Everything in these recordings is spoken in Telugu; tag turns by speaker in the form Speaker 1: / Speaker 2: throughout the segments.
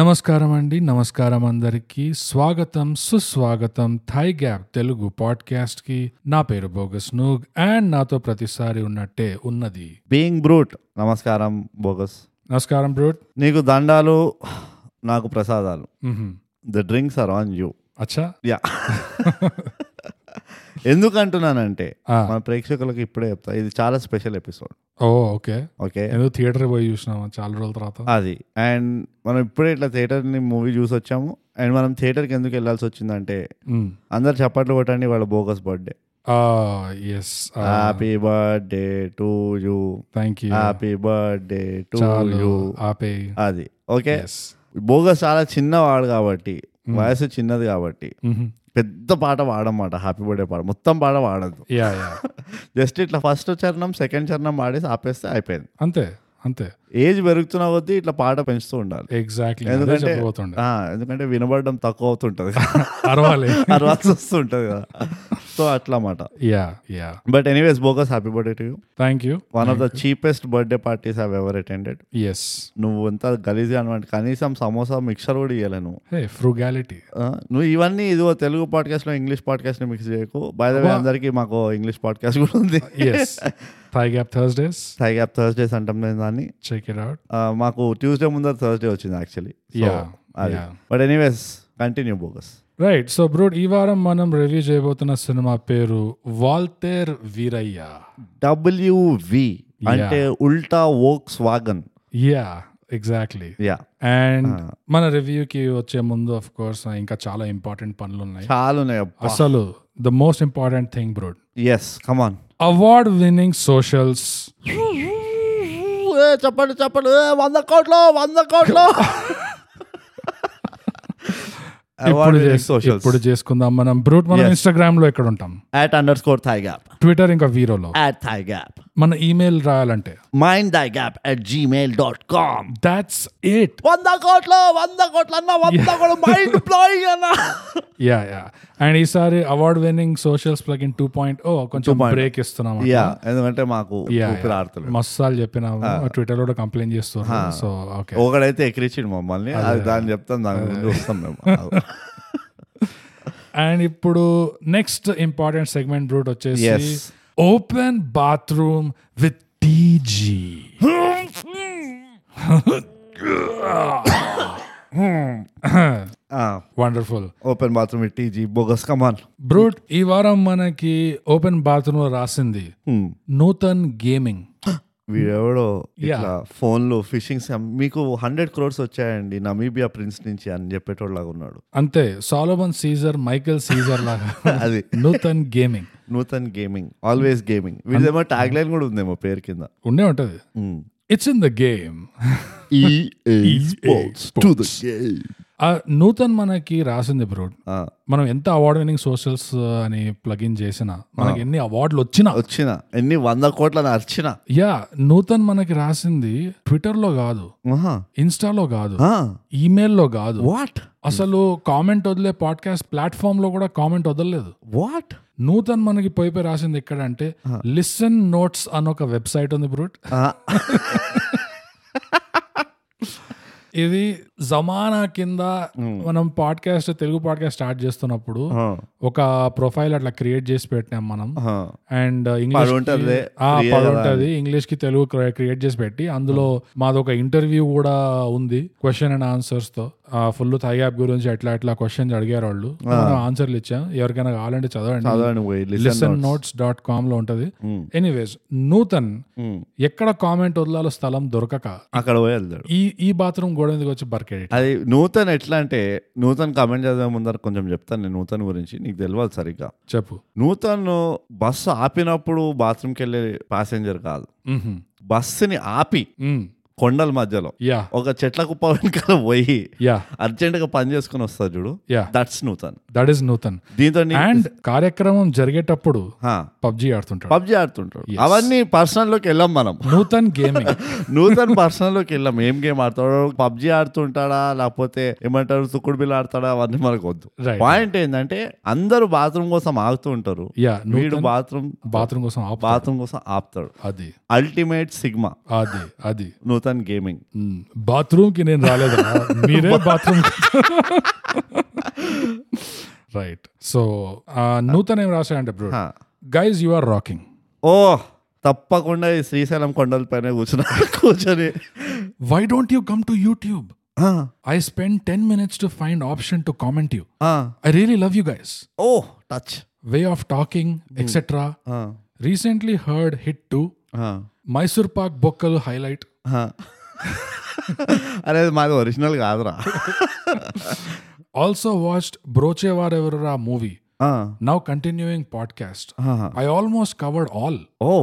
Speaker 1: నమస్కారం అండి నమస్కారం అందరికీ స్వాగతం సుస్వాగతం థాయ్ గ్యాప్ తెలుగు పాడ్కాస్ట్ కి నా పేరు బోగస్ నూగ్ అండ్ నాతో ప్రతిసారి ఉన్నట్టే ఉన్నది
Speaker 2: బీయింగ్ బ్రూట్ నమస్కారం బోగస్
Speaker 1: నమస్కారం బ్రోట్
Speaker 2: నీకు దండాలు నాకు ప్రసాదాలు
Speaker 1: మ్హూ.
Speaker 2: The drinks are on you
Speaker 1: అచ్చా
Speaker 2: యా ఎందుకు అంటున్నానంటే
Speaker 1: ఆ.
Speaker 2: మన ప్రేక్షకులకు ఇప్పుడే చెప్తా ఇది చాలా special episode
Speaker 1: oh okay
Speaker 2: okay
Speaker 1: ఏదో థియేటర్ పోయి చూసినామా చాలా రోజుల తర్వాత
Speaker 2: అది అండ్ మనం ఇప్పుడే ఇట్లా థియేటర్ని మూవీ చూసి వచ్చాము అండ్ మనం థియేటర్కి ఎందుకు వెళ్ళాల్సి వచ్చిందంటే
Speaker 1: మ్.
Speaker 2: అందరు చప్పట్లు కొట్టండి వాళ్ళ బోగస్ బర్త్డే
Speaker 1: ఆ yes
Speaker 2: happy birthday to you
Speaker 1: thank you
Speaker 2: happy birthday to
Speaker 1: చాలు
Speaker 2: యూ
Speaker 1: ఆపే
Speaker 2: అది ఓకే
Speaker 1: ఎస్
Speaker 2: బోగస్ చాలా చిన్నవాడు కాబట్టి వయసు చిన్నది కాబట్టి పెద్ద పాట వాడమాట హ్యాపీ బర్త్డే పాట మొత్తం పాట వాడద్దు
Speaker 1: యా యా
Speaker 2: జస్ట్ ఇట్లా ఫస్ట్ చరణం సెకండ్ చరణం ఆడేసి ఆపేస్తే అయిపోయింది
Speaker 1: అంతే అంతే
Speaker 2: ఏజ్ పెరుగుతున్న కొద్దీ ఇట్లా పాట పెంచుతూ ఉండాలి
Speaker 1: ఎగ్జాక్ట్లీ
Speaker 2: ఎందుకంటే
Speaker 1: చెప్పబోతుండే
Speaker 2: ఆ, ఎందుకంటే వినబడడం తక్కువ అవుతుంటది
Speaker 1: అరవాలి
Speaker 2: అర్వాల్సి వస్తుంటది కదా సో అట్లా మాట
Speaker 1: yeah yeah
Speaker 2: but anyways bogus happy birthday to you
Speaker 1: thank you
Speaker 2: one of the cheapest birthday parties have ever attended
Speaker 1: yes
Speaker 2: నువ్వు ఎంత గలీజ్గా అనమాట కనీసం సమోసా మిక్సర్ కూడా ఇవ్వలే నువ్వు
Speaker 1: హే ఫ్రుగాలిటీ
Speaker 2: ఆ, నువ్వు ఇవన్నీ ఇదిగో తెలుగు పాడ్కాస్ట్ లో ఇంగ్లీష్ పాడ్కాస్ట్ ని మిక్స్ చేయకు బై ద వే
Speaker 1: అబ్బా.
Speaker 2: అందరికీ మాకు ఇంగ్లీష్ పాడ్కాస్ట్ కూడా ఉంది
Speaker 1: yes thigh gap Thursdays
Speaker 2: thigh gap Thursdays అంటాం నేను దాన్ని
Speaker 1: చెక్ ఇట్ అవుట్
Speaker 2: ఆ, మాకు ట్యూస్డే ముందర థర్స్డే వచ్చింది యాక్చువల్లీ
Speaker 1: యా
Speaker 2: అది but anyways continue bogus
Speaker 1: right so బ్రూడ్ ఈ వారం మనం రివ్యూ చేయబోతున్న సినిమా పేరు వాల్తేర్ వీరయ్య
Speaker 2: డబ్ల్యూవి అంటే ఉల్టా Volkswagen
Speaker 1: yeah exactly
Speaker 2: yeah
Speaker 1: and
Speaker 2: Uh-huh.
Speaker 1: మన రివ్యూకి వచ్చే ముందు ఆఫ్ కోర్స్ ఇంకా చాలా ఇంపార్టెంట్ పనులు ఉన్నాయి
Speaker 2: చాలా
Speaker 1: అసలు ద మోస్ట్ ఇంపార్టెంట్ థింగ్ బ్రూడ్
Speaker 2: yes come on
Speaker 1: award winning socials
Speaker 2: చెప్పండి చెప్పండి ఏ, వంద కోట్లు వంద కోట్లు Award
Speaker 1: ఇప్పుడు
Speaker 2: winning
Speaker 1: చేస్-
Speaker 2: socials.
Speaker 1: ఇప్పుడు చేసుకుందాం మనం బ్రూట్ మనం ఇన్స్టాగ్రామ్ లో ఎక్కడ ఉంటాం
Speaker 2: at underscore thigh gap
Speaker 1: Twitter ఇంకా వీరోలో
Speaker 2: at thigh gap
Speaker 1: మన ఈమెయిల్ రాయాలంటే
Speaker 2: mind thy gap at gmail dot com
Speaker 1: that's it
Speaker 2: వంద కోట్లు వంద కోట్లు అన్న వంద కోట్లు మైండ్ బ్లోయింగ్ అన్న
Speaker 1: యా యా అండ్ ఈసారి award winning socials plug in two point oh oh కొంచెం బ్రేక్ ఇస్తున్నాం
Speaker 2: యా ఎందుకంటే మాకు
Speaker 1: Yeah,
Speaker 2: ఊపిరి
Speaker 1: yeah.
Speaker 2: ఆడుతలేదు
Speaker 1: మస్సాలు చెప్పినాము ట్విట్టర్ కూడా కంప్లైంట్ చేస్తున్నారు సో ఓకే
Speaker 2: ఒకడైతే ఎక్కిరిచిండు మమ్మల్ని అది దాన్ని చెప్తాం దాని గురించి వస్తాం మేము
Speaker 1: అండ్ ఇప్పుడు నెక్స్ట్ ఇంపార్టెంట్ సెగ్మెంట్ బ్రూట్ వచ్చేసి
Speaker 2: Yes.
Speaker 1: Open bathroom with TG wonderful
Speaker 2: open bathroom ఇట్టి జీ బోగస్ కమాన్
Speaker 1: బ్రూట్ ఈ వారం మనకి ఓపెన్ బాత్రూమ్ లో రాసింది నూతన్ గేమింగ్
Speaker 2: వీడెవడో
Speaker 1: Yeah.
Speaker 2: ఇట్లా ఫోన్లో ఫిషింగ్ మీకు హండ్రెడ్ క్రోర్స్ వచ్చాయండి నమీబియా ప్రిన్స్ నుంచి అని చెప్పేటోళ్ళగా ఉన్నాడు
Speaker 1: అంతే సాలోమన్ సీజర్ మైకేల్ సీజర్ లాగా
Speaker 2: అది
Speaker 1: Nuthan gaming
Speaker 2: Nuthan gaming always gaming వీళ్ళేమో ట్యాగ్ లైన్ కూడా ఉందేమో పేరు కింద
Speaker 1: ఉండే ఉంటది
Speaker 2: Hmm.
Speaker 1: It's in the game
Speaker 2: EA
Speaker 1: E Sports
Speaker 2: E to the game.
Speaker 1: ఆ నూతన్ మనకి రాసింది బ్రోడ్
Speaker 2: ఆ,
Speaker 1: మనం ఎంత అవార్డ్ వినింగ్ సోషల్స్ అని ప్లగిన్ చేసినా మనకి ఎన్ని అవార్డులు వచ్చినా
Speaker 2: వచ్చిన ఎన్ని వంద కోట్లని అర్చిన
Speaker 1: యా నూతన్ మనకి రాసింది ట్విట్టర్ లో కాదు ఇన్స్టాలో కాదు ఈమెయిల్లో కాదు
Speaker 2: వాట్
Speaker 1: అసలు కామెంట్ వదిలే పాడ్కాస్ట్ ప్లాట్ఫామ్ లో కూడా కామెంట్ వదలలేదు
Speaker 2: వాట్
Speaker 1: నూతన్ మనకి పోయి పోయి రాసింది ఎక్కడ అంటే లిసన్ నోట్స్ అని ఒక వెబ్సైట్ ఉంది బ్రూట్ ఇది జమానా కింద మనం పాడ్కాస్ట్ తెలుగు పాడ్కాస్ట్ స్టార్ట్ చేస్తున్నప్పుడు ఒక ప్రొఫైల్ అట్లా క్రియేట్ చేసి పెట్టినాం మనం అండ్ ఇంగ్లీష్
Speaker 2: పడి ఉంటది, free కదా
Speaker 1: పడుంటది ఇంగ్లీష్ కి తెలుగు క్రియేట్ చేసి పెట్టి అందులో మాది ఒక ఇంటర్వ్యూ కూడా ఉంది క్వశ్చన్ అండ్ ఆన్సర్స్ తో ఫుల్ థై యాప్ గురించి ఎట్లా ఎట్లా క్వశ్చన్స్ అడిగారు వాళ్ళు మనం ఆన్సర్లు ఇచ్చాం ఎవరికైనా కావాలంటే చదవండి
Speaker 2: చదవండి పోయి
Speaker 1: లిసన్ నోట్స్ డాట్ కామ్ లో ఉంటది ఎనీవేస్ నూతన్ ఎక్కడ కామెంట్ వదలాలో స్థలం దొరకక
Speaker 2: అక్కడ పోయి వెళ్తాడు
Speaker 1: ఈ ఈ బాత్రూమ్ గోడ మీదకి వచ్చి బర్కెట్
Speaker 2: అది నూతన్ ఎట్లా అంటే నూతన్ కామెంట్ చదివే ముందర కొంచెం చెప్తాను నేను నూతన్ గురించి నీకు తెలియాలి సరిగ్గా
Speaker 1: చెప్పు
Speaker 2: నూతన్ బస్సు ఆపినప్పుడు బాత్రూమ్కి వెళ్ళే ప్యాసింజర్ కాదు
Speaker 1: మ్హూ.
Speaker 2: బస్సుని ఆపి
Speaker 1: మ్.
Speaker 2: కొండల మధ్యలో
Speaker 1: యా
Speaker 2: ఒక చెట్ల కుప్ప వెనకాల పోయి
Speaker 1: యా
Speaker 2: అర్జెంట్ గా పని చేసుకుని వస్తాడు చూడు
Speaker 1: yeah
Speaker 2: that's Nuthan
Speaker 1: that is Nuthan
Speaker 2: దీంతో
Speaker 1: అండ్ కార్యక్రమం జరిగేటప్పుడు పబ్జి ఆడుతుంటాడు
Speaker 2: పబ్జి ఆడుతుంటాడు అవన్నీ పర్సనల్ లోకి వెళ్ళాం మనం
Speaker 1: నూతన్ గేమింగ్
Speaker 2: నూతన్ పర్సనల్ లోకి వెళ్ళాం ఏం గేమ్ ఆడతాడో పబ్జి ఆడుతుంటాడా లేకపోతే ఏమంటారు తుక్కుడు బిల్ ఆడతాడా అవన్నీ మనకు వద్దు
Speaker 1: Right.
Speaker 2: పాయింట్ ఏంటంటే అందరూ బాత్రూమ్ కోసం ఆగుతూ ఉంటారు
Speaker 1: యా
Speaker 2: వీడు బాత్రూమ్
Speaker 1: బాత్రూమ్ కోసం ఆపు
Speaker 2: బాత్రూమ్ కోసం ఆపుతాడు
Speaker 1: అది
Speaker 2: అల్టిమేట్ సిగ్మా
Speaker 1: అది అది
Speaker 2: నూతన్ రాజస్థాన్ గేమింగ్
Speaker 1: బాత్రూమ్ కి నేను రాలేదు మీరే బాత్రూమ్ రైట్ సో నూతన ఏం రాశాడంటే బ్రో
Speaker 2: హా.
Speaker 1: గైజ్ యు ఆర్ రాకింగ్
Speaker 2: ఓ తప్పకుండా ఈ శ్రీశైలం కొండలపైన కూర్చున్నా కూర్చొని
Speaker 1: why don't you come to YouTube
Speaker 2: ఆ,
Speaker 1: I spend ten minutes to find option to comment you
Speaker 2: ఆ.
Speaker 1: I really love you guys
Speaker 2: oh touch
Speaker 1: way of talking etcetera recently heard hit to Mysore pak బొక్కలు హైలైట్
Speaker 2: అరే మాది ఒరిజినల్ కాదురా
Speaker 1: also watched Brochevarevarura movie
Speaker 2: ఆ,
Speaker 1: నౌ కంటిన్యూయింగ్ పాడ్కాస్ట్
Speaker 2: ఆ.
Speaker 1: I almost covered all
Speaker 2: oh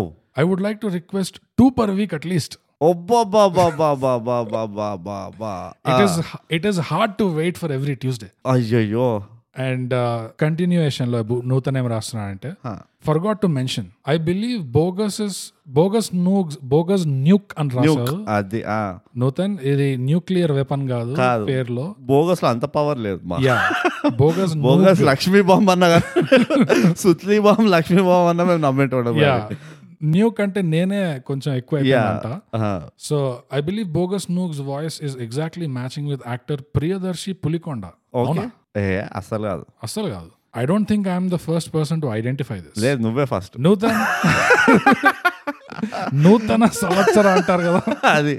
Speaker 1: I would like to request two per week at least
Speaker 2: ఒబ్బా
Speaker 1: it
Speaker 2: Ah.
Speaker 1: Is it is hard to wait for every Tuesday
Speaker 2: అయ్యయ్యో
Speaker 1: అండ్ కంటిన్యూయేషన్ uh, లో బు- నూతన ఏం రాస్తున్నానంటే
Speaker 2: Huh.
Speaker 1: Forgot to mention I believe bogus is bogus నూగ్స్ bogus Nuke అని రాశారు
Speaker 2: అది ఆ
Speaker 1: నూతన్ ఇది న్యూక్లియర్ వెపన్ కాదు
Speaker 2: కాదు.
Speaker 1: పేర్లో
Speaker 2: బోగస్ లో అంత పవర్ లేదు మా
Speaker 1: yeah Bogus
Speaker 2: bogus Lakshmi bomb అన్నా కానీ సుత్లీ బాంబ్ లక్ష్మీ బాంబ్ అన్నా మేము నమ్మేటోడం
Speaker 1: యా న్యూక్ అంటే నేనే కొంచెం ఎక్కువ అయిపోయానంట
Speaker 2: ఆ,
Speaker 1: so I believe bogus నూగ్స్ voice is exactly matching with actor Priyadarshi Pulikonda
Speaker 2: okay
Speaker 1: అవునా
Speaker 2: ఏ అసలు కాదు
Speaker 1: అస్సలు కాదు I don't think I'm the first person to identify this
Speaker 2: లేదు నువ్వే ఫస్ట్
Speaker 1: నూతన నూతన సంవత్సరం అంటారు కదా
Speaker 2: అది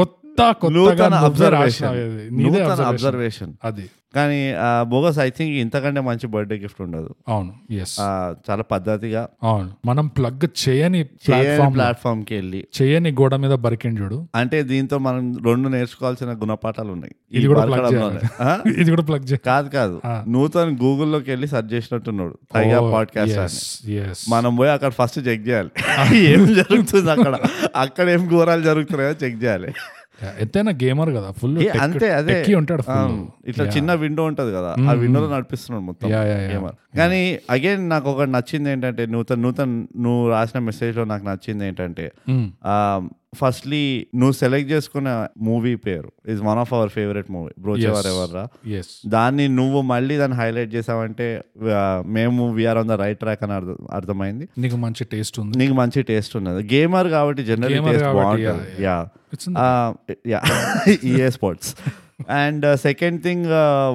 Speaker 1: కొత్త కొత్తగా
Speaker 2: నూతన
Speaker 1: నువ్వే
Speaker 2: అబ్జర్వేషన్
Speaker 1: రాసినావు ఇది. నీదే
Speaker 2: నూతన
Speaker 1: observation.
Speaker 2: అబ్జర్వేషన్
Speaker 1: అది
Speaker 2: కానీ బోగస్ ఐ థింక్ ఇంతకంటే మంచి బర్త్డే గిఫ్ట్ ఉండదు
Speaker 1: అవును ఎస్
Speaker 2: ఆ, చాలా పద్ధతిగా
Speaker 1: అవును మనం ప్లగ్ చేయని
Speaker 2: ప్లాట్ఫామ్
Speaker 1: ప్లాట్ఫామ్
Speaker 2: ప్లాట్ఫామ్ కి వెళ్ళి
Speaker 1: చేయని గోడ మీద బరికిండి చూడు
Speaker 2: అంటే దీంతో మనం రెండు నేర్చుకోవాల్సిన గుణపాఠాలు ఉన్నాయి
Speaker 1: ఇది
Speaker 2: ఈ
Speaker 1: కూడా plug
Speaker 2: బతకడంలోనే. ఆ?
Speaker 1: ఇది కూడా ప్లగ్
Speaker 2: కాదు కాదు నూతన్ గూగుల్లోకి వెళ్ళి సెర్చ్ చేసినట్టున్నాడు పైగా పాడ్కాస్ట్ అని మనం పోయి అక్కడ ఫస్ట్ చెక్ చేయాలి ఏం జరుగుతుంది అక్కడ అక్కడ ఏం ఘోరాలు జరుగుతున్నాయో చెక్ చేయాలి
Speaker 1: ఎంతైనా గేమర్ కదా ఫుల్
Speaker 2: ఏ, అంతే అదే
Speaker 1: ఉంటాడు
Speaker 2: ఆ,
Speaker 1: ఫుల్
Speaker 2: ఇట్లా చిన్న విండో ఉంటది కదా ఆ విండోలో నడిపిస్తున్నాడు మొత్తం
Speaker 1: Yeah, yeah, yeah.
Speaker 2: gamer. కానీ అగైన్ నాకు ఒకటి నచ్చింది ఏంటంటే నూతన్ నూతన్ నువ్వు రాసిన మెసేజ్ లో నాకు నచ్చింది ఏంటంటే
Speaker 1: Mm.
Speaker 2: ఫస్ట్లీ నువ్వు సెలెక్ట్ చేసుకున్న మూవీ పేరు is one of our favourite movie Brochevarevarura
Speaker 1: yes
Speaker 2: దాన్ని నువ్వు మళ్ళీ దాన్ని హైలైట్ చేసావంటే ఆ, మేము we are on the right track అని అర్థం అర్థమైంది
Speaker 1: నీకు మంచి టేస్ట్ ఉంది
Speaker 2: నీకు మంచి టేస్ట్ ఉన్నది గేమర్ కాబట్టి జనరల్
Speaker 1: Gamer
Speaker 2: టేస్ట్
Speaker 1: కాబట్టి,
Speaker 2: బాగుంటుంది yeah
Speaker 1: It's in
Speaker 2: yeah E EA sports and second thing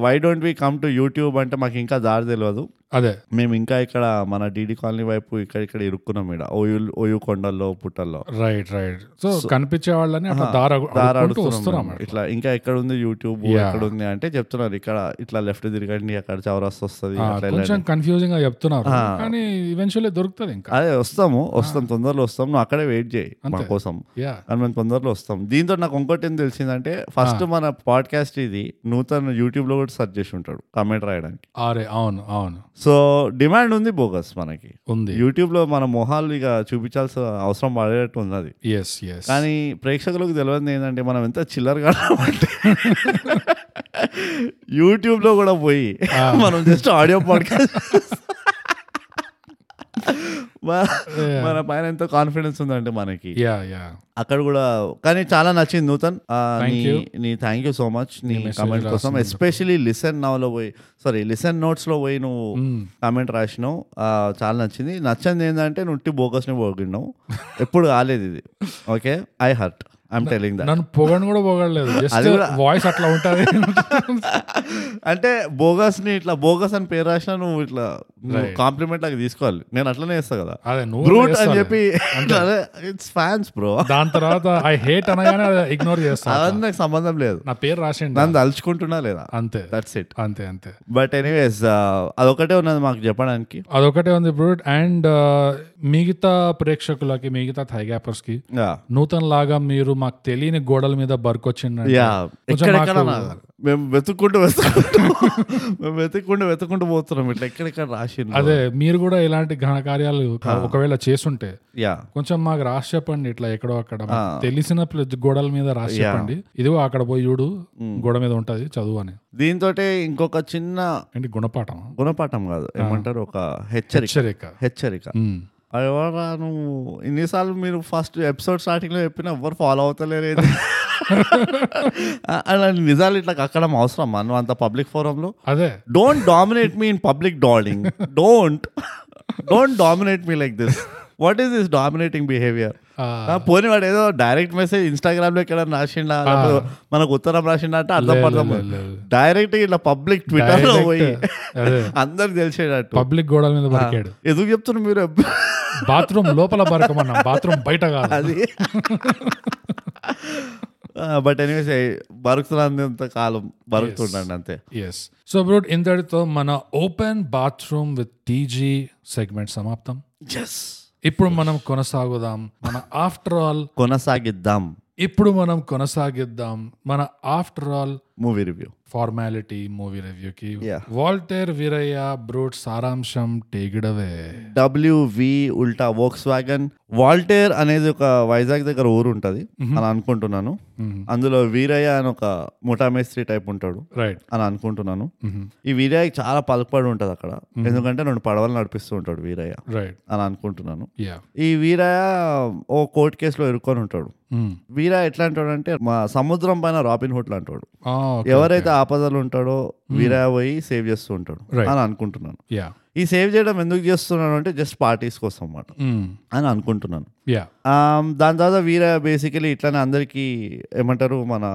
Speaker 2: why don't we come to YouTube అంటే మాకు ఇంకా దారి తెలియదు
Speaker 1: అదే
Speaker 2: మేము ఇంకా ఇక్కడ మన డీడీ కాలనీ వైపు ఇక్కడ ఇక్కడ ఇరుక్కున్నాం ఇక్కడ ఓయు ఓయు కొండల్లో పుట్టల్లో
Speaker 1: రైట్ రైట్ సో కనిపించే వాళ్ళని అట్లా
Speaker 2: దారి
Speaker 1: దారుకుంటూ
Speaker 2: అడుగుతున్నాం
Speaker 1: వస్తున్నాం
Speaker 2: మేము. ఇట్లా ఇంకా ఎక్కడ ఉంది యూట్యూబ్ ఎక్కడ ఉంది అంటే చెప్తున్నారు ఇక్కడ ఇట్లా లెఫ్ట్ తిరగండి అక్కడ చౌరస్తా వస్తుంది
Speaker 1: ఆ,
Speaker 2: అట్లా
Speaker 1: కొంచెం కన్ఫ్యూజింగ్ గా చెప్తున్నారు కానీ ఈవెన్చువల్లీ దొరుకుతుంది ఇంకా
Speaker 2: అదే వస్తాము వస్తాం తొందరలో వస్తాం నువ్వు అక్కడే వెయిట్ చేయి మా కోసం
Speaker 1: యా
Speaker 2: అని మేము తొందరలో వస్తాం దీంతో నాకు ఇంకోటి ఏం తెలిసిందంటే ఫస్ట్ మన పాడ్కాస్ట్ ఇది నూతన యూట్యూబ్ లో కూడా సెర్చ్ చేసి ఉంటాడు కామెంట్ రాయడానికి
Speaker 1: ఆరే అవును అవును
Speaker 2: సో డిమాండ్ ఉంది బోగస్ మనకి
Speaker 1: ఉంది
Speaker 2: యూట్యూబ్ లో మన మొహాలు ఇక చూపించాల్సిన అవసరం పడేటట్టు ఉంది అది
Speaker 1: ఎస్ ఎస్
Speaker 2: కానీ ప్రేక్షకులకు తెలియదు ఏంటంటే మనం ఎంత చిల్లరగా అంటే యూట్యూబ్ లో కూడా పోయి మనం జస్ట్ ఆడియో పాడ్కాస్ట్ మన పైన ఎంత కాన్ఫిడెన్స్ ఉందంటే మనకి
Speaker 1: యా యా
Speaker 2: అక్కడ కూడా కానీ చాలా నచ్చింది నూతన్ ఆ,
Speaker 1: Thank
Speaker 2: నీ-
Speaker 1: you.
Speaker 2: నీ థ్యాంక్ యూ సో మచ్ నీ
Speaker 1: message
Speaker 2: కమెంట్ కోసం ఎస్పెషలీ లిసన్ నవ్ లో పోయి సారీ లిసన్ నోట్స్ లో పోయి నువ్వు
Speaker 1: Hmm.
Speaker 2: కమెంట్ రాసినావు ఆ, చాలా నచ్చింది నచ్చింది ఏంటంటే నువ్వు ఉట్టి బోకస్ ని పోగినావు ఎప్పుడు కాలేదు ఇది okay I hurt I'm telling that
Speaker 1: నన్ను పొగను కూడా పొగడలేదు జస్ట్
Speaker 2: అది కూడా-
Speaker 1: వాయిస్ అట్లా ఉంటది
Speaker 2: అంటే బోగస్ ని ఇట్లా బోగస్ అని పేరు రాసినా నువ్వు ఇట్లా కాంప్లిమెంట్ లాగా తీసుకోవాలి నేను అట్లనే చేస్తా కదా
Speaker 1: అదే నువ్వు
Speaker 2: బ్రూట్ అని
Speaker 1: చేస్తావు.
Speaker 2: చెప్పి ఇట్స్ ఫ్యాన్స్ బ్రో
Speaker 1: దాని తర్వాత ఐ హేట్ అనగానే ఇగ్నోర్ చేస్తాను
Speaker 2: అవన్నీ నాకు సంబంధం లేదు
Speaker 1: నా పేరు రాసిండు
Speaker 2: నన్ను తలుచుకుంటున్నా లేదా
Speaker 1: అంతే
Speaker 2: దట్స్ ఇట్
Speaker 1: అంతే అంతే
Speaker 2: బట్ ఎనీవేస్ అదొకటే ఉన్నది మాకు చెప్పడానికి
Speaker 1: అదొకటే ఉంది బ్రూట్ అండ్ uh, మిగతా ప్రేక్షకులకి మిగతా థైగాపర్స్ కి
Speaker 2: యా
Speaker 1: నూతన్ లాగా మీరు మాకు తెలియని గోడల మీద బర్కొచ్చిండ
Speaker 2: యా
Speaker 1: కొంచెం
Speaker 2: ఎక్కడెక్కడ
Speaker 1: మాకు-
Speaker 2: నా- మేము వెతుక్కుంటూ వెతుక్కుంటూ మేము వెతుక్కుంటూ వెతుక్కుంటూ పోతున్నాం ఇట్లా ఎక్కడెక్కడ రాసింది
Speaker 1: అదే మీరు కూడా ఇలాంటి ఘన కార్యాలు ఒకవేళ చేసుంటే
Speaker 2: యా
Speaker 1: కొంచెం మాకు రాసి చెప్పండి ఇట్లా ఎక్కడో అక్కడ మాకు తెలిసిన ప్ల- గోడల మీద రాసి చెప్పండి ఇదిగో అక్కడ పోయి చూడు గోడ మీద ఉంటది చదువు అని
Speaker 2: దీంతో ఇంకొక చిన్న
Speaker 1: ఏంటి గుణపాఠం
Speaker 2: గుణపాఠం కాదు ఏమంటారు ఒక హెచ్చరిక
Speaker 1: హెచ్చరిక Hmm.
Speaker 2: హెచ్చరిక
Speaker 1: ఉమ్.
Speaker 2: అరే ఎవరా నువ్వు ఇన్నిసార్లు మీరు ఫస్ట్ ఎపిసోడ్ స్టార్టింగ్ లో చెప్పినా ఎవ్వరు ఫాలో అవుతలేరు ఏంది? అలాంటి నిజాలు ఇట్లా అక్కడం అవసరం మనం అంత పబ్లిక్ ఫోరంలో
Speaker 1: అదే
Speaker 2: don't dominate me in public darling don't don't dominate me like this what is this dominating behaviour
Speaker 1: ఆ,
Speaker 2: ఆ, పోనీ వాడు ఏదో డైరెక్ట్ మెసేజ్ ఇన్స్టాగ్రామ్ లో ఎక్కడ రాసిండా లేకపోతే మనకు ఉత్తరం రాసిండా అంటే అర్థం పడదాం
Speaker 1: లేదు, లేదు.
Speaker 2: డైరెక్ట్ ఇలా పబ్లిక్ ట్విట్టర్ లో పోయి
Speaker 1: Direct. అదే
Speaker 2: అందరికి తెలిసేటట్టు
Speaker 1: పబ్లిక్ గోడల మీద బరికాడు
Speaker 2: ఎందుకు చెప్తున్నారు మీరు
Speaker 1: బాత్రూమ్ లోపల బరకమన్నాం బాత్రూమ్ బయట కాదు
Speaker 2: అది బట్ ఎనీవేస్ బరుకుతున్నంత కాలం బరుకుతుండండి అంతే
Speaker 1: ఎస్ సో బ్రూట్ ఇంతటితో మన open bathroom with TG segment సమాప్తం
Speaker 2: ఎస్
Speaker 1: ఇప్పుడు మనం కొనసాగుదాం మన ఆఫ్టర్ ఆల్
Speaker 2: కొనసాగిద్దాం
Speaker 1: ఇప్పుడు మనం కొనసాగిద్దాం మన after all
Speaker 2: movie review
Speaker 1: formality movie రివ్యూకి
Speaker 2: Yeah.
Speaker 1: వాల్టేర్ వీరయ్య బ్రూట్ సారాంశం టేగిడవే
Speaker 2: డబ్ల్యూవి ఉల్టా వోక్స్ వ్యాగన్ వాల్టేర్ అనేది ఒక వైజాగ్ దగ్గర ఊరు ఉంటుంది అని అనుకుంటున్నాను అందులో వీరయ్య అని ఒక ముఠామేస్త్రి టైప్ ఉంటాడు
Speaker 1: రైట్
Speaker 2: అని అనుకుంటున్నాను ఈ వీరయ్య చాలా పలుకుపడి ఉంటుంది అక్కడ ఎందుకంటే రెండు పడవలు నడిపిస్తూ ఉంటాడు వీరయ్య
Speaker 1: రైట్
Speaker 2: అని అనుకుంటున్నాను
Speaker 1: యా
Speaker 2: ఈ వీరయ్య ఓ కోర్టు కేసులో ఇరుక్కొని ఉంటాడు
Speaker 1: Hmm.
Speaker 2: వీరయ్య ఎట్లా అంటాడంటే మా సముద్రం పైన రాబిన్ హుడ్ అంటాడు
Speaker 1: Ah,
Speaker 2: ఎవరైతే ఆపదలు ఉంటాడో వీరయ్య పోయి సేవ్ చేస్తూ ఉంటాడు
Speaker 1: Right.
Speaker 2: అని అనుకుంటున్నాను
Speaker 1: యా
Speaker 2: ఈ సేవ్ చేయడం ఎందుకు చేస్తున్నాను అంటే జస్ట్ పార్టీస్ కోసం అన్నమాట
Speaker 1: Hmm.
Speaker 2: అని అనుకుంటున్నాను
Speaker 1: యా
Speaker 2: ఆమ్, దాని తర్వాత వీర బేసికలీ ఇట్లానే అందరికీ ఏమంటారు మన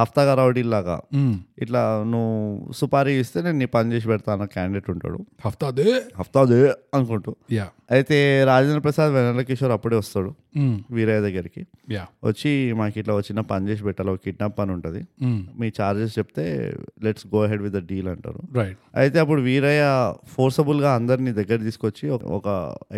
Speaker 2: హఫ్తాగా రౌడీలాగా
Speaker 1: Hmm.
Speaker 2: ఇట్లా నువ్వు సుపారీ ఇస్తే నేను నీ పని చేసి పెడతాను క్యాండిడేట్ ఉంటాడు
Speaker 1: హఫ్తా దే
Speaker 2: హఫ్తా అదే అనుకుంటూ
Speaker 1: యా
Speaker 2: అయితే రాజేంద్ర ప్రసాద్ వెనల్ల కిషోర్ అప్పుడే వస్తాడు
Speaker 1: Hmm.
Speaker 2: వీరయ్య దగ్గరికి
Speaker 1: యా
Speaker 2: వచ్చి మాకు ఇట్లా వచ్చిన పని చేసి పెట్టాలి ఒక కిడ్నాప్ పని ఉంటుంది
Speaker 1: Hmm.
Speaker 2: మీ ఛార్జెస్ చెప్తే let's go head with the deal అంటారు
Speaker 1: రైట్
Speaker 2: అయితే అప్పుడు వీరయ్య ఫోర్సబుల్గా అందరినీ దగ్గర తీసుకొచ్చి ఒక- ఒక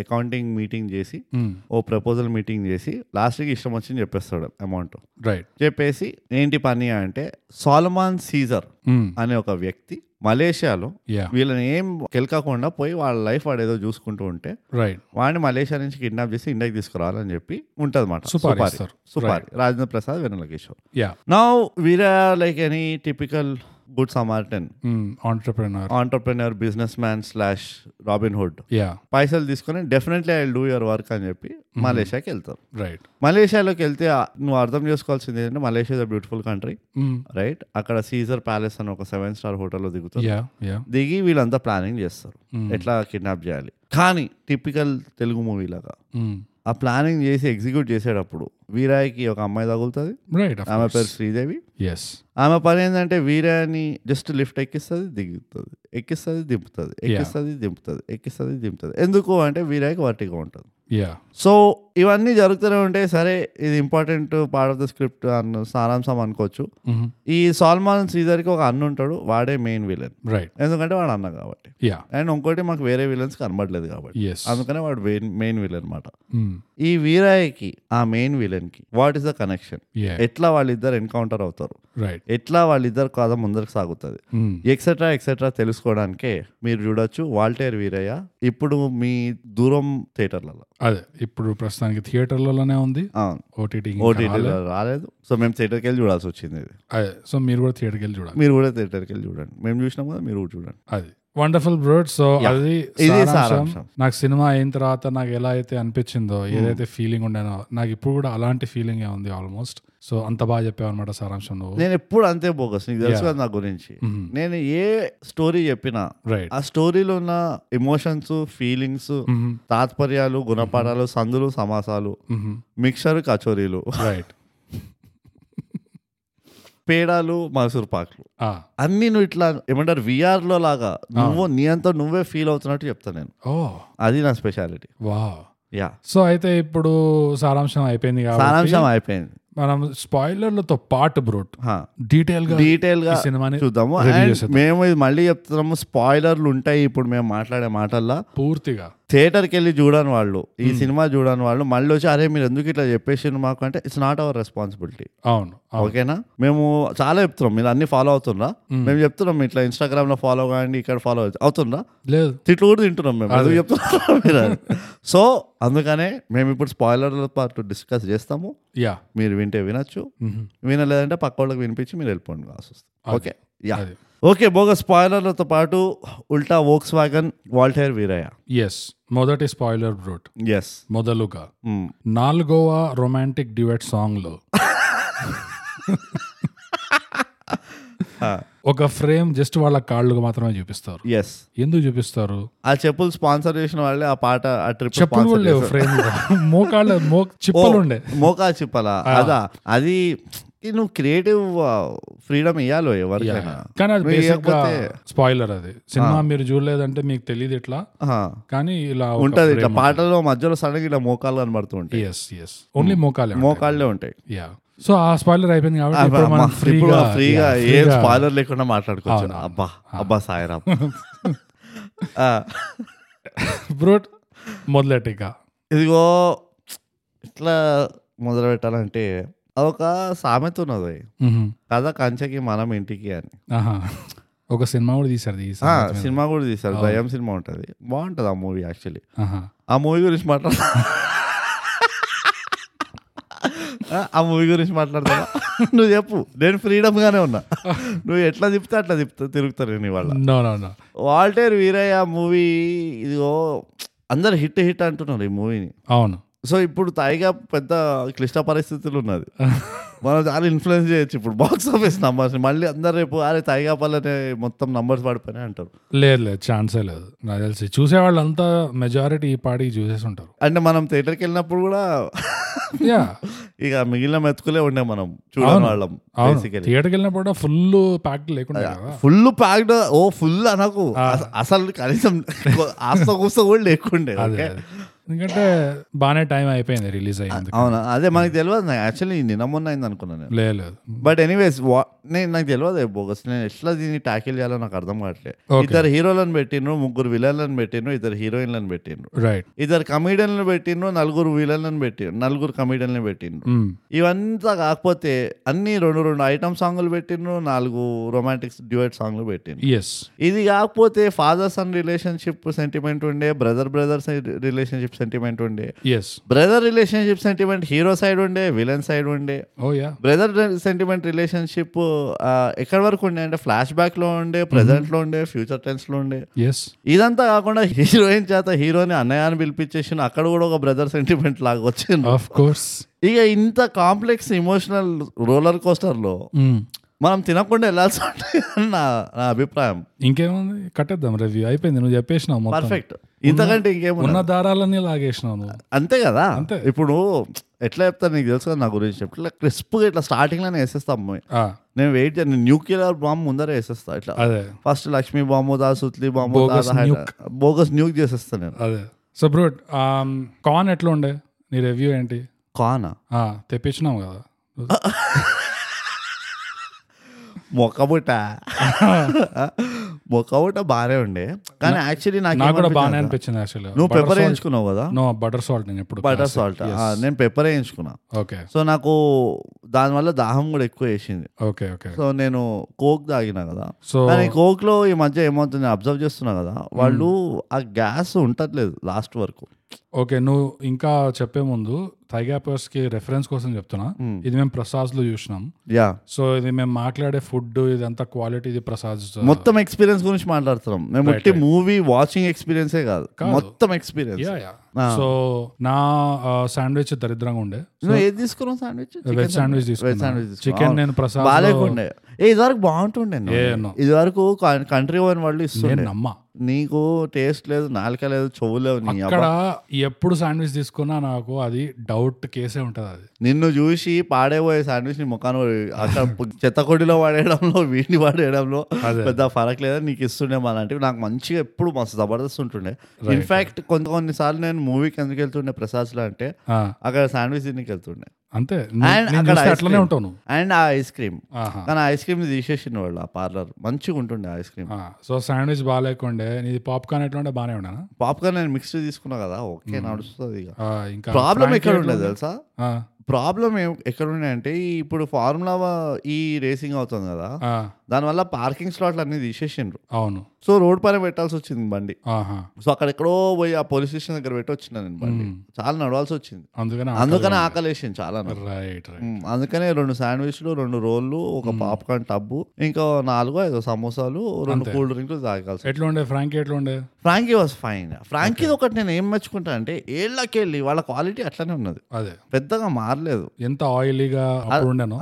Speaker 2: అకౌంటింగ్ మీటింగ్ చేసి
Speaker 1: Hmm.
Speaker 2: ఓ ప్రపోజల్ మీటింగ్ చేసి లాస్ట్కి ఇష్టం వచ్చింది చెప్పేస్తాడు అమౌంట్
Speaker 1: రైట్
Speaker 2: చెప్పేసి ఏంటి పని అంటే సాలమాన్ సీజర్
Speaker 1: Hmm.
Speaker 2: అనే ఒక వ్యక్తి మలేషియాలో
Speaker 1: యా
Speaker 2: వీళ్ళని ఏం కెలకకుండా పోయి వాళ్ళ లైఫ్ వాడు ఏదో చూసుకుంటూ ఉంటే
Speaker 1: రైట్
Speaker 2: వాడిని మలేషియా నుంచి కిడ్నాప్ చేసి ఇండియాకి తీసుకురావాలని చెప్పి ఉంటుంది
Speaker 1: సుపారీ
Speaker 2: సుపారి
Speaker 1: ఇస్తారు.
Speaker 2: సుపారి రాజేంద్ర ప్రసాద్ వెనుల కిషోర్
Speaker 1: యా
Speaker 2: నా Veera like any typical good samaritan
Speaker 1: Hmm.
Speaker 2: Ah.
Speaker 1: Entrepreneur
Speaker 2: entrepreneur business man slash Robin Hood
Speaker 1: yeah
Speaker 2: పైసలు తీసుకొని definitely I do your work అని చెప్పి మలేషియాకి వెళ్తారు
Speaker 1: రైట్
Speaker 2: మలేషియాలోకి వెళ్తే ఆ- నువ్వు అర్థం చేసుకోవాల్సింది ఏంటంటే Malaysia is a beautiful country
Speaker 1: Hmm.
Speaker 2: Right అక్కడ సీజర్ ప్యాలెస్ అని ఒక సెవెన్ స్టార్ హోటల్లో దిగుతారు
Speaker 1: యా యా
Speaker 2: దిగి వీళ్ళంతా ప్లానింగ్ చేస్తారు ఎట్లా కిడ్నాప్ చేయాలి కానీ టిపికల్ తెలుగు మూవీ లాగా
Speaker 1: Hmm.
Speaker 2: ఆ ప్లానింగ్ చేసి ఎగ్జిక్యూట్ చేసేటప్పుడు వీరాయికి ఒక అమ్మాయి తగులుతుంది
Speaker 1: రైట్
Speaker 2: ఆమె పేరు శ్రీదేవి
Speaker 1: ఎస్
Speaker 2: ఆమె పని ఏంటంటే వీరాని జస్ట్ లిఫ్ట్ ఎక్కిస్తుంది దిగుతుంది ఎక్కిస్తుంది దింపుతుంది ఎక్కిస్తుంది దింపుతుంది ఎక్కిస్తుంది దింపుతుంది ఎందుకు అంటే వీరాకి వర్టిగా ఉంటుంది
Speaker 1: యా
Speaker 2: సో ఇవన్నీ జరుగుతూనే ఉంటే సరే ఇది important part of the script అన్న సారాంశం అనుకోవచ్చు
Speaker 1: Mm-hmm.
Speaker 2: ఈ సాల్మాన్ సీజర్కి ఒక అన్న ఉంటాడు వాడే మెయిన్ విలన్
Speaker 1: రైట్
Speaker 2: ఎందుకంటే వాడు అన్న కాబట్టి
Speaker 1: యా
Speaker 2: అండ్ ఇంకోటి మాకు వేరే విలన్స్ కనబడలేదు కాబట్టి
Speaker 1: ఎస్
Speaker 2: అందుకనే వాడు మెయిన్ విలన్ అనమాట
Speaker 1: Mm.
Speaker 2: ఈ వీరాయికి ఆ మెయిన్ విలన్కి what is the connection
Speaker 1: yeah
Speaker 2: ఎట్లా వాళ్ళిద్దరు ఎన్కౌంటర్ అవుతారు
Speaker 1: రైట్
Speaker 2: ఎట్లా వాళ్ళిద్దరు కథ ముందరకు సాగుతుంది
Speaker 1: Mm.
Speaker 2: ఎక్సెట్రా ఎక్సెట్రా తెలుసుకోవడానికే మీరు చూడొచ్చు వాల్టేర్ వీరయ్య ఇప్పుడు మీ దూరం థియేటర్లలో
Speaker 1: అదే ఇప్పుడు ప్రస్తుతానికి థియేటర్లలోనే ఉంది
Speaker 2: అవును
Speaker 1: ఓటీటీ
Speaker 2: ఓటీటీలో రాలేదు సో మేము థియేటర్కి వెళ్ళి చూడాల్సి వచ్చింది ఇది
Speaker 1: అదే సో మీరు కూడా థియేటర్కి వెళ్ళి చూడాలి
Speaker 2: మీరు కూడా థియేటర్కి వెళ్ళి చూడండి మేము చూసినాం కదా మీరు కూడా చూడండి
Speaker 1: అది వండర్ఫుల్ బ్రోడ్ సో అది
Speaker 2: ఇది
Speaker 1: సారాంశం.
Speaker 2: సారాంశం. Hmm.
Speaker 1: నాకు సినిమా అయిన తర్వాత నాకు ఎలా అయితే అనిపించిందో ఏదైతే ఫీలింగ్ ఉండేనో నాకు ఇప్పుడు కూడా అలాంటి ఫీలింగ్ ఉంది ఆల్మోస్ట్ సో అంత బాగా చెప్పావు అనమాట సారాంశం నువ్వు Mm-hmm.
Speaker 2: నేను ఎప్పుడు అంతే బోగస్ నీకు తెలుసు కదా నా గురించి
Speaker 1: Hmm.
Speaker 2: నేను ఏ స్టోరీ చెప్పినా
Speaker 1: రైట్
Speaker 2: ఆ స్టోరీలో ఉన్న ఎమోషన్స్ ఫీలింగ్స్
Speaker 1: Hmm. Mm-hmm.
Speaker 2: తాత్పర్యాలు గుణపాఠాలు సందులు సమాసాలు
Speaker 1: Mm-hmm.
Speaker 2: మిక్సర్ కచోరీలు
Speaker 1: రైట్
Speaker 2: పేడాలు మైసూర్ పాకులు అన్ని నువ్వు ఇట్లా ఏమంటారు VR లో లాగా నువ్వు నీ అంతా నువ్వే ఫీల్ అవుతున్నట్టు చెప్తా నేను
Speaker 1: ఓ
Speaker 2: అది నా స్పెషాలిటీ
Speaker 1: వా
Speaker 2: యా
Speaker 1: సో Oh, అయితే ఇప్పుడు సారాంశం అయిపోయింది కాబట్టి
Speaker 2: సారాంశం అయిపోయింది
Speaker 1: మనం స్పాయిలర్లతో పాటు బ్రోట్
Speaker 2: హా.
Speaker 1: డీటెయిల్ గా
Speaker 2: డీటెయిల్ గా
Speaker 1: ఈ సినిమాని
Speaker 2: చూద్దాము
Speaker 1: review
Speaker 2: And
Speaker 1: చేసేద్దాం.
Speaker 2: మేము ఇది మళ్ళీ చెప్తున్నాము స్పాయిలర్లు ఉంటాయి ఇప్పుడు మేము మాట్లాడే మాటల్లో
Speaker 1: పూర్తిగా
Speaker 2: థియేటర్కి వెళ్ళి చూడని వాళ్ళు ఈ
Speaker 1: Hmm.
Speaker 2: సినిమా చూడని వాళ్ళు మళ్ళీ వచ్చి అరే మీరు ఎందుకు ఇట్లా చెప్పేసి మాకు అంటే ఇట్స్ నాట్ అవర్ రెస్పాన్సిబిలిటీ
Speaker 1: అవును అవును Hmm.
Speaker 2: ఓకేనా మేము చాలా చెప్తున్నాం మీరు అన్ని ఫాలో అవుతున్నా మేము చెప్తున్నాం ఇట్లా ఇన్స్టాగ్రామ్ లో ఫాలో కాండి ఇక్కడ ఫాలో అవుతున్నా
Speaker 1: లేదు
Speaker 2: తిట్లు కూడా తింటున్నాం మేము అది చెప్తున్నాం మీరు అది. సో అందుకనే మేము ఇప్పుడు స్పాయిలర్ల పాటు డిస్కస్ చేస్తాము
Speaker 1: యా
Speaker 2: మీరు వింటే వినొచ్చు వినలేదంటే పక్క వాళ్ళకి వినిపించి మీరు వెళ్ళిపోండి కావాల్సి వస్తుంది ఓకే యా
Speaker 1: అది.
Speaker 2: ఓకే బోగ స్పాయిలర్లతో పాటు ఉల్టా Volkswagen Waltair Veerayya
Speaker 1: yes మొదటి స్పాయిలర్ బ్రోట్
Speaker 2: ఎస్
Speaker 1: మొదలుగా నాలుగవ రొమాంటిక్ డ్యూయట్ సాంగ్ లో ఒక ఫ్రేమ్ జస్ట్ వాళ్ళ కాళ్ళకు మాత్రమే చూపిస్తారు
Speaker 2: ఎస్
Speaker 1: ఎందుకు చూపిస్తారు
Speaker 2: ఆ చెప్పులు స్పాన్సర్ చేసిన వాళ్ళే ఆ పాట ఆ ట్రిప్
Speaker 1: చెప్పులు కూడా
Speaker 2: స్పాన్సర్
Speaker 1: లేవు ఫ్రేమ్ మోకాళ్ళ మో చిప్పలు ఉండే
Speaker 2: మోకా చిప్పలా అదా అది ఈ నువ్వు క్రియేటివ్ ఫ్రీడమ్ ఇవ్వాలి ఎవరికైనా
Speaker 1: కానీ అది
Speaker 2: నువ్వు
Speaker 1: బేసిక్ గా
Speaker 2: ఇవ్వకపోతే-
Speaker 1: స్పాయిలర్ అది సినిమా మీరు చూడలేదంటే మీకు తెలియదు ఇట్లా
Speaker 2: ఆహా.
Speaker 1: కానీ ఇలా
Speaker 2: ఉంటది ఇట్లా పాటలో మధ్యలో సడన్ ఇలా మోకాలు కనబడుతూ ఉంటాయి
Speaker 1: ఎస్ ఎస్ ఓన్లీ మోకాలే
Speaker 2: మోకాళ్ళే ఉంటాయి
Speaker 1: యా సో ఆ స్పాయిలర్ అయిపోయింది కాబట్టి ఇప్పుడు మనం
Speaker 2: అమ్మా, ఇప్పుడు
Speaker 1: ఫ్రీగా
Speaker 2: ఫ్రీగా ఏ స్పాయిలర్ లేకుండా మాట్లాడుకోవచ్చు అబ్బా అబ్బా సాయిరామ్ ఆ,
Speaker 1: బ్రోట్ మొదలెట్టిగా
Speaker 2: ఇదిగో ఇట్లా మొదలు పెట్టాలంటే అదొక సామెత ఉన్నది కథ కంచెకి మనం ఇంటికి అని
Speaker 1: ఒక సినిమా కూడా తీశారు ఈ
Speaker 2: ఆ,
Speaker 1: సినిమా.
Speaker 2: సినిమా కూడా తీశారు దయ్యం సినిమా ఉంటుంది బాగుంటది ఆ మూవీ యాక్చువల్లీ
Speaker 1: ఆహా.
Speaker 2: ఆ మూవీ గురించి మాట్లాడ ఆ, ఆ మూవీ గురించి మాట్లాడతావా నువ్వు చెప్పు నేను ఫ్రీడమ్ గానే ఉన్నా నువ్వు ఎట్లా తిప్పితే అట్లా తిప్పుతా తిరుగుతారు నేను ఇవాళ
Speaker 1: no no no
Speaker 2: Waltair Veerayya movie ఇదిగో అందరు హిట్ హిట్ అంటున్నారు ఈ మూవీని
Speaker 1: అవును
Speaker 2: సో ఇప్పుడు తాయిగా పెద్ద క్లిష్ట పరిస్థితులు ఉన్నది మనం చాలా ఇన్ఫ్లుయెన్స్ చేయొచ్చు ఇప్పుడు బాక్స్ ఆఫీస్ నంబర్స్ మళ్ళీ అందరు రేపు అరే తాయిగా పల్లనే మొత్తం నంబర్స్ పడిపోయినాయి అంటారు
Speaker 1: లేదు లేదు ఛాన్సే లేదు నాకు తెలిసి చూసే వాళ్ళంతా మెజారిటీ ఈ పాటికి చూసేసి ఉంటారు
Speaker 2: అంటే మనం థియేటర్కి వెళ్ళినప్పుడు కూడా
Speaker 1: యా
Speaker 2: ఇక మిగిలిన మెతుకులే ఉండే మనం చూడని వాళ్ళం
Speaker 1: అవును
Speaker 2: బేసికలీ
Speaker 1: థియేటర్కి వెళ్ళినప్పుడు ఫుల్ ప్యాక్ లేకుండా కదా
Speaker 2: ఫుల్ ప్యాక్డ్ ఓ ఫుల్ అనకు అస- అసలు కనీసం ఆస్త కూస్త కూడా లేకుండే
Speaker 1: అదే,
Speaker 2: ఓకే
Speaker 1: అదే. ఎందుకంటే బాగానే టైం అయిపోయింది రిలీజ్ అయ్యింది
Speaker 2: అవునా అదే మనకి తెలియదు యాక్చువల్లీ నిన్న మొన్న అయింది అనుకున్నాను నేను
Speaker 1: లేదు లేదు
Speaker 2: బట్ ఎనీవేస్ వా నేను నాకు తెలియదు బోగస్ నేను ఎట్లా దీన్ని ట్యాకిల్ చేయాలో నాకు అర్థం కావట్లేదు ఇద్దరు హీరోలను పెట్టిండ్రు ముగ్గురు విలన్లను పెట్టిండ్రు ఇద్దరు హీరోయిన్లను పెట్టిండ్రు
Speaker 1: రైట్
Speaker 2: ఇద్దరు కమెడియన్లను పెట్టిండ్రు నలుగురు విలన్లను పెట్టిండ్రు నలుగురు కమెడియన్లను పెట్టిండ్రు
Speaker 1: Hmm.
Speaker 2: ఇవంతా కాకపోతే అన్ని రెండు రెండు ఐటమ్ సాంగ్లు పెట్టిండ్రు నాలుగు రొమాంటిక్ డ్యూయట్ సాంగ్లు పెట్టిండ్రు
Speaker 1: ఎస్
Speaker 2: ఇది కాకపోతే ఫాదర్ సన్ రిలేషన్షిప్ సెంటిమెంట్ ఉండే బ్రదర్ బ్రదర్ రిలేషన్షిప్ సెంటిమెంట్ ఉండే
Speaker 1: yes
Speaker 2: brother relationship sentiment hero side ఉండే విలన్ సైడ్ ఉండే
Speaker 1: ఓ yeah
Speaker 2: brother sentiment relationship uh, ఎక్కడి వరకు ఉండే అంటే ఫ్లాష్ బ్యాక్ లో ఉండే ప్రెసెంట్ లో ఉండే ఫ్యూచర్ టెన్స్ లో ఉండే
Speaker 1: ఎస్
Speaker 2: ఇదంతా కాకుండా హీరోయిన్ చేత హీరోని అన్నయ్య అని పిలిపించేసిన అక్కడ కూడా ఒక బ్రదర్ సెంటిమెంట్ లాగా వచ్చింది
Speaker 1: ఆఫ్ కోర్స్
Speaker 2: ఇక ఇంత కాంప్లెక్స్ ఇమోషనల్ రోలర్ కోస్టర్ లో మనం తినకుండా వెళ్ళాల్సి ఉంటుంది అని నా నా అభిప్రాయం
Speaker 1: ఇంకేముంది కట్టేద్దాం రివ్యూ అయిపోయింది నువ్వు చెప్పేసినావు మొత్తం
Speaker 2: పర్ఫెక్ట్ ఇంతకంటే ఇంకేమో
Speaker 1: ఉన్న దారాలన్నీ లాగేసినావు నువ్వు
Speaker 2: అంతే కదా ఇప్పుడు ఎట్లా చెప్తాను నీకు తెలుసు కదా నా గురించి ఇట్లా క్రిస్ప్గా ఇట్లా స్టార్టింగ్ లోనే వేసేస్తాం అమ్మాయి.
Speaker 1: ఆ,
Speaker 2: నేను వెయిట్ చేయను న్యూక్లియర్ బాంబ్ ముందర వేసేస్తా ఇట్లా
Speaker 1: అదే
Speaker 2: ఫస్ట్ లక్ష్మీ బాంబు దా సుత్లి బాంబు దా,
Speaker 1: Bogus
Speaker 2: దా, హైడ- బోగస్ న్యూక్ చేసేస్తాను నేను
Speaker 1: అదే సో బ్రూట్ కాన్ ఎట్లా ఉండే నీ రివ్యూ ఏంటి
Speaker 2: కానా
Speaker 1: ఆ, తెప్పించినావు కదా
Speaker 2: మొక్కబుట మొక్కబుట బాగానే ఉండే కానీ యాక్చువల్లీ
Speaker 1: నాకు కూడా బాగానే
Speaker 2: నాకు
Speaker 1: అనిపించింది యాక్చువల్లీ
Speaker 2: నువ్వు పెప్పర్ వేయించుకున్నావు కదా
Speaker 1: నో బటర్ సాల్ట్ నేను ఎప్పుడు
Speaker 2: బటర్ సాల్ట్ నేను పెప్పర్ వేయించుకున్నా
Speaker 1: ఓకే
Speaker 2: సో నాకు దానివల్ల దాహం కూడా ఎక్కువ వేసింది
Speaker 1: ఓకే ఓకే
Speaker 2: సో నేను కోక్ తాగినా కదా
Speaker 1: సో
Speaker 2: కానీ కోక్ లో ఈ మధ్య ఏమవుతుంది అబ్జర్వ్ చేస్తున్నా కదా వాళ్ళు ఆ గ్యాస్ ఉండట్లేదు లాస్ట్ వరకు
Speaker 1: ఓకే నువ్వు ఇంకా చెప్పే ముందు థైగాపర్స్ కి రెఫరెన్స్ కోసం చెప్తున్నా ఇది మేము ప్రసాద్ లో చూసినాం
Speaker 2: యా
Speaker 1: సో ఇది మేము మాట్లాడే ఫుడ్ ఇదంతా క్వాలిటీ ఇది ప్రసాద్
Speaker 2: మొత్తం ఎక్స్పీరియన్స్ గురించి మాట్లాడుతున్నాం మేము ఒట్టి మూవీ వాచింగ్ ఎక్స్పీరియన్సే కాదు మొత్తం experience
Speaker 1: yeah yeah
Speaker 2: Ah.
Speaker 1: So నా శాండ్విచ్ దరిద్రంగా ఉండే
Speaker 2: నువ్వు ఏది తీసుకున్నావు శాండ్విచ్
Speaker 1: వెజ్ శాండ్విచ్ తీసుకున్నాను
Speaker 2: sandwich తీసుకున్నా.
Speaker 1: చికెన్ నేను ప్రసాద్
Speaker 2: బాగాలేకుండే ఏ ఇది వరకు బాగుంటుండే నువ్వు.
Speaker 1: ఏ, no.
Speaker 2: ఇది వరకు కంట్రీ వన్ వాళ్ళు ఇస్తుండే
Speaker 1: నమ్మా
Speaker 2: నీకు టేస్ట్ లేదు నాలుక లేదు చెవు లేవు నీ అబ్బా.
Speaker 1: ఇక్కడ ఎప్పుడు శాండ్విచ్ తీసుకున్నా నాకు అది డౌట్ కేసే ఉంటది అది
Speaker 2: నిన్ను చూసి పాడేపోయే శాండ్విచ్ నీ ముఖాను అక్కడ పు- చెత్తకొడిలో వాడేయడంలో వీటిని వాడేయడంలో
Speaker 1: అదే.
Speaker 2: పెద్ద ఫరక్ లేదా నీకు ఇస్తుండే మా లాంటివి నాకు మంచిగా ఎప్పుడు మస్తు జబర్దస్త్ ఉంటుండే ఇన్ఫాక్ట్ కొంత కొన్నిసార్లు నేను మూవీకి ఎందుకు వెళ్తుండే ప్రసాద్లో అంటే
Speaker 1: ఆ,
Speaker 2: అక్కడ శాండ్విచ్ తినికి వెళ్తుండే
Speaker 1: అంతే నువ్వు-
Speaker 2: And
Speaker 1: నేను
Speaker 2: అక్కడ
Speaker 1: చూస్తే
Speaker 2: ice
Speaker 1: అట్లనే
Speaker 2: cream.
Speaker 1: ఉంటాను
Speaker 2: అండ్ ఆ ఐస్ క్రీమ్
Speaker 1: ఆహా
Speaker 2: కానీ ఐస్ క్రీమ్ తీసేసిన వాళ్ళు ఆ పార్లర్ మంచిగా ఉంటుండే ఐస్ క్రీమ్
Speaker 1: ఆ, సో శాండ్విచ్ బాగాలేకుండే నీది పాప్కార్న్ ఎట్లా ఉండే బాగానే ఉండేనా
Speaker 2: పాప్కార్న్ నేను మిక్స్ తీసుకున్నా కదా ఓకే నడుస్తుంది ఇక
Speaker 1: ఆ, ఇంకా
Speaker 2: ప్రాబ్లం
Speaker 1: Frankie
Speaker 2: ఎక్కడ
Speaker 1: ఎట్లా
Speaker 2: ఉండేది
Speaker 1: ఉండే?
Speaker 2: తెలుసా
Speaker 1: ఆ,
Speaker 2: ప్రాబ్లం ఎక్కడ ఉండే అంటే ఈ ఇప్పుడు ఫార్ములా ఈ రేసింగ్ అవుతుంది కదా
Speaker 1: ఆ,
Speaker 2: దానివల్ల పార్కింగ్ స్లాట్లు అన్ని తీసేసిండ్రు
Speaker 1: అవును
Speaker 2: సో రోడ్ పైన పెట్టాల్సి వచ్చింది బండి
Speaker 1: ఆహా
Speaker 2: సో అక్కడ ఎక్కడో పోయి ఆ పోలీస్ స్టేషన్ దగ్గర పెట్టి వచ్చిన నేను బండి చాలా నడవాల్సి వచ్చింది
Speaker 1: అందుకనే
Speaker 2: అందుకనే ఆకలేసింది చాలా నాకు.
Speaker 1: రైట్ రైట్
Speaker 2: మ్, అందుకనే రెండు శాండ్విచ్లు రెండు రోళ్ళు ఒక పాప్కార్న్ టబ్బు ఇంకా నాలుగో ఐదో సమోసాలు రెండు కూల్ డ్రింక్లు తాగాల్సి
Speaker 1: ఎట్లా ఉండే ఫ్రాంకీ ఎట్లా ఉండే
Speaker 2: ఫ్రాంకీ వాజ్ ఫైన్ ఫ్రాంకీ ఒకటి నేను ఏం మెచ్చుకుంటా అంటే ఏళ్ళకెళ్ళి వాళ్ళ క్వాలిటీ అట్లనే ఉన్నది
Speaker 1: అదే
Speaker 2: పెద్దగా మారలేదు
Speaker 1: ఎంత ఆయిలీగా అప్పుడు ఉండేనో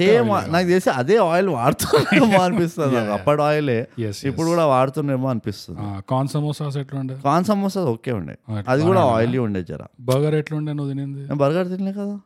Speaker 2: సేమ్ నాకు తెలిసి అదే ఆయిల్ వాడుతూ వాడతామో అనిపిస్తుంది నాకు అప్పటి ఆయిలే
Speaker 1: Yes, yes.
Speaker 2: ఇప్పుడు కూడా వాడుతున్నామేమో అనిపిస్తుంది
Speaker 1: కార్న్ సమోసాస్ ఎట్లుండే
Speaker 2: కాన్ సమోసాస్ ఓకే ఉండే
Speaker 1: అట్లా
Speaker 2: అది కూడా ఆయిలీ ఉండే జర
Speaker 1: బర్గర్ ఎట్లుండే నువ్వు తినింది
Speaker 2: నేను బర్గర్ తినలే కదా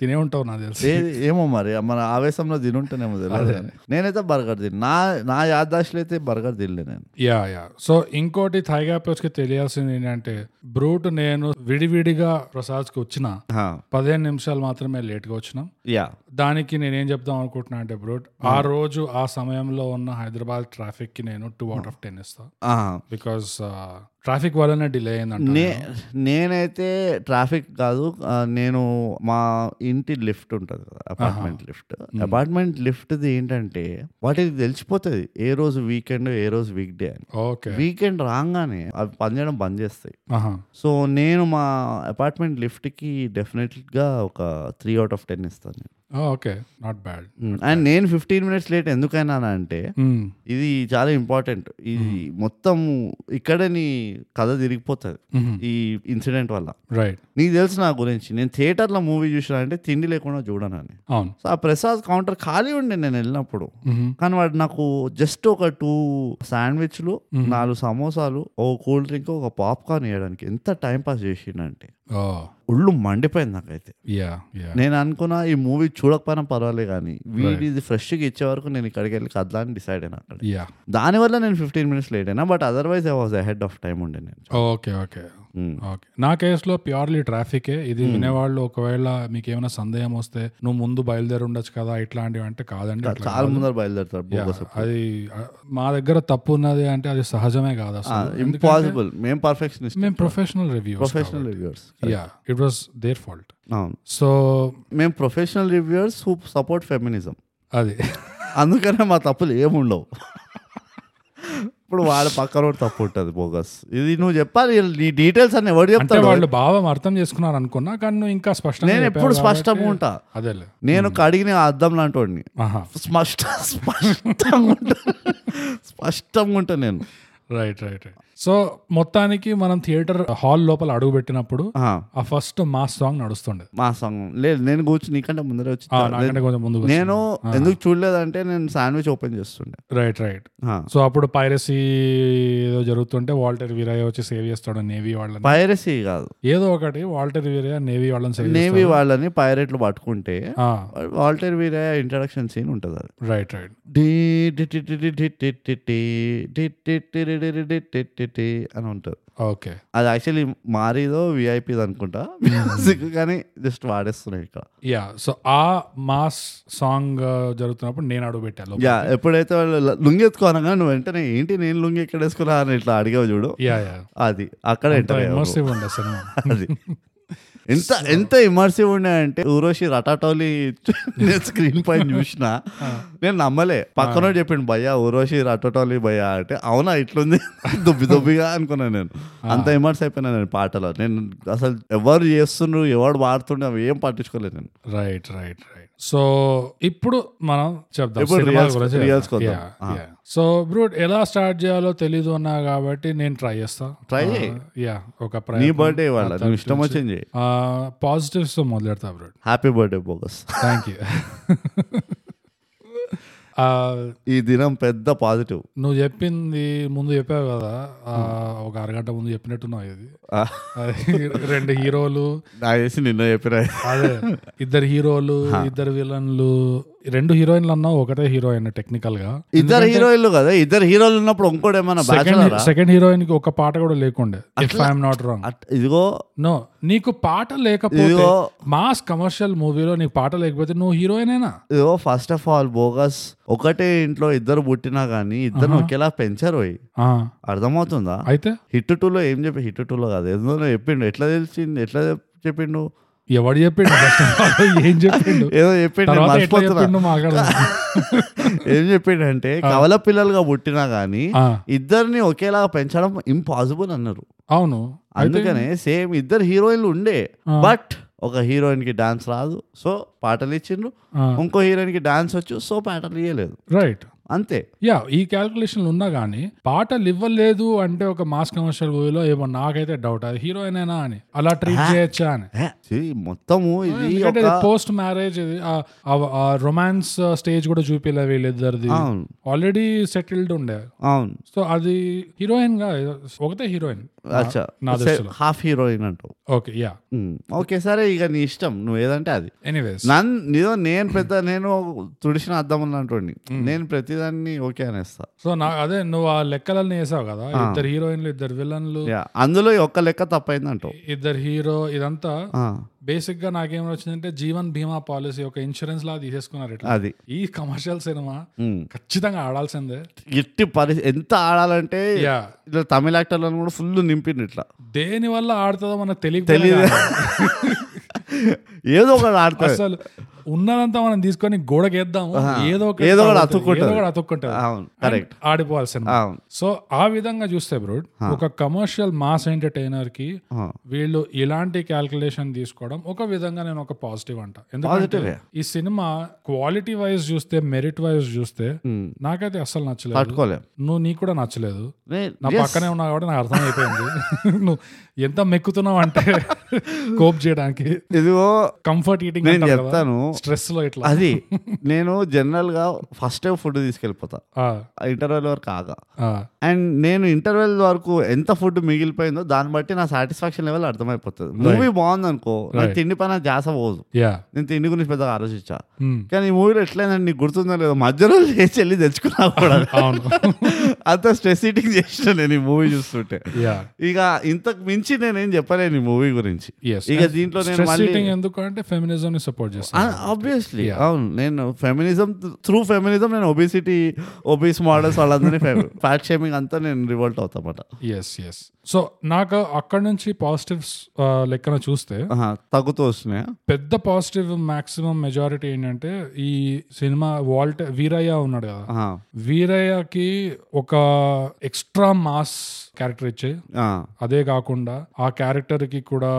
Speaker 1: తినే ఉంటావు నాకు తెలిసి
Speaker 2: ఏది ఏమో మరి మన ఆవేశంలో తినుంటేనేమో తెలియదు కానీ. నేనైతే బర్గర్ తిన నా నా యాదదాశలు అయితే బర్గర్ తినలే నేను
Speaker 1: యా యా సో ఇంకోటి థైగాపర్స్ కి తెలియాల్సింది ఏంటంటే బ్రూట్ నేను విడివిడిగా ప్రసాద్ కి వచ్చిన
Speaker 2: హా,
Speaker 1: పదిహేను నిమిషాలు మాత్రమే లేట్ గా వచ్చినాం
Speaker 2: యా
Speaker 1: దానికి నేనేం చెప్దాం అనుకుంటున్నా అంటే బ్రూట్ ఆ రోజు ఆ సమయంలో ఉన్న హైదరాబాద్ ట్రాఫిక్ కి నేను టూ అవుట్ ఆఫ్ టెన్ ఇస్తాను
Speaker 2: ఆహా.
Speaker 1: బికాస్ ట్రాఫిక్ uh, వల్లనే డిలే అయిందంట
Speaker 2: నే నేనైతే ట్రాఫిక్ కాదు ఆ, నేను మా ఇంటి లిఫ్ట్ ఉంటుంది కదా అపార్ట్మెంట్ లిఫ్ట్ అపార్ట్మెంట్ లిఫ్ట్ది ఏంటంటే వాటికి తెలిసిపోతుంది ఏ రోజు వీకెండ్ ఏ రోజు వీక్ డే అని
Speaker 1: ఓకే
Speaker 2: వీకెండ్ రాగానే అవి పనిచేయడం బంద్ చేస్తాయి
Speaker 1: ఆహా
Speaker 2: సో నేను మా అపార్ట్మెంట్ లిఫ్ట్కి డెఫినెట్గా ఒక త్రీ అవుట్ ఆఫ్ టెన్ ఇస్తాను నేను.
Speaker 1: ఓకే నాట్ బ్యాడ్
Speaker 2: అండ్ నేను ఫిఫ్టీన్ మినిట్స్ లేట్ ఎందుకైనా అంటే
Speaker 1: Hmm.
Speaker 2: ఇది చాలా ఇంపార్టెంట్ ఇది మొత్తం ఇక్కడే నీ కథ తిరిగిపోతుంది ఈ ఇన్సిడెంట్ వల్ల
Speaker 1: రైట్
Speaker 2: నీకు తెలుసు నా గురించి నేను థియేటర్లో మూవీ చూసినా అంటే తిండి లేకుండా చూడనని
Speaker 1: అవును Mm-hmm.
Speaker 2: సో ఆ ప్రసాద్ కౌంటర్ ఖాళీ ఉండే నేను వెళ్ళినప్పుడు కానీ వాడు నాకు జస్ట్ ఒక టూ శాండ్విచ్లు నాలుగు సమోసాలు ఓ కూల్ డ్రింక్ ఒక పాప్కార్న్ వేయడానికి ఎంత టైం పాస్ చేసిండంటే
Speaker 1: ఓ
Speaker 2: ఒళ్ళు మండిపోయింది నాకైతే
Speaker 1: యా యా
Speaker 2: నేను అనుకున్నా ఈ మూవీ చూడకపోయినా పర్వాలే కానీ వీడి ఇది ఫ్రెష్గా ఇచ్చే వరకు నేను ఇక్కడికి వెళ్ళి కదలా అని డిసైడ్ అయినా అక్కడ
Speaker 1: యా
Speaker 2: దానివల్ల నేను ఫిఫ్టీన్ మినిట్స్ లేట్ అయినా but otherwise I was ahead of time ఉండే నేను
Speaker 1: ఓకే ఓకే ఓకే నా కేసులో ప్యూర్లీ ట్రాఫికే ఇది వినేవాళ్ళు ఒకవేళ మీకు ఏమైనా సందేహం వస్తే నువ్వు ముందు బయలుదేరి ఉండొచ్చు కదా ఇట్లాంటివి అంటే కాదండి అట్లా
Speaker 2: చాలా ముందర బయలుదేరుతారు బోగస్
Speaker 1: అది ఆ, మా దగ్గర తప్పు ఉన్నది అంటే అది సహజమే కాదు అసలు
Speaker 2: ఇంపాసిబుల్ మేము పర్ఫెక్షనిస్ట్
Speaker 1: మేము professional review
Speaker 2: professional reviewers
Speaker 1: yeah it was their fault
Speaker 2: అవును
Speaker 1: సో
Speaker 2: మేము professional reviewers who support feminism
Speaker 1: అది
Speaker 2: అందుకనే మా తప్పులు ఏముండవు ఇప్పుడు వాళ్ళ పక్కన ఒకటి తప్పు ఉంటుంది బోగస్ ఇది నువ్వు చెప్పాలి నీ డీటెయిల్స్ అన్ని ఎవరు
Speaker 1: అంటే
Speaker 2: చెప్తాడు
Speaker 1: వాళ్ళు భావం అర్థం చేసుకున్నారు అనుకున్నా కానీ నువ్వు ఇంకా స్పష్టంగా
Speaker 2: నేను
Speaker 1: చెప్పావు
Speaker 2: ఎప్పుడు
Speaker 1: కాబట్టి-
Speaker 2: స్పష్టంగా ఉంటా
Speaker 1: అదేలే
Speaker 2: నేను కడిగిన అద్దం లాంటి వాడిని
Speaker 1: ఆహా
Speaker 2: స్పష్ట స్పష్టంగా ఉంటా స్పష్టంగా ఉంటా నేను
Speaker 1: రైట్ రైట్ రైట్ సో మొత్తానికి మనం థియేటర్ హాల్ లోపల అడుగు పెట్టినప్పుడు
Speaker 2: ఆ,
Speaker 1: ఆ ఫస్ట్ మాస్ సాంగ్ నడుస్తుండే
Speaker 2: మా సంఘం లేదు నేను కూర్చుని నీకంటే ముందరే వచ్చి
Speaker 1: ఆ, నాకంటే కొంచెం ముందుకు
Speaker 2: నేను ఎందుకు చూడలేదంటే నేను శాండ్విచ్ ఓపెన్ చేస్తుండే
Speaker 1: రైట్ రైట్
Speaker 2: ఆ.
Speaker 1: సో అప్పుడు పైరసీ ఏదో జరుగుతుంటే వాల్టర్ వీరయ్య వచ్చి సేవ్ చేస్తాడు నేవీ వాళ్ళని
Speaker 2: పైరసీ కాదు
Speaker 1: ఏదో ఒకటి వాల్టర్ వీరయ్య నేవీ వాళ్ళని సేవ్
Speaker 2: నేవీ వాళ్ళని పైరేట్లు పట్టుకుంటే వాల్టర్ వీరే ఇంట్రడక్షన్ సీన్ ఉంటుంది అది
Speaker 1: రైట్ రైట్
Speaker 2: డి డి డి డి డి డి డి డి డి డి డి డి డి డి డి డి డి డి డి అని ఉంటుంది
Speaker 1: ఓకే
Speaker 2: అది యాక్చువల్లీ మారిదో విఐపీది అనుకుంటా
Speaker 1: Hmm.
Speaker 2: మ్యూజిక్ కానీ జస్ట్ వాడేస్తున్నాయి ఇక్కడ
Speaker 1: యా సో ఆ మాస్ సాంగ్ జరుగుతున్నప్పుడు నేను అడుగు పెట్టాను
Speaker 2: యా ఎప్పుడైతే వాళ్ళు ల- లుంగెత్తుకో అనగా నువ్వు వెంటనే ఏంటి నేను లుంగి ఎక్కడ వేసుకున్నా అని ఇట్లా అడిగావు చూడు
Speaker 1: యా యా
Speaker 2: అది అక్కడ ఎంటర్ అయ్యావు
Speaker 1: ఇమర్సివ్ ఉండే సినిమా
Speaker 2: అది ఎంత ఎంత ఇమర్సివ్ ఉన్నాయంటే ఊరోషి రటాటోలి నేను స్క్రీన్ పైన చూసిన నేను నమ్మలే పక్కన చెప్పిండు భయ్యా ఊరోషి రటాటోలి భయ్యా అంటే అవునా ఇట్లుంది దుబ్బి దుబ్బిగా అనుకున్నాను నేను అంత ఇమర్స్ అయిపోయినా నేను పాటలో నేను అసలు ఎవరు చేస్తుండ్రు ఎవరు పాడుతుండ్రు అవి ఏం పట్టించుకోలేదు నేను
Speaker 1: రైట్ రైట్ రైట్ సో ఇప్పుడు మనం చెప్దాం
Speaker 2: ఇప్పుడు
Speaker 1: సినిమా
Speaker 2: reels-
Speaker 1: గురించి
Speaker 2: reels కొద్దాం. Ah.
Speaker 1: Yeah, yeah. So brute ఎలా స్టార్ట్ చేయాలో తెలీదు అన్నా కాబట్టి నేను ట్రై చేస్తా
Speaker 2: Try చేయి.
Speaker 1: యా ఒక
Speaker 2: నీ
Speaker 1: ప్రయత్నం
Speaker 2: బర్త్డే వాళ్ళ నువ్వు ఇష్టం వచ్చింది చేయి
Speaker 1: పాజిటివ్స్ తో మొదలెడతా brute
Speaker 2: happy birthday bogus
Speaker 1: thank you
Speaker 2: ఈ దినం పెద్ద పాజిటివ్
Speaker 1: Ah, నువ్వు చెప్పింది ముందు చెప్పావు కదా ఆ,
Speaker 2: Hmm.
Speaker 1: ఒక అరగంట ముందు చెప్పినట్టున్నావు ఇది అది రెండు హీరోలు
Speaker 2: నా చేసి నిన్న చెప్పిన
Speaker 1: అదే ఇద్దరు హీరోలు ఇద్దరు విలన్లు రెండు హీరోయిన్లు అన్నావు ఒకటే హీరోయిన్ టెక్నికల్ గా
Speaker 2: ఇద్దరు హీరోయిన్లు కదా ఇద్దరు హీరోలు ఉన్నప్పుడు ఇంకోటి ఏమైనా
Speaker 1: సెకండ్
Speaker 2: బ్యాచులరా
Speaker 1: సెకండ్ హీరోయిన్ కి ఒక పాట కూడా లేకుండే ఇఫ్ ఐఎమ్ నాట్ రాంగ్
Speaker 2: అట్- ఇదిగో
Speaker 1: నో నీకు పాట లేకపోతే
Speaker 2: ఇదిగో.
Speaker 1: మాస్ కమర్షియల్ మూవీలో నీకు పాట లేకపోతే నువ్వు హీరోయిన్ అయినా
Speaker 2: ఇదిగో ఫస్ట్ ఆఫ్ ఆల్ బోగస్ ఒకటే ఇంట్లో ఇద్దరు పుట్టినా కానీ ఇద్దరు ఒకేలా పెంచారు పోయి అర్థమవుతుందా
Speaker 1: అయితే
Speaker 2: హిట్ టూలో ఏం చెప్పి హిట్ టూలో కాదు ఏదో చెప్పిండు ఎట్లా తెలిసింది ఎట్లా చెప్- చెప్పిండు
Speaker 1: ఎవడు చెప్పిండు first of all? ఏం చెప్పిండు
Speaker 2: ఏదో చెప్పిండు నేను
Speaker 1: తర్వాత ఎట్లా
Speaker 2: మర్చిపోతున్నా
Speaker 1: చెప్పిండు మాట్లాడదాం
Speaker 2: ఏం చెప్పిండు అంటే కవల పిల్లలుగా పుట్టినా కానీ
Speaker 1: ఆ,
Speaker 2: ఇద్దరిని ఒకేలా పెంచడం ఇంపాసిబుల్ అన్నారు
Speaker 1: అవును
Speaker 2: అందుకనే సేమ్ ఇద్దరు హీరోయిన్లు ఉండే బట్ ఒక హీరోయిన్ కి డాన్స్ రాదు సో పాటలు ఇచ్చిండ్రు
Speaker 1: ఆ.
Speaker 2: ఇంకో హీరోయిన్ కి డాన్స్ వచ్చు సో పాటలు ఇయ్యలేదు
Speaker 1: రైట్
Speaker 2: అంతే
Speaker 1: యా ఈ క్యాల్కులేషన్లు ఉన్నా కానీ పాటలు ఇవ్వలేదు అంటే ఒక మాస్ కమర్షియల్ మూవీలో ఏమో నాకైతే డౌట్ అది హీరోయిన్ అయినా అని అలా ట్రీట్ చేయొచ్చా అని
Speaker 2: ఏ, ఛీ, మొత్తము ఇది
Speaker 1: ఎందుకంటే
Speaker 2: ఒక
Speaker 1: పోస్ట్ మ్యారేజ్ ఇది ఆ- ఆ- ఆ రొమాన్స్ స్టేజ్ కూడా చూపిలే వీళ్ళిద్దరిది
Speaker 2: అవును
Speaker 1: ఆల్రెడీ సెటిల్డ్ ఉండే
Speaker 2: అవును
Speaker 1: సో అది హీరోయిన్ గా ఒకటే హీరోయిన్
Speaker 2: అచ్చా
Speaker 1: నా దృష్టిలో
Speaker 2: హాఫ్ హీరోయిన్ అంటావు
Speaker 1: ఓకే యా
Speaker 2: ఉమ్, ఓకే సరే ఇక నీ ఇష్టం నువ్వు ఏదంటే అది
Speaker 1: ఎనీవేస్
Speaker 2: నన్ నీదో నేను పెద్ద నేను తుడిసిన అర్థం ఉన్నటువంటి నేను ప్రతిదాన్ని ఓకే అనేస్తా
Speaker 1: సో నా అదే నువ్వు ఆ లెక్కలన్నీ వేసావు కదా ఇద్దరు హీరోయిన్లు ఇద్దరు విలన్లు
Speaker 2: యా, అందులో ఈ ఒక్క లెక్క తప్పైంది అంటావు
Speaker 1: ఇద్దరు హీరో ఇదంతా
Speaker 2: ఆ,
Speaker 1: బేసిక్ గా నాకేం వచ్చిందంటే జీవన్ బీమా పాలసీ ఒక ఇన్సూరెన్స్ లా తీసేసుకున్నారు ఇట్లా
Speaker 2: అది
Speaker 1: ఈ కమర్షియల్ సినిమా
Speaker 2: ఉమ్.
Speaker 1: ఖచ్చితంగా ఆడాల్సిందే
Speaker 2: ఎట్టి పరి ఎంత ఆడాలంటే
Speaker 1: యా
Speaker 2: ఇట్లా తమిళ యాక్టర్లను కూడా ఫుల్ నింపిండు ఇట్లా
Speaker 1: దేని వల్ల ఆడుతుందో మనకు తెలియదు
Speaker 2: ఏదో ఒకటి ఆడతారు
Speaker 1: అసలు ఉన్నదంతా మనం తీసుకొని గోడకేద్దాము ఏదో ఒకటి
Speaker 2: ఏదో ఒకటి
Speaker 1: తగులుతుంది,
Speaker 2: అతుక్కుంటది.
Speaker 1: ఏదో ఒకటి అతుక్కుంటది
Speaker 2: అవును కరెక్ట్
Speaker 1: ఆడిపోవాల్సిన
Speaker 2: అవును
Speaker 1: సో ఆ విధంగా చూస్తే బ్రోడ్ ఒక కమర్షియల్ మాస్ ఎంటర్టైనర్ కి
Speaker 2: ఆ.
Speaker 1: వీళ్ళు ఇలాంటి క్యాల్కులేషన్ తీసుకోవడం ఒక విధంగా నేను ఒక పాజిటివ్ అంట ఎందుకంటే
Speaker 2: Positive ఏ.
Speaker 1: ఈ సినిమా క్వాలిటీ వైజ్ చూస్తే మెరిట్ వైజ్ చూస్తే
Speaker 2: ఉమ్.
Speaker 1: నాకైతే అస్సలు నచ్చలేదు
Speaker 2: పట్టుకోలేం
Speaker 1: నువ్వు నీకు కూడా నచ్చలేదు
Speaker 2: నే-
Speaker 1: నా
Speaker 2: yes.
Speaker 1: పక్కనే ఉన్నావు కాబట్టి నాకు అర్థమైపోయింది నువ్వు ఎంత మెక్కుతున్నావు అంటే కోప్ చేయడానికి
Speaker 2: ఇదిగో
Speaker 1: కంఫర్ట్ ఈటింగ్
Speaker 2: నేను చెప్తాను
Speaker 1: స్ట్రెస్ లో ఇట్లా
Speaker 2: అది నేను జనరల్ గా ఫస్ట్ టైం ఫుడ్ తీసుకెళ్ళిపోతా
Speaker 1: ఆ,
Speaker 2: ఇంటర్వెల్ వరకు ఆగా
Speaker 1: ఆ,
Speaker 2: అండ్ నేను ఇంటర్వెల్ వరకు ఎంత ఫుడ్ మిగిలిపోయిందో దాన్ని బట్టి నా సాటిస్ఫాక్షన్ లెవెల్ అర్థమైపోతుంది మూవీ బాగుంది అనుకో నా తిండి పైన జాస పోదు
Speaker 1: యా
Speaker 2: నేను తిండి గురించి పెద్దగా ఆలోచించా
Speaker 1: Hmm.
Speaker 2: కానీ ఈ మూవీలో ఎట్లయిందండి నీకు గుర్తుందో లేదో మధ్యలో లేచి వెళ్ళి తెచ్చుకున్నా కూడా
Speaker 1: అవును
Speaker 2: అంత స్ట్రెస్ ఈటింగ్ చేసిన నేను ఈ మూవీ చూస్తుంటే
Speaker 1: యా
Speaker 2: ఇక ఇంతకు మించి నేనేం చెప్పలేను ఈ మూవీ గురించి
Speaker 1: ఎస్
Speaker 2: ఇక దీంట్లో నేను
Speaker 1: స్ట్రెస్
Speaker 2: మళ్ళీ
Speaker 1: ఈటింగ్ ఎందుకు అంటే ఫెమినిజం ని సపోర్ట్ చేస్తాను
Speaker 2: ఆబ్వియస్లీ
Speaker 1: Yeah.
Speaker 2: అవును నేను ఫెమినిజం త్రూ ఫెమినిజం నేను ఒబిసిటీ ఒబీస్ మోడల్స్ వాళ్ళందరినీ ఫ్యాట్ షేమింగ్ అంతా నేను రివోల్ట్ అవుతామాట
Speaker 1: ఎస్ ఎస్ సో నాకు అక్కడ నుంచి పాజిటివ్స్ లెక్కన చూస్తే
Speaker 2: ఆహా, తగ్గుతూ వస్తున్నాయా
Speaker 1: పెద్ద పాజిటివ్ మాక్సిమం మెజారిటీ ఏంటంటే ఈ సినిమా వాల్ట్ వీరయ్య ఉన్నాడు కదా
Speaker 2: ఆహా,
Speaker 1: వీరయ్యకి ఒక ఎక్స్ట్రా మాస్ క్యారెక్టర్ ఇచ్చాయి
Speaker 2: ఆ,
Speaker 1: అదే కాకుండా ఆ క్యారెక్టర్ కి కూడా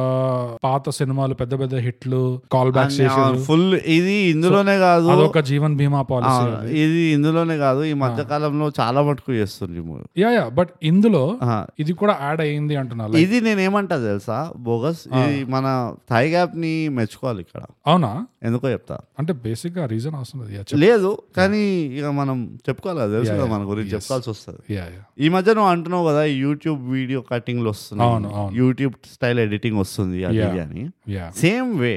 Speaker 1: పాత సినిమాలు పెద్ద పెద్ద హిట్లు కాల్ బ్యాక్స్ చేసేది
Speaker 2: ఫుల్ ఇది ఇందులోనే కాదు
Speaker 1: అదొక జీవన్ బీమా
Speaker 2: ఆ,
Speaker 1: పాలసీ
Speaker 2: ఇది ఇందులోనే కాదు ఈ మధ్య కాలంలో చాలా మటుకు చేస్తుంది మూవీ
Speaker 1: యా యా బట్ ఇందులో ఇది కూడా యాడ్ అయ్యింది అంటున్నా Like,
Speaker 2: ఇది నేనేమంటా తెలుసా బోగస్ ఇది మన థై గ్యాప్ ని మెచ్చుకోవాలి ఇక్కడ
Speaker 1: అవునా
Speaker 2: ఎందుకో చెప్తా
Speaker 1: అంటే బేసిక్ గా రీజన్ అవసరం లేదు
Speaker 2: లేదు కానీ ఇక మనం చెప్పుకోవాలి కదా, తెలుసు కదా మన గురించి చెప్పుకోవాల్సి వస్తుంది
Speaker 1: యా యా
Speaker 2: ఈ మధ్య నువ్వు అంటున్నావు కదా యూట్యూబ్ వీడియో కటింగ్లు
Speaker 1: అవును,
Speaker 2: వస్తున్నాయి
Speaker 1: అవును.
Speaker 2: యూట్యూబ్ స్టైల్ ఎడిటింగ్ వస్తుంది అది ఇది అని
Speaker 1: yeah
Speaker 2: same way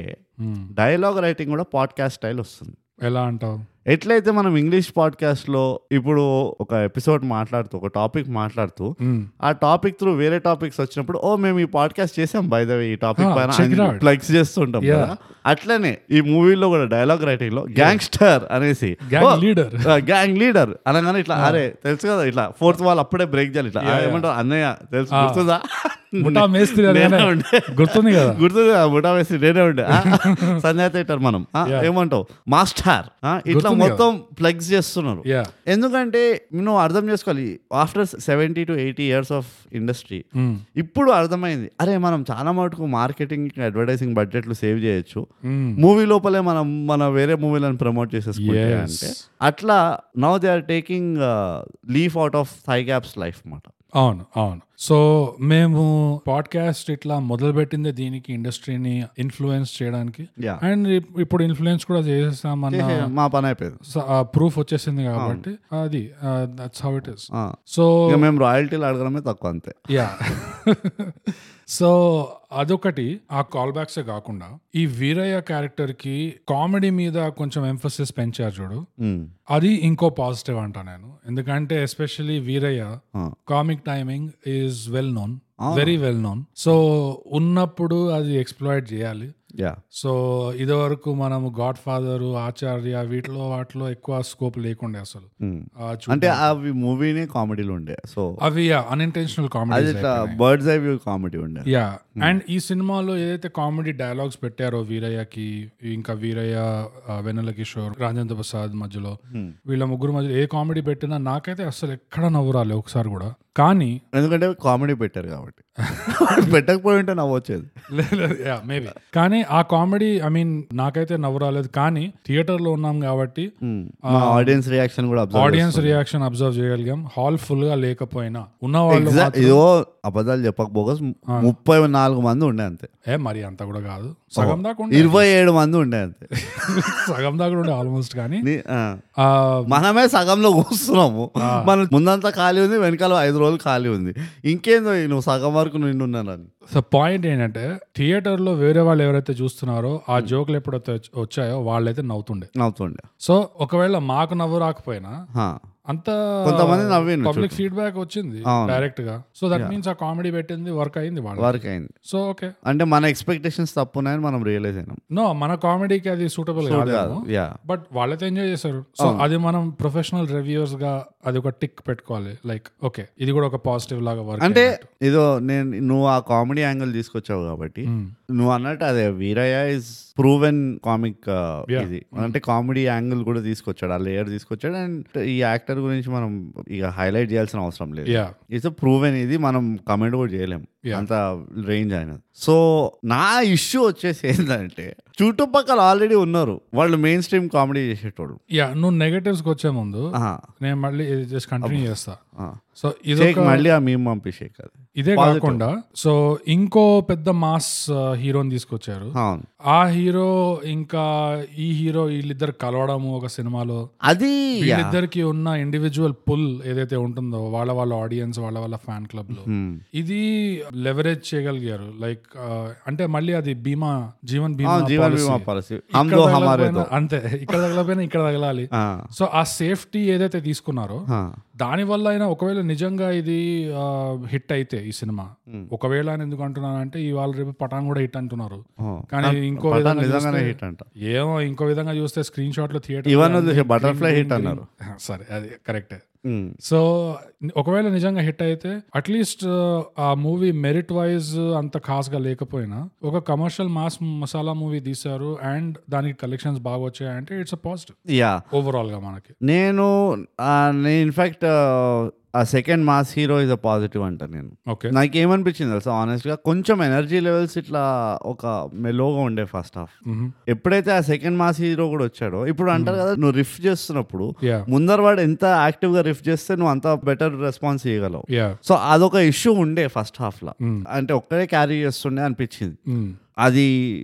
Speaker 2: dialogue writing కూడా పాడ్కాస్ట్ స్టైల్ వస్తుంది
Speaker 1: ఎలా అంటావు
Speaker 2: ఎట్లయితే మనం ఇంగ్లీష్ పాడ్కాస్ట్లో ఇప్పుడు ఒక ఎపిసోడ్ మాట్లాడుతూ ఒక టాపిక్ మాట్లాడుతూ
Speaker 1: Mm.
Speaker 2: ఆ టాపిక్ త్రూ వేరే టాపిక్స్ వచ్చినప్పుడు ఓ మేము ఈ పాడ్కాస్ట్ చేసాం బై ద వే ఈ టాపిక్
Speaker 1: Ah, check it
Speaker 2: పైన
Speaker 1: out.
Speaker 2: ప్లగ్స్ చేస్తుంటాం
Speaker 1: Yeah.
Speaker 2: కదా అట్లనే ఈ మూవీలో కూడా డైలాగ్ రైటింగ్ లో గ్యాంగ్స్టర్ అనేసి
Speaker 1: gang
Speaker 2: "Oh,
Speaker 1: leader
Speaker 2: gang leader అనగానే ఇట్లా
Speaker 1: Ah.
Speaker 2: అరే తెలుసు కదా ఇట్లా ఫోర్త్ వాల్ అప్పుడే బ్రేక్ చేయాలి ఇట్లా "ఆ, ఏమంటారు అన్నయ్య తెలుసు గుర్తుందా
Speaker 1: Ah. ముఠా మేస్త్రి
Speaker 2: నేనే
Speaker 1: అదేనా?
Speaker 2: ఉండే.
Speaker 1: గుర్తుంది కదా
Speaker 2: గుర్తుంది కదా బుటా వేసి నేనే ఉండే ఆ, సంధ్యా థియేటర్ మనం ఆ, ఏమంటావు మాస్టర్ ఆ, ఇట్లా
Speaker 1: గుర్తుంది
Speaker 2: మొత్తం ప్లగ్స్ చేస్తున్నారు
Speaker 1: యా
Speaker 2: ఎందుకంటే నువ్వు అర్థం చేసుకోవాలి after seventy two eighty years of industry
Speaker 1: Hmm.
Speaker 2: ఇప్పుడు అర్థమైంది అరే మనం చాలా మటుకు మార్కెటింగ్ అడ్వర్టైజింగ్ బడ్జెట్లు సేవ్ చేయొచ్చు
Speaker 1: Hmm.
Speaker 2: మూవీ లోపలే మనం మన వేరే మూవీలను ప్రమోట్ చేసేసుకుంటే
Speaker 1: Yes.
Speaker 2: అంటే అట్లా now they are taking leaf out of thy gaps life మాట
Speaker 1: అవును అవును సో మేము పాడ్కాస్ట్ ఇట్లా మొదలు పెట్టిందే దీనికి ఇండస్ట్రీని ఇన్ఫ్లుయెన్స్ చేయడానికి
Speaker 2: Yeah.
Speaker 1: అండ్ ఇప్పుడు ఇన్ఫ్లుయెన్స్ కూడా చేసేస్తామన్న
Speaker 2: మా పని అయిపోయింది
Speaker 1: ప్రూఫ్ వచ్చేసింది కాబట్టి అది దట్స్ హౌ ఇట్ ఇస్
Speaker 2: ఆ.
Speaker 1: సో
Speaker 2: ఇక మేము రాయల్టీలు అడగడమే తక్కువ అంతే
Speaker 1: యా సో అదొకటి ఆ కాల్ బ్యాక్సే కాకుండా ఈ వీరయ్య క్యారెక్టర్ కి కామెడీ మీద కొంచెం ఎంఫోసిస్ పెంచారు చూడు
Speaker 2: ఉమ్.
Speaker 1: అది ఇంకో పాజిటివ్ అంట నేను ఎందుకంటే ఎస్పెషలీ వీరయ్య
Speaker 2: ఆ.
Speaker 1: Comic timing is well known very well known so ఉన్నప్పుడు అది ఎక్స్ప్లాయిట్ చేయాలి
Speaker 2: యా
Speaker 1: సో ఇది వరకు మనము గాడ్ ఫాదర్ ఆచార్య వీటిలో వాటిలో ఎక్కువ స్కోప్ లేకుండే అసలు
Speaker 2: ఉమ్.
Speaker 1: ఆ చూ-
Speaker 2: అంటే అవి మూవీనే కామెడీలు ఉండే సో
Speaker 1: అవి అన్ఇంటెన్షనల్
Speaker 2: అది
Speaker 1: కామెడీ
Speaker 2: ఇట్లా బర్డ్స్ ఐ వ్యూ కామెడీ ఉండే
Speaker 1: యా అండ్ ఈ సినిమాలో ఏదైతే కామెడీ డైలాగ్స్ పెట్టారో వీరయ్యకి ఇంకా వీరయ్య ఆ, వెన్నెల కిషోర్ రాజేంద్ర ప్రసాద్ మధ్యలో వీళ్ళ ముగ్గురు మధ్యలో ఏ కామెడీ పెట్టినా నాకైతే అసలు ఎక్కడ నవ్వు రాలే ఒకసారి కూడా కానీ
Speaker 2: ఎందుకంటే కామెడీ పెట్టారు కాబట్టి పెట్టకపోయి ఉంటే నవ్వొచ్చేది
Speaker 1: మేబీ కానీ ఆ కామెడీ ఐ మీన్ నాకైతే నవ్వు రాలేదు కానీ థియేటర్ లో ఉన్నాం కాబట్టి
Speaker 2: Hmm. మా ఆడియన్స్ రియాక్షన్ కూడా అబ్జర్వ్
Speaker 1: ఆడియన్స్ రియాక్షన్ అబ్జర్వ్ చేయగలిగాం హాల్ ఫుల్ గా లేకపోయినా ఉన్న వాళ్ళు
Speaker 2: ఎగ్జాక్ట్ ఇదో అబద్ధాలు చెప్పక బోగస్ ముప్పై నాలుగు మంది ఉండే అంతే
Speaker 1: ఏ మరి అంత కూడా కాదు సగం దాకా ఉండే
Speaker 2: ఇరవై ఏడు మంది ఉండే అంతే
Speaker 1: సగం దాకా ఉండే ఆల్మోస్ట్ కానీ
Speaker 2: నీ- ఆ.
Speaker 1: ఆ,
Speaker 2: మనమే సగంలో కూస్తున్నాము మన ముందంతా ఖాళీ ఉంది వెనకాల ఐదు రోజులు ఖాళీ ఉంది ఇంకేందో ఈ నువ్వు సగం వరకు నిండు ఉన్నానని
Speaker 1: సో పాయింట్ ఏంటంటే థియేటర్ లో వేరే వాళ్ళు ఎవరైతే చూస్తున్నారో ఆ
Speaker 2: Hmm.
Speaker 1: జోకులు ఎప్పుడైతే వచ్చ- వచ్చాయో వాళ్ళైతే నవ్వుతుండే
Speaker 2: నవ్వుతుండే
Speaker 1: సో ఒకవేళ మాకు నవ్వు రాకపోయినా
Speaker 2: హా.
Speaker 1: అంత
Speaker 2: కొంతమంది నవ్విండ్రు
Speaker 1: పబ్లిక్ ఫీడ్బ్యాక్ వచ్చింది
Speaker 2: అవును.
Speaker 1: డైరెక్ట్ గా సో దట్ మీన్స్ ఆ కామెడీ పెట్టింది వర్క్ అయింది వాళ్ళు
Speaker 2: వర్క్ అయింది
Speaker 1: సో ఓకే
Speaker 2: అంటే మన ఎక్స్పెక్టేషన్స్ తప్పు ఉన్నాయని మనం రియలైజ్ అయినాం
Speaker 1: నో మన కామెడీకి అది సూటబుల్ కాదు
Speaker 2: యా
Speaker 1: బట్ వాళ్ళైతే ఎంజాయ్ చేశారు సో అది మనం ప్రొఫెషనల్ రివ్యూర్స్ గా అది ఒక టిక్ పెట్టుకోవాలి లైక్ ఓకే ఇది కూడా ఒక పాజిటివ్ లాగా వర్క్
Speaker 2: అంటే ఇదో నేను నువ్వు ఆ కామెడీ యాంగిల్ తీసుకొచ్చావు కాబట్టి నువ్వు అన్నట్టు అదే Veerayya is proven comic uh, ఇది అంటే కామెడీ యాంగిల్ కూడా తీసుకొచ్చాడు ఆ లేయర్ తీసుకొచ్చాడు అండ్ ఈ యాక్టర్ గురించి మనం ఇక హైలైట్ చేయాల్సిన అవసరం లేదు
Speaker 1: యా
Speaker 2: ఇట్స్ ప్రూవెన్ ఇది మనం కమెంట్ కూడా చేయలేం అంత రేంజ్ ఆయన సో నా ఇష్యూ వచ్చేసి ఏంటంటే చుట్టుపక్కల ఆల్రెడీ ఉన్నారు వాళ్ళు మెయిన్ స్ట్రీమ్ కామెడీ చేసేటోడు
Speaker 1: యా నువ్వు నెగటివ్స్ కి వచ్చే ముందు
Speaker 2: ఆహా.
Speaker 1: నేను మళ్ళీ జస్ట్ కంటిన్యూ చేస్తా
Speaker 2: ఆ.
Speaker 1: సో ఇది
Speaker 2: షేక్ మళ్ళీ ఆ మేము పంపించేక్ అది
Speaker 1: ఇదే కాకుండా సో ఇంకో పెద్ద మాస్ హీరోని తీసుకొచ్చారు
Speaker 2: అవును
Speaker 1: ఆ హీరో ఇంకా ఈ హీరో వీళ్ళిద్దరు కలవడము ఒక సినిమాలో
Speaker 2: అది yeah.
Speaker 1: వీళ్ళిద్దరికి ఉన్న ఇండివిజువల్ పుల్ ఏదైతే ఉంటుందో వాళ్ళ వాళ్ళ ఆడియన్స్ వాళ్ళ వాళ్ళ ఫ్యాన్ క్లబ్ లో
Speaker 2: Hmm.
Speaker 1: ఇది లెవరేజ్ చేయగలిగారు లైక్ అంటే మళ్ళీ అది బీమా జీవన్ బీమా
Speaker 2: జీవన్
Speaker 1: policy.
Speaker 2: బీమా పాలసీ
Speaker 1: ఇక్కడ
Speaker 2: హమ్దో హమారే
Speaker 1: తగలకపోయినా- అంతే ఇక్కడ తగలపోయినా ఇక్కడ తగలాలి
Speaker 2: ఆ,
Speaker 1: సో ఆ సేఫ్టీ ఏదైతే తీసుకున్నారో
Speaker 2: ఆ,
Speaker 1: దాని వల్ల అయినా ఒకవేళ నిజంగా ఇది హిట్ అయితే ఈ సినిమా ఒకవేళ అని ఎందుకు అంటున్నానంటే ఇవాళ రేపు పఠాన్ కూడా హిట్ అంటున్నారు
Speaker 2: ఆ.
Speaker 1: కానీ ఇంకో
Speaker 2: పఠాన్
Speaker 1: విధంగా
Speaker 2: నిజంగానే
Speaker 1: చూస్తే-
Speaker 2: హిట్ అంట
Speaker 1: ఏమో ఇంకో విధంగా చూస్తే స్క్రీన్ షాట్ లో థియేటర్
Speaker 2: ఇవన్నీ చూసి బటర్ఫ్లై హిట్ అన్నారు
Speaker 1: సరే అది కరెక్టే
Speaker 2: ఉమ్,
Speaker 1: సో ఒకవేళ నిజంగా హిట్ అయితే అట్లీస్ట్ ఆ మూవీ మెరిట్ వైజ్ అంత ఖాస్గా లేకపోయినా ఒక కమర్షియల్ మాస్ మసాలా మూవీ తీశారు అండ్ దానికి కలెక్షన్స్ బాగా వచ్చాయంటే it's a positive
Speaker 2: yeah
Speaker 1: overall గా మనకి
Speaker 2: నేను ఆ, నేను ఇన్ఫాక్ట్ ఆ second mass hero is a positive అంట నేను
Speaker 1: ఓకే
Speaker 2: నాకేమనిపించింది తెలుసా honest గా కొంచెం ఎనర్జీ లెవెల్స్ ఇట్లా ఒక మెలోగా ఉండే ఫస్ట్ హాఫ్
Speaker 1: Mm-hmm.
Speaker 2: ఎప్పుడైతే ఆ సెకండ్ మాస్ హీరో కూడా వచ్చాడో ఇప్పుడు అంటారు కదా నువ్వు రిఫ్ చేస్తున్నప్పుడు
Speaker 1: యా
Speaker 2: ముందర వాడు ఎంత active గా రిఫ్ చేస్తే నువ్వు అంత బెటర్ రెస్పాన్స్ ఇవ్వగలవు
Speaker 1: యా
Speaker 2: సో అదొక ఇష్యూ ఉండే ఫస్ట్ హాఫ్ లో అంటే ఒక్కడే క్యారీ చేస్తుండే అనిపించింది
Speaker 1: Mm.
Speaker 2: అది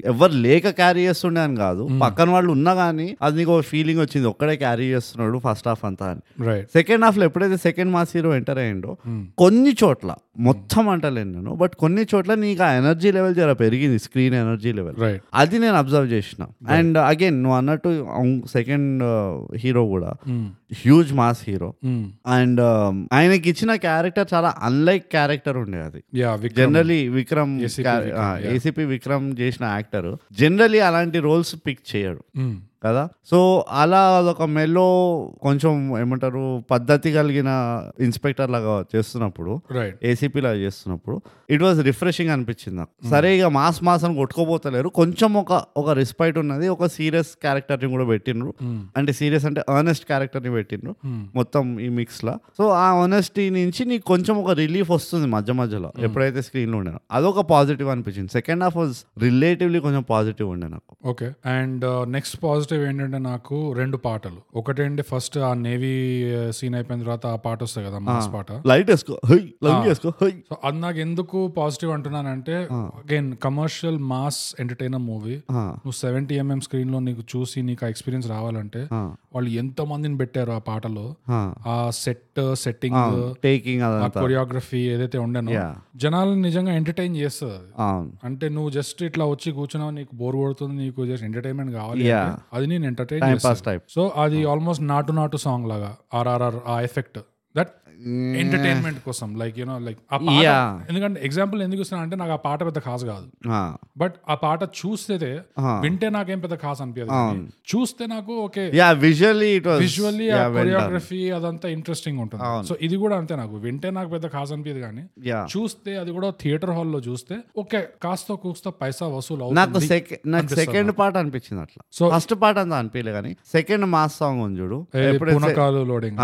Speaker 2: ఎవరు లేక క్యారీ చేస్తుండే అని కాదు పక్కన వాళ్ళు ఉన్నా కానీ అది నీకు ఫీలింగ్ వచ్చింది ఒక్కడే క్యారీ చేస్తున్నాడు ఫస్ట్ హాఫ్ అంతా అని
Speaker 1: రైట్
Speaker 2: సెకండ్ హాఫ్ లో ఎప్పుడైతే సెకండ్ మాస్ హీరో ఎంటర్ అయ్యిండో
Speaker 1: Hmm.
Speaker 2: కొన్ని చోట్ల మొత్తం అంటలేను నేను బట్ కొన్ని చోట్ల నీకు ఆ ఎనర్జీ లెవెల్ జర పెరిగింది స్క్రీన్ ఎనర్జీ లెవెల్
Speaker 1: రైట్
Speaker 2: అది నేను అబ్జర్వ్ చేసిన అండ్ అగైన్ నువ్వు అన్నట్టు సెకండ్ హీరో కూడా
Speaker 1: Hmm.
Speaker 2: Huge mass hero and ఆయనకి ఇచ్చిన క్యారెక్టర్ చాలా అన్లైక్ క్యారెక్టర్ ఉండే అది
Speaker 1: yeah Vikram
Speaker 2: generally Vikram ACP Vikram చేసిన యాక్టర్ జనరలీ అలాంటి రోల్స్ పిక్ చేయడు
Speaker 1: మ్మ్.
Speaker 2: కదా సో అలా అదొక మెల్లో కొంచెం ఏమంటారు పద్ధతి కలిగిన ఇన్స్పెక్టర్ లాగా చేస్తున్నప్పుడు
Speaker 1: రైట్
Speaker 2: ఏసీపీ లాగా చేస్తున్నప్పుడు ఇట్ వాజ్ రిఫ్రెషింగ్ అనిపించింది నాకు సరే ఇక మాస్ మాస్ అని కొట్టుకోబోతలేరు కొంచెం ఒక ఒక రిస్పైట్ ఉన్నది ఒక సీరియస్ క్యారెక్టర్ని కూడా పెట్టిండ్రు అంటే సీరియస్ అంటే అర్నెస్ట్ క్యారెక్టర్ని పెట్టిండ్రు మొత్తం ఈ మిక్స్లో సో ఆ ఆనెస్టీ నుంచి నీకు కొంచెం ఒక రిలీఫ్ వస్తుంది మధ్య మధ్యలో ఎప్పుడైతే స్క్రీన్లో ఉండేనో అదొక పాజిటివ్ అనిపించింది సెకండ్ హాఫ్ వాజ్ రిలేటివ్లీ కొంచెం పాజిటివ్ ఉండే నాకు
Speaker 1: okay and next positive uh, ఏంటంటే నాకు రెండు పాటలు ఒకటేంటి ఫస్ట్ ఆ నేవీ సీన్ అయిపోయిన తర్వాత ఆ పాట వస్తాయి కదా మాస్ పాట
Speaker 2: లైట్ వేసుకో హై లైట్ వేసుకో హై
Speaker 1: సో అది నాకు ఎందుకు పాజిటివ్ అంటున్నానంటే again commercial mass entertainer movie
Speaker 2: ఆ,
Speaker 1: నువ్వు సెవెంటీ ఎంఎం స్క్రీన్ లో నీకు చూసి నీకు ఆ ఎక్స్పీరియన్స్ రావాలంటే
Speaker 2: ఆ,
Speaker 1: వాళ్ళు ఎంతో మందిని పెట్టారు ఆ పాటలో
Speaker 2: ఆ.
Speaker 1: ఆ సెట్ సెట్టింగ్
Speaker 2: టేకింగ్
Speaker 1: ఆ
Speaker 2: అదంతా
Speaker 1: కొరియోగ్రఫీ ఏదైతే ఉండేనో
Speaker 2: Yeah.
Speaker 1: జనాలను నిజంగా ఎంటర్టైన్ చేస్తుంది అది
Speaker 2: అవును
Speaker 1: అంటే నువ్వు జస్ట్ ఇట్లా వచ్చి కూర్చున్నావు నీకు బోర్ కొడుతుంది నీకు జస్ట్ ఎంటర్టైన్మెంట్ కావాలి
Speaker 2: Yeah.
Speaker 1: అంటే అది నేను ఎంటర్టైన్
Speaker 2: టైం
Speaker 1: చేస్తాను
Speaker 2: పాస్ టైప్
Speaker 1: సో అది ఆల్మోస్ట్ నాటు నాటు సాంగ్ లాగా ఆర్ఆర్ఆర్ ఆ ఎఫెక్ట్ దట్ ఎంటర్టైన్మెంట్ కోసం లైక్ యూనో లైక్ ఆ పాట
Speaker 2: Yeah.
Speaker 1: ఎందుకంటే ఎగ్జాంపుల్ ఎందుకు ఇస్తున్నా అంటే నాకు ఆ పాట పెద్ద ఖాస్ కాదు
Speaker 2: ఆ,
Speaker 1: బట్ ఆ పాట చూస్తే
Speaker 2: ఆ.
Speaker 1: వింటే నాకేం పెద్ద ఖాస్ అనిపించదు కానీ చూస్తే నాకు okay
Speaker 2: yeah visually it was
Speaker 1: visually ఆ కొరియోగ్రఫీ అదంతా ఇంట్రెస్టింగ్ ఉంటుంది సో ఇది కూడా అంతే నాకు వింటే నాకు పెద్ద ఖాస్ అనిపించదు కానీ
Speaker 2: యా
Speaker 1: చూస్తే అది కూడా థియేటర్ హాల్లో చూస్తే ఓకే కాస్తో కూస్తో పైసా వసూలు
Speaker 2: నాకు
Speaker 1: అవుతుంది
Speaker 2: సెకండ్ నాకు సెకండ్ పార్ట్ అనిపించింది అట్లా
Speaker 1: So-
Speaker 2: ఫస్ట్ పార్ట్ అంతా అనిపించలే కానీ సెకండ్ మాస్ సాంగ్ ఉంది చూడు
Speaker 1: ఏ, Poonakaalu loading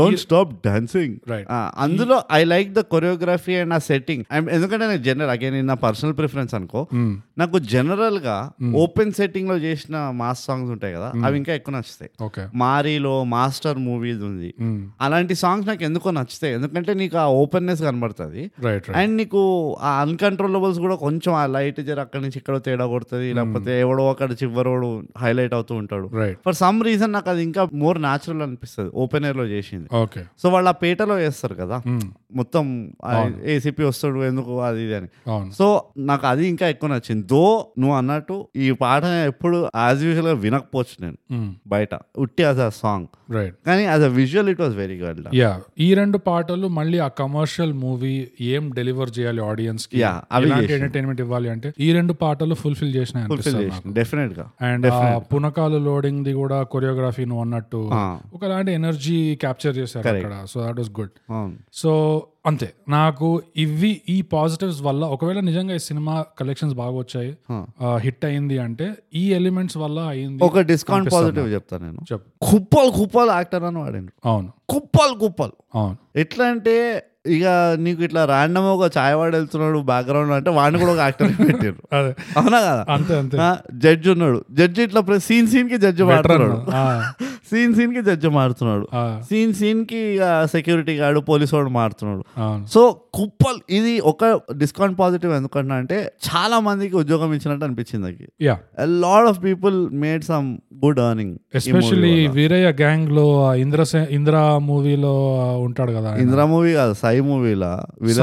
Speaker 2: don't stop dancing
Speaker 1: Right.
Speaker 2: అందులో I like the choreography and ఆ సెట్టింగ్ ఎందుకంటే నేను జనరల్ అగైన్ నా పర్సనల్ ప్రిఫరెన్స్ అనుకో
Speaker 1: Hmm.
Speaker 2: నాకు జనరల్ గా ఓపెన్ సెట్టింగ్ లో చేసిన మాస్ సాంగ్స్ ఉంటాయి కదా
Speaker 1: Hmm.
Speaker 2: అవి ఇంకా ఎక్కువ నచ్చుతాయి
Speaker 1: ఓకే
Speaker 2: మారీలో మాస్టర్ మూవీస్ ఉంది అలాంటి సాంగ్స్ నాకు ఎందుకో నచ్చుతాయి ఎందుకంటే నీకు ఆ ఓపెన్నెస్ కనబడుతుంది
Speaker 1: రైట్ రైట్
Speaker 2: అండ్ నీకు ఆ అన్కంట్రోలబుల్స్ కూడా కొంచెం ఆ లైట్ జర అక్కడి నుంచి ఇక్కడ తేడా కొడుతుంది లేకపోతే ఎవడో అక్కడ చివరోడు హైలైట్ అవుతూ ఉంటాడు
Speaker 1: రైట్
Speaker 2: ఫర్ సమ్ రీజన్ నాకు అది ఇంకా మోర్ న్యాచురల్ అనిపిస్తుంది ఓపెన్ ఎయిర్ లో చేసింది
Speaker 1: ఓకే
Speaker 2: సో వాళ్ళు ఆ పేటలో చేస్తారు కదా
Speaker 1: మ్మ్.
Speaker 2: మొత్తం ఏసీపీ వస్తాడు ఎందుకు అది ఇది అని
Speaker 1: అవును
Speaker 2: సో నాకు అది ఇంకా ఎక్కువ నచ్చింది దో నువ్వు అన్నట్టు ఈ పాట ఎప్పుడు యాజ్ యూజువల్ గా వినకపోవచ్చు నేను
Speaker 1: మ్మ్.
Speaker 2: బయట ఉట్టి యాజ్ అ సాంగ్
Speaker 1: రైట్
Speaker 2: కానీ as a visual it was very good
Speaker 1: yeah ఈ రెండు పాటలు మళ్ళీ ఆ కమర్షియల్ మూవీ ఏం డెలివర్ చేయాలి ఆడియన్స్ కి
Speaker 2: Yeah, అవి
Speaker 1: ఎలాంటి
Speaker 2: చేసింది.
Speaker 1: ఎంటర్టైన్మెంట్ ఇవ్వాలి అంటే ఈ రెండు పాటలు ఫుల్ఫిల్ చేసిన
Speaker 2: ఫుల్ఫిల్ చేసిన డెఫినెట్ గా
Speaker 1: అండ్ పునకాలు లోడింగ్ ది కూడా కొరియోగ్రఫీ నువ్వు అన్నట్టు ఒకలాంటి ఎనర్జీ క్యాప్చర్ చేశారు అక్కడ సో దాట్ వాస్ గుడ్
Speaker 2: అవును
Speaker 1: సో అంతే నాకు ఇవి ఈ పాజిటివ్స్ వల్ల ఒకవేళ నిజంగా ఈ సినిమా కలెక్షన్స్ బాగా వచ్చాయి హిట్ అయింది అంటే ఈ ఎలిమెంట్స్ వల్ల అయింది
Speaker 2: ఒక డిస్కౌంట్ పాజిటివ్ చెప్తాను నేను
Speaker 1: చెప్పు
Speaker 2: కుప్పలు కుప్పలు యాక్టర్ అని వాడిండ్రు
Speaker 1: అవును
Speaker 2: కుప్పలు కుప్పలు
Speaker 1: అవును
Speaker 2: ఎట్లా అంటే ఇక నీకు ఇట్లా ర్యాండమ్ ఒక చాయవాడు వెళ్తున్నాడు బ్యాక్గ్రౌండ్ అంటే వాడిని కూడా ఒక యాక్టర్ పెట్టారు
Speaker 1: అదే
Speaker 2: అవునా కదా
Speaker 1: అంతే అంతే
Speaker 2: జడ్జి ఉన్నాడు జడ్జి ఇట్లా సీన్ సీన్ కి జడ్జి మారుతున్నాడు సీన్ సీన్ కి జడ్జి మారుతున్నాడు
Speaker 1: ఆ,
Speaker 2: సీన్ సీన్ కి సెక్యూరిటీ గార్డు పోలీసు వాడు మారుతున్నాడు
Speaker 1: అవును
Speaker 2: సో కుప్పల్ ఇది ఒక డిస్కౌంట్ పాజిటివ్ ఎందుకంటున్నా అంటే చాలా మందికి ఉద్యోగం ఇచ్చినట్టు అనిపించింది నాకు
Speaker 1: yeah
Speaker 2: lot of people made some good earning
Speaker 1: especially Veerayya gang లో ఆ ఇంద్ర సే- ఇంద్ర మూవీలో ఉంటాడు కదా ఆయన.
Speaker 2: ఇంద్ర మూవీ కాదు సాయి మూవీలా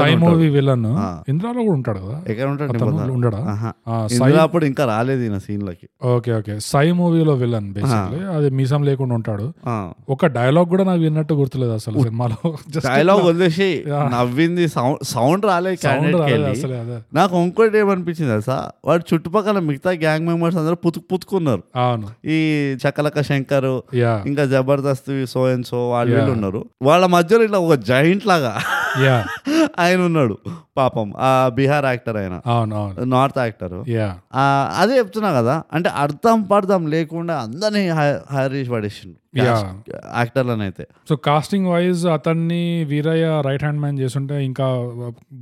Speaker 1: సాయి మూవీ విలన్ ఇంద్రాలో కూడా ఉంటాడు కదా
Speaker 2: ఎక్కడ ఉంటాడు
Speaker 1: అతను
Speaker 2: నిబంధన?
Speaker 1: ఉండడా
Speaker 2: ఆహా.
Speaker 1: ఆ,
Speaker 2: ఇంద్ర అప్పుడు ఇంకా రాలేదు ఈయన సీన్లకి
Speaker 1: ఓకే ఓకే సాయి మూవీలో విలన్ బేసిక్లీ అది మీసం లేకుండా ఉంటాడు
Speaker 2: ఆ.
Speaker 1: ఒక డైలాగ్ కూడా నాకు విన్నట్టు గుర్తులేదు అసలు సినిమాలో Just
Speaker 2: డైలాగ్ వదిలేసి నవ్వింది సౌండ్ సౌండ్ రాలేదు
Speaker 1: sound
Speaker 2: క్యాండిడేట్
Speaker 1: రాలేదు
Speaker 2: వెళ్ళి
Speaker 1: అసలే అదే
Speaker 2: నాకు ఇంకోటి ఏమనిపించింది తెలుసా వాడు చుట్టుపక్కల మిగతా గ్యాంగ్ మెంబర్స్ అందరూ పుతుకు పుతుకున్నారు
Speaker 1: అవును
Speaker 2: ఈ చకలక శంకరు
Speaker 1: యా
Speaker 2: ఇంకా జబర్దస్త్ సో అండ్ సో వాళ్ళు వీళ్ళు ఉన్నారు వాళ్ళ మధ్యలో ఇట్లా ఒక జాయింట్ లాగా
Speaker 1: యా
Speaker 2: ఆయన ఉన్నాడు పాపం ఆ బీహార్ యాక్టర్ ఆయన
Speaker 1: అవును అవును
Speaker 2: నార్త్ యాక్టర్
Speaker 1: యా
Speaker 2: అదే చెప్తున్నా కదా అంటే అర్థం పర్థం లేకుండా అందరినీ హైర్ చేసి పడేసిండు
Speaker 1: యా
Speaker 2: యాక్టర్లను అయితే
Speaker 1: సో కాస్టింగ్ వైజ్ అతన్ని వీరయ్య రైట్ హ్యాండ్ మ్యాన్ చేస్తుంటే ఇంకా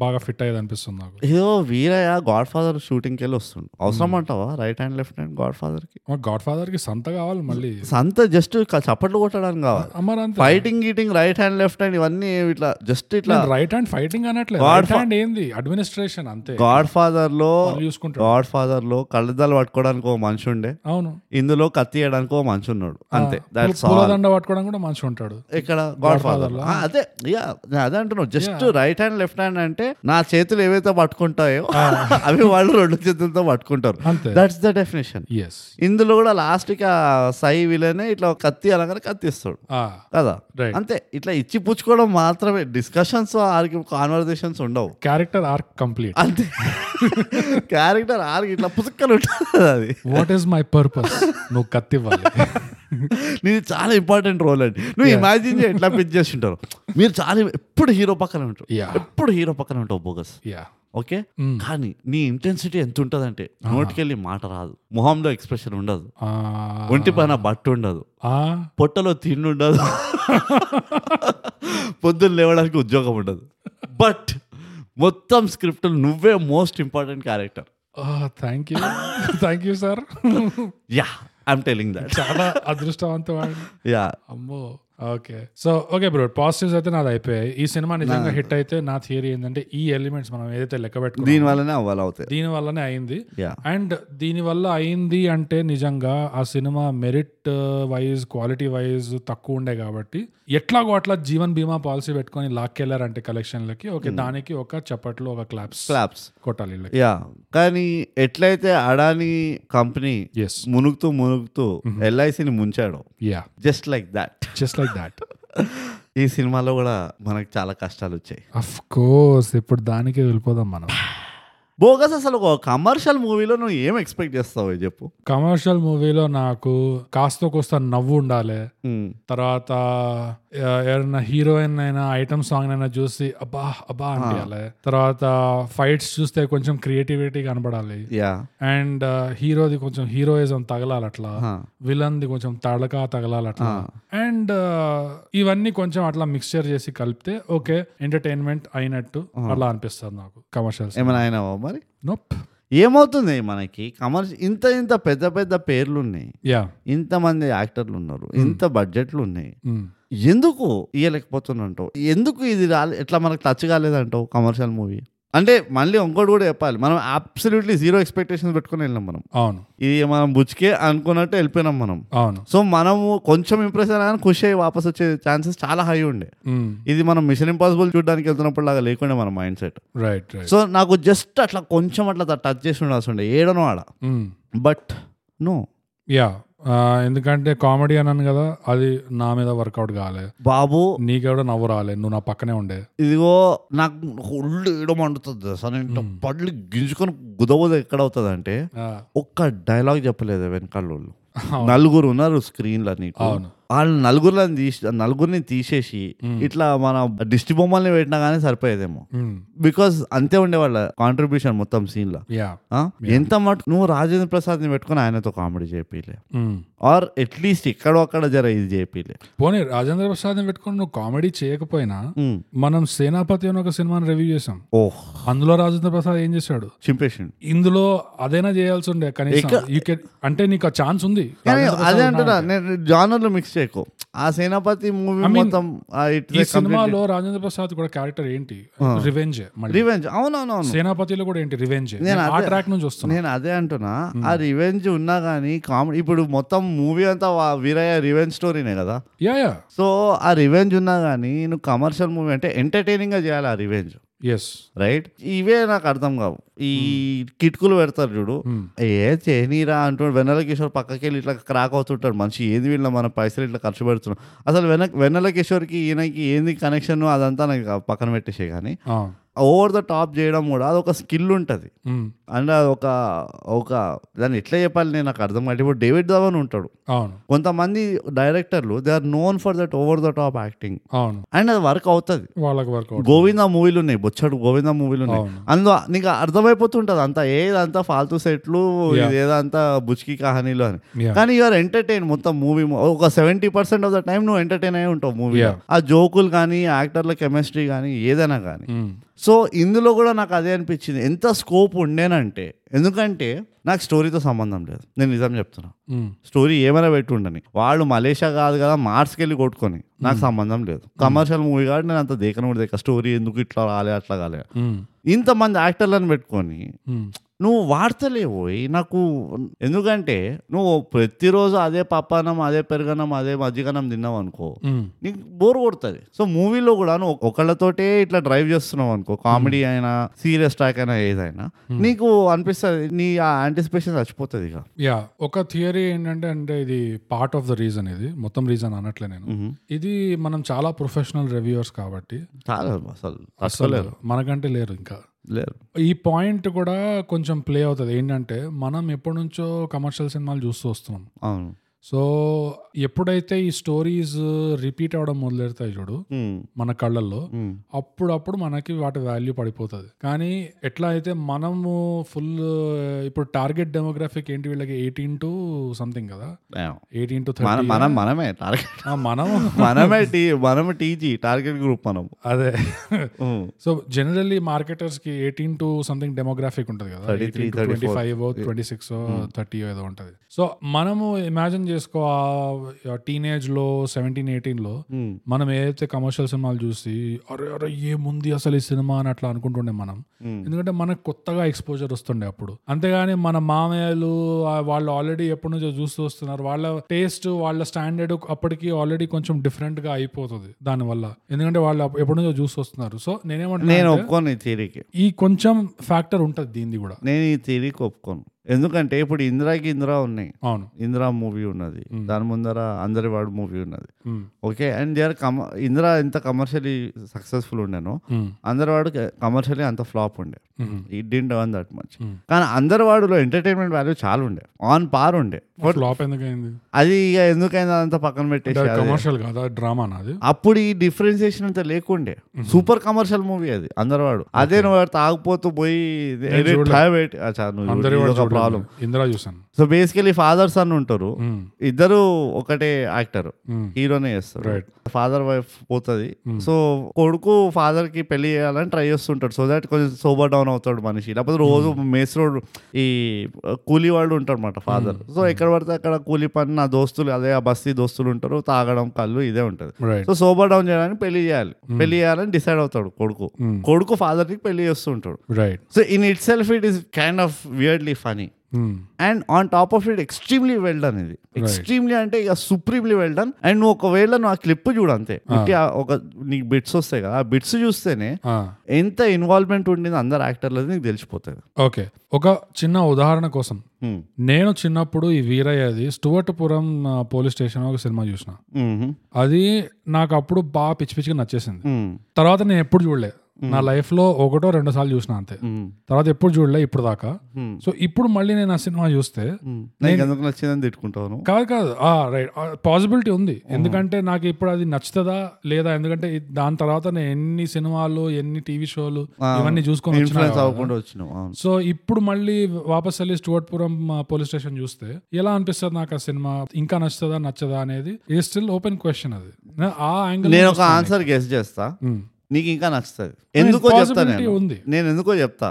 Speaker 1: బాగా ఫిట్ అయ్యేది అనిపిస్తుంది నాకు
Speaker 2: ఏదో వీరయ్య గాడ్ ఫాదర్ షూటింగ్కి వెళ్ళి వస్తుండు అవసరం అంటావా right hand left hand God ఫాదర్కి
Speaker 1: గాడ్ ఫాదర్ కి సంత కావాలి మళ్ళీ
Speaker 2: సంత జస్ట్ చప్పట్లు కొట్టడానికి కావాలి
Speaker 1: అమరాంత్
Speaker 2: ఫైటింగ్ గీటింగ్ రైట్ హ్యాండ్ లెఫ్ట్ హ్యాండ్ ఇవన్నీ ఇట్లా జస్ట్ ఇట్లా
Speaker 1: రైట్ హ్యాండ్ ఫైటింగ్ అనట్లేదు
Speaker 2: God
Speaker 1: రైట్ హ్యాండ్ ఏంది అడ్మినిస్ట్రేషన్ అంతే
Speaker 2: గాడ్ ఫాదర్ లో
Speaker 1: వాళ్ళు చూసుకుంటారు
Speaker 2: గాడ్ ఫాదర్ లో కళ్ళద్దాలు పట్టుకోవడానికి ఒక మనిషి ఉండే
Speaker 1: అవును
Speaker 2: ఇందులో కత్తి వేయడానికి ఒక మనిషి ఉన్నాడు అంతే
Speaker 1: Ah.
Speaker 2: దాట్స్
Speaker 1: పూలదండ పట్టుకోవడం కూడా మంచిగా ఉంటాడు
Speaker 2: ఇక్కడ గాడ్ ఫాదర్ అదే యా అదే అంటున్నావు just right hand left hand అంటే నా చేతులు ఏవైతే పట్టుకుంటాయో అవి వాళ్ళు రెండు చేతులతో పట్టుకుంటారు
Speaker 1: అంతే
Speaker 2: దట్స్ ద డెఫినేషన్
Speaker 1: ఎస్
Speaker 2: ఇందులో కూడా లాస్ట్ కి ఆ సై విలనే ఇట్లా ఒక కత్తి అలాగనే కత్తిస్తాడు కదా
Speaker 1: Right.
Speaker 2: అంతే ఇట్లా ఇచ్చి పుచ్చుకోవడం మాత్రమే డిస్కషన్స్ ఆర్గ్యూ కాన్వర్సేషన్స్ ఉండవు
Speaker 1: క్యారెక్టర్ ఆర్క్ కంప్లీట్
Speaker 2: అంతే క్యారెక్టర్ ఆర్గ్ ఇట్లా పుసుక్కలు ఉంటుంది అది
Speaker 1: వాట్ ఈస్ మై పర్పస్ నువ్వు కత్తివ్వాలి
Speaker 2: నీది చాలా ఇంపార్టెంట్ రోల్ అండి నువ్వు ఇమాజిన్ చేయి ఎట్లా పిచ్ చేసి ఉంటారు మీరు చాలా ఎప్పుడు హీరో పక్కన ఉంటారు
Speaker 1: Yeah.
Speaker 2: ఎప్పుడు హీరో పక్కన ఉంటావు బోగస్
Speaker 1: యా
Speaker 2: ఓకే కానీ నీ ఇంటెన్సిటీ ఎంత ఉంటుందంటే నోటికెళ్ళి మాట రాదు మొహంలో ఎక్స్ప్రెషన్ ఉండదు ఒంటి పైన బట్ట ఉండదు పొట్టలో తిండి ఉండదు పొద్దున్న లేవడానికి ఉద్యోగం ఉండదు బట్ మొత్తం స్క్రిప్ట్ నువ్వే most important character
Speaker 1: thank you thank you sir
Speaker 2: yeah I'm telling that
Speaker 1: చాలా అదృష్టవంతవాడు
Speaker 2: యా
Speaker 1: అమ్మో okay so okay bro positives అయితే నాది అయిపోయాయి ఈ సినిమా నిజంగా హిట్ అయితే నా థియరీ ఏంటంటే ఈ ఎలిమెంట్స్ మనం ఏదైతే లెక్క పెట్టుకున్నాం
Speaker 2: దీని వల్లనే అవ్వాలి అవుతాయి
Speaker 1: దీని వల్లనే అయింది
Speaker 2: యా
Speaker 1: అండ్ దీని వల్ల అయింది అంటే నిజంగా ఆ cinema uh, merit wise quality wise తక్కువ ఉండే కాబట్టి ఎట్లాగో అట్లా జీవన్ బీమా పాలసీ పెట్టుకొని లాక్కెళ్ళారంటే కలెక్షన్లకి ఓకే దానికి ఒక చప్పట్లు ఒక క్లాప్స్
Speaker 2: క్లాప్స్
Speaker 1: కొట్టాలి వీళ్ళకి
Speaker 2: యా కానీ ఎట్లయితే అడానీ కంపెనీ
Speaker 1: ఎస్
Speaker 2: మునుగుతూ మునుగుతూ ఎల్ఐసిని ముంచాడు
Speaker 1: yeah
Speaker 2: just like that
Speaker 1: just like that
Speaker 2: ఈ సినిమాలో కూడా మనకు చాలా కష్టాలు వచ్చాయి
Speaker 1: అఫ్ కోర్స్ ఇప్పుడు దానికే వెళ్ళిపోదాం మనం
Speaker 2: బోగస్ అసలు ఒక కమర్షియల్ మూవీలో నువ్వు ఏం ఎక్స్పెక్ట్ చేస్తావు ఇది చెప్పు
Speaker 1: కమర్షియల్ మూవీలో నాకు కాస్త కోస్త నవ్వు ఉండాలి తర్వాత ఎ- ఎవరైనా హీరోయిన్ అయినా ఐటమ్ సాంగ్ అయినా చూసి అబ్బా అబ్బా అనిపించాలి తర్వాత ఫైట్స్ చూస్తే కొంచెం క్రియేటివిటీ కనబడాలి
Speaker 2: యా
Speaker 1: అండ్ హీరోది కొంచెం హీరోయిజం తగలాలి అట్లా విలన్ది కొంచెం తడక తగలాలి అట్లా అండ్ ఇవన్నీ కొంచెం అట్లా మిక్స్చర్ చేసి కలిపితే ఓకే ఎంటర్టైన్మెంట్ అయినట్టు అలా అనిపిస్తుంది నాకు కమర్షియల్స్
Speaker 2: ఏమైనా అయినావా మరి
Speaker 1: నోప్
Speaker 2: ఏమవుతుంది మనకి కమర్షియల్ ఇంత ఇంత పెద్ద పెద్ద పేర్లు ఉన్నాయి
Speaker 1: యా
Speaker 2: ఇంతమంది యాక్టర్లు ఉన్నారు ఇంత బడ్జెట్లు ఉన్నాయి
Speaker 1: Hmm.
Speaker 2: ఎందుకు ఇయ్యలేకపోతున్నాంటావు ఎందుకు ఇది రాలే ఎట్లా మనకు టచ్ కాలేదంటావు కమర్షియల్ మూవీ అంటే మళ్ళీ ఇంకోటి కూడా చెప్పాలి మనం అబ్సల్యూట్లీ జీరో ఎక్స్పెక్టేషన్స్ పెట్టుకొని వెళ్ళాం మనం
Speaker 1: అవును
Speaker 2: ఇది మనం బుచ్చికే అనుకున్నట్టు వెళ్ళిపోయినాం మనం
Speaker 1: అవును
Speaker 2: సో మనము కొంచెం ఇంప్రెస్ అయినా కానీ ఖుషి అయ్యి వాపస్ వచ్చే ఛాన్సెస్ చాలా హై ఉండే ఇది మనం మిషన్ ఇంపాసిబుల్ చూడడానికి వెళ్తున్నప్పుడు లాగా లేకుండా మన mindset
Speaker 1: right right
Speaker 2: so నాకు జస్ట్ అట్లా కొంచెం అట్లా టచ్ చేసి ఉండాల్సి ఉండే ఏడనో ఆడ బట్ నో
Speaker 1: యా ఎందుకంటే కామెడీ అన్నాను కదా అది నా మీద వర్కౌట్ కాలే
Speaker 2: బాబు
Speaker 1: నీకెవడో నవ్వు రాలే నువ్వు నా పక్కనే ఉండే
Speaker 2: ఇదిగో నాకు ఒళ్ళు ఏడో మండుతుంది అసలు నేను పళ్ళు గింజుకొని గుదవదు ఎక్కడ అవుతుంది అంటే
Speaker 1: ఆ,
Speaker 2: ఒక్క డైలాగ్ చెప్పలేదు వెనకాల వాళ్ళు నలుగురు ఉన్నారు స్క్రీన్లో నీకు వాళ్ళు నలుగురిని తీసి నలుగురిని తీసేసి ఇట్లా మన దిష్టి బొమ్మల్ని పెట్టినా కానీ సరిపోయేదేమో
Speaker 1: ఉమ్,
Speaker 2: బికాస్ అంతే ఉండేవాళ్ళ కాంట్రిబ్యూషన్ మొత్తం సీన్లో
Speaker 1: యా
Speaker 2: ఎంత మటు నువ్వు రాజేంద్ర ప్రసాద్ని పెట్టుకొని ఆయనతో కామెడీ చేపిలే
Speaker 1: ఉమ్.
Speaker 2: ఆర్ అట్లీస్ట్ ఇక్కడ ఒక్కడ జర ఇది చేపిలే
Speaker 1: పోనీ రాజేంద్ర ప్రసాద్ పెట్టుకొని నువ్వు కామెడీ చేయకపోయినా మనం సేనాపతి అని ఒక సినిమాని రివ్యూ చేసాం
Speaker 2: ఓహ్
Speaker 1: అందులో రాజేంద్ర ప్రసాద్ ఏం చేశాడు
Speaker 2: చింపేసిండు
Speaker 1: ఇందులో అదైనా చేయాల్సి ఉండే కనీసం You can- అంటే నీకు ఆ ఛాన్స్ ఉంది
Speaker 2: కానీ అదే అంటున్నా నేను జానర్లు మిక్స్ చేయకు ఆ సేనాపతి మూవీ మొత్తం
Speaker 1: ఈ సినిమాలో రాజేంద్ర ప్రసాద్ కూడా క్యారెక్టర్ ఏంటి రివెంజ్ మళ్ళీ
Speaker 2: రివెంజ్ అవునవునవును
Speaker 1: సేనాపతిలో కూడా ఏంటి రివెంజ్ ఆ ట్రాక్ నుంచి వస్తున్నా
Speaker 2: నేను అదే అంటున్నా ఆ రివెంజ్ ఉన్నా కానీ కామెడీ ఇప్పుడు మొత్తం మూవీ అంతా వా- వీరయ్య రివెంజ్ స్టోరీనే కదా
Speaker 1: యా యా
Speaker 2: సో ఆ రివెంజ్ ఉన్నా కానీ నువ్వు కమర్షియల్ మూవీ అంటే ఎంటర్టైనింగ్ గా చేయాలి ఆ రివెంజ్
Speaker 1: ఎస్
Speaker 2: రైట్ ఇవే నాకు అర్థం కావు ఈ కిట్కులు పెడతారు చూడు ఏ చేయనీరా అంటాడు వెన్నెల కిషోర్ పక్కకి వెళ్ళి ఇట్లా క్రాక్ అవుతుంటాడు మనిషి ఏది వీళ్ళ మన పైసలు ఇట్లా ఖర్చు పెడుతున్నాం అసలు వెన వెన్నెల కిషోర్కి ఈయనకి ఏంది కనెక్షన్ అదంతా నాకు పక్కన పెట్టేసే కానీ ఓవర్ ద టాప్ చేయడం కూడా అదొక స్కిల్ ఉంటుంది అండ్ అదొక ఒక దాన్ని ఎట్లా చెప్పాలి నేను నాకు అర్థం కాదు ఇప్పుడు డేవిడ్ ధవన్ ఉంటాడు
Speaker 1: అవును
Speaker 2: కొంతమంది డైరెక్టర్లు they are known for that over the top acting
Speaker 1: అవును
Speaker 2: అండ్ అది వర్క్ అవుతుంది
Speaker 1: వాళ్ళకి వర్కౌట్
Speaker 2: గోవింద మూవీలు ఉన్నాయి బొచ్చడు గోవింద మూవీలు ఉన్నాయి
Speaker 1: అవును.
Speaker 2: అందులో నీకు అర్థమైపోతుంటది అంతా ఏదంతా ఫాల్తూ సెట్లు
Speaker 1: Yeah.
Speaker 2: ఇదేదంతా బుచ్కి కహానీలు అని
Speaker 1: Yeah.
Speaker 2: కానీ యూఆర్ ఎంటర్టైన్ మొత్తం మూవీ ఒక seventy percent of the time నువ్వు ఎంటర్టైన్ అయి ఉంటావు మూవీ
Speaker 1: Yeah.
Speaker 2: ఆ జోకులు కానీ యాక్టర్ల కెమిస్ట్రీ కానీ ఏదైనా కానీ సో ఇందులో కూడా నాకు అదే అనిపించింది ఎంత స్కోప్ ఉండేనంటే ఎందుకంటే నాకు స్టోరీతో సంబంధం లేదు నేను నిజం చెప్తున్నా స్టోరీ ఏమైనా పెట్టి ఉండని వాళ్ళు మలేషియా కాదు కదా మార్స్కి వెళ్ళి కొట్టుకొని నాకు సంబంధం లేదు కమర్షియల్ మూవీ కాబట్టి నేను అంత దేకను కూడా దేక స్టోరీ ఎందుకు ఇట్లా రాలే అట్లా కాలే ఇంతమంది యాక్టర్లను పెట్టుకొని నువ్వు వాడతలేవోయ్ నాకు ఎందుకంటే నువ్వు ప్రతిరోజు అదే పప్పనం అదే పెరగనం అదే మజ్జిగనం తిన్నావు అనుకో నీకు బోర్ కొడుతుంది సో మూవీలో కూడా నువ్వు ఒకళ్ళతోటే ఇట్లా డ్రైవ్ చేస్తున్నావు అనుకో కామెడీ అయినా సీరియస్ ట్రాక్ అయినా ఏదైనా నీకు అనిపిస్తుంది నీ ఆ యాంటిసిపేషన్ చచ్చిపోతుంది ఇక
Speaker 1: యా ఒక థియరీ ఏంటంటే అంటే ఇది పార్ట్ ఆఫ్ ద రీజన్ ఇది మొత్తం రీజన్ అనట్లే నేను ఇది మనం చాలా ప్రొఫెషనల్ రివ్యూవర్స్ కాబట్టి
Speaker 2: చాలా అసలు
Speaker 1: అసలు మనకంటే లేరు ఇంకా
Speaker 2: లేరు
Speaker 1: ఈ పాయింట్ కూడా కొంచెం ప్లే అవుతుంది ఏంటంటే మనం ఎప్పటి నుంచో కమర్షియల్ సినిమాలు చూస్తూ వస్తున్నాం
Speaker 2: అవును
Speaker 1: సో ఎప్పుడైతే ఈ స్టోరీస్ రిపీట్ అవడం మొదలెడతాయి చూడు మన కళ్ళల్లో అప్పుడప్పుడు మనకి వాటి వాల్యూ పడిపోతుంది కానీ ఎట్లా అయితే మనము ఫుల్ ఇప్పుడు టార్గెట్ డెమోగ్రాఫిక్ ఏంటి వీళ్ళకి ఎయిటీన్ టు సంథింగ్ కదా ఎయిటీన్ టు
Speaker 2: మనం
Speaker 1: థర్టీ
Speaker 2: మనం మనమే టార్గెట్
Speaker 1: మనం
Speaker 2: మనమే టీ మనమే టీజీ టార్గెట్ గ్రూప్ మనం
Speaker 1: అదే సో జనరల్లీ మార్కెటర్స్ కి ఎయిటీన్ టు సంథింగ్ డెమోగ్రాఫిక్ ఉంటుంది కదా
Speaker 2: 33,
Speaker 1: twenty five twenty six thirty ఏదో ఉంటుంది సో మనము ఇమాజిన్ చేసుకో టీనేజ్ లో సెవెంటీన్ ఎయిటీన్ లో మనం ఏదైతే కమర్షియల్ సినిమాలు చూసి అరే అరే ఏముంది అసలు ఈ సినిమా అని అట్లా అనుకుంటుండే మనం ఎందుకంటే మనకు కొత్తగా ఎక్స్పోజర్ వస్తుండే అప్పుడు అంతేగాని మన మామయ్యలు ఆ వాళ్ళు ఆల్రెడీ ఎప్పటి నుంచో చూస్తూ వస్తున్నారు వాళ్ళ టేస్ట్ వాళ్ళ స్టాండర్డ్ అప్పటికి ఆల్రెడీ కొంచెం డిఫరెంట్ గా అయిపోతుంది దానివల్ల ఎందుకంటే వాళ్ళు అప్ప- ఎప్పటి నుంచో చూస్తూ వస్తున్నారు సో నేనేమంటున్నా
Speaker 2: నేను ఒప్పుకోను ఈ థియరీకి
Speaker 1: ఈ కొంచెం ఫ్యాక్టర్ ఉంటుంది దీనిది కూడా
Speaker 2: నేను ఈ థియరీకి ఒప్పుకోను ఎందుకంటే ఇప్పుడు ఇందిరాకి ఇందిరా ఉన్నాయి
Speaker 1: అవును
Speaker 2: ఇందిరా మూవీ ఉన్నది దాని ముందర అందరి వాడు మూవీ ఉన్నది
Speaker 1: Mm.
Speaker 2: Okay and they are కమ ఇందిరా ఎంత కమర్షియలీ సక్సెస్ఫుల్ ఉండేనో
Speaker 1: Mm.
Speaker 2: అందరివాడు కమర్షియలీ అంత ఫ్లాప్ ఉండే
Speaker 1: Mhm.
Speaker 2: It didn't earn that much
Speaker 1: Mm.
Speaker 2: కానీ అందరివాడులో ఎంటర్టైన్మెంట్ వాల్యూ చాలా ఉండే ఆన్ పార్ ఉండే But
Speaker 1: ఫ్లాప్ ఎందుకైంది
Speaker 2: అది ఇక ఎందుకైనా అంతా పక్కన పెట్టేసి అదే.
Speaker 1: కమర్షియల్ కాదా డ్రామా నాది
Speaker 2: అప్పుడు ఈ డిఫరెన్సియేషన్ అంతా లేకుండే సూపర్ కమర్షియల్ మూవీ అది అందరివాడు అదే నువ్వు తాగిపోతూ పోయి
Speaker 1: అందరి వాడు
Speaker 2: ప్రాబ్లం
Speaker 1: ప్రాబ్లం ఇందిరా చూసాను
Speaker 2: సో బేసికలీ ఫాదర్ సన్ ఉంటారు ఇద్దరు ఒకటే యాక్టర్
Speaker 1: Mm.
Speaker 2: హీరోనే చేస్తారు
Speaker 1: Right.
Speaker 2: ఫాదర్ వైఫ్ పోతుంది సో కొడుకు ఫాదర్ కి పెళ్లి చేయాలని ట్రై చేస్తుంటాడు సో దాట్ కొంచెం సోబర్ డౌన్ అవుతాడు మనిషి లేకపోతే రోజు మేస్ రోడ్ ఈ కూలీ వాళ్ళు ఉంటాడు అనమాట ఫాదర్ సో ఎక్కడ పడితే అక్కడ కూలీ పని నా దోస్తులు అదే ఆ బస్తీ దోస్తులు ఉంటారు తాగడం కళ్ళు ఇదే ఉంటుంది
Speaker 1: రైట్
Speaker 2: సో సోబర్ డౌన్ చేయడానికి పెళ్లి చేయాలి పెళ్లి చేయాలని డిసైడ్ అవుతాడు కొడుకు కొడుకు father కి పెళ్లి చేస్తుంటాడు
Speaker 1: right
Speaker 2: so in itself it is kind of weirdly funny and on top of it extremely well done ఇది ఎక్స్ట్రీమ్లీ అంటే ఇక సుప్రీమ్లీ వెల్ డన్ అండ్ నువ్వు ఒకవేళ నువ్వు ఆ క్లిప్ చూడు అంతే ఉట్టి ఆ ఒక నీకు బిట్స్ వస్తాయి కదా ఆ బిట్స్ చూస్తేనే ఎంత ఇన్వాల్వ్మెంట్ ఉండింది అందరు యాక్టర్లది నీకు తెలిసిపోతుంది
Speaker 1: ఓకే ఒక చిన్న ఉదాహరణ కోసం
Speaker 2: Hmm.
Speaker 1: నేను చిన్నప్పుడు ఈ వీరయ్యది స్టువర్ట్పురం ఆ, పోలీస్ స్టేషన్ ఒక సినిమా చూసిన
Speaker 2: Mhm.
Speaker 1: అది నాకు అప్పుడు బాగా పిచ్చి పిచ్చిగా నచ్చేసింది
Speaker 2: Mm.
Speaker 1: తర్వాత నేను ఎప్పుడు చూడలే నా లైఫ్ లో ఒకటో రెండు సార్లు చూసిన అంతే
Speaker 2: Mm.
Speaker 1: తర్వాత ఎప్పుడు చూడలే ఇప్పుడు దాకా
Speaker 2: Hmm.
Speaker 1: సో ఇప్పుడు మళ్ళీ నేను ఆ సినిమా చూస్తే
Speaker 2: Mm. నీకు ఎందుకు నచ్చిందని తిట్టుకుంటాను
Speaker 1: కాదు కాదు రైట్ పాసిబిలిటీ ఉంది ఎందుకంటే నాకు ఇప్పుడు అది నచ్చుతుందా లేదా ఎందుకంటే ఇ- దాని తర్వాత నేను ఎన్ని సినిమాలు ఎన్ని టీవీ షోలు ఇవన్నీ చూసుకొని వచ్చినా
Speaker 2: ఇన్ఫ్లుయెన్స్
Speaker 1: కదా.
Speaker 2: అవ్వకుండా వచ్చినావు అవును
Speaker 1: సో ఇప్పుడు మళ్ళీ వాపస్ వెళ్ళి స్టువర్ట్పురం పోలీస్ స్టేషన్ చూస్తే ఎలా అనిపిస్తుంది నాకు ఆ సినిమా ఇంకా నచ్చుతుందా నచ్చదా అనేది ఇది స్టిల్ ఓపెన్ క్వశ్చన్ అది నా- ఆ యాంగిల్
Speaker 2: నేను ఒక ఆన్సర్ గెస్ చేస్తా నీకు ఇంకా నచ్చుతుంది ఎందుకో చెప్తా
Speaker 1: possibility
Speaker 2: నేను
Speaker 1: ఉంది.
Speaker 2: నేను ఎందుకో చెప్తా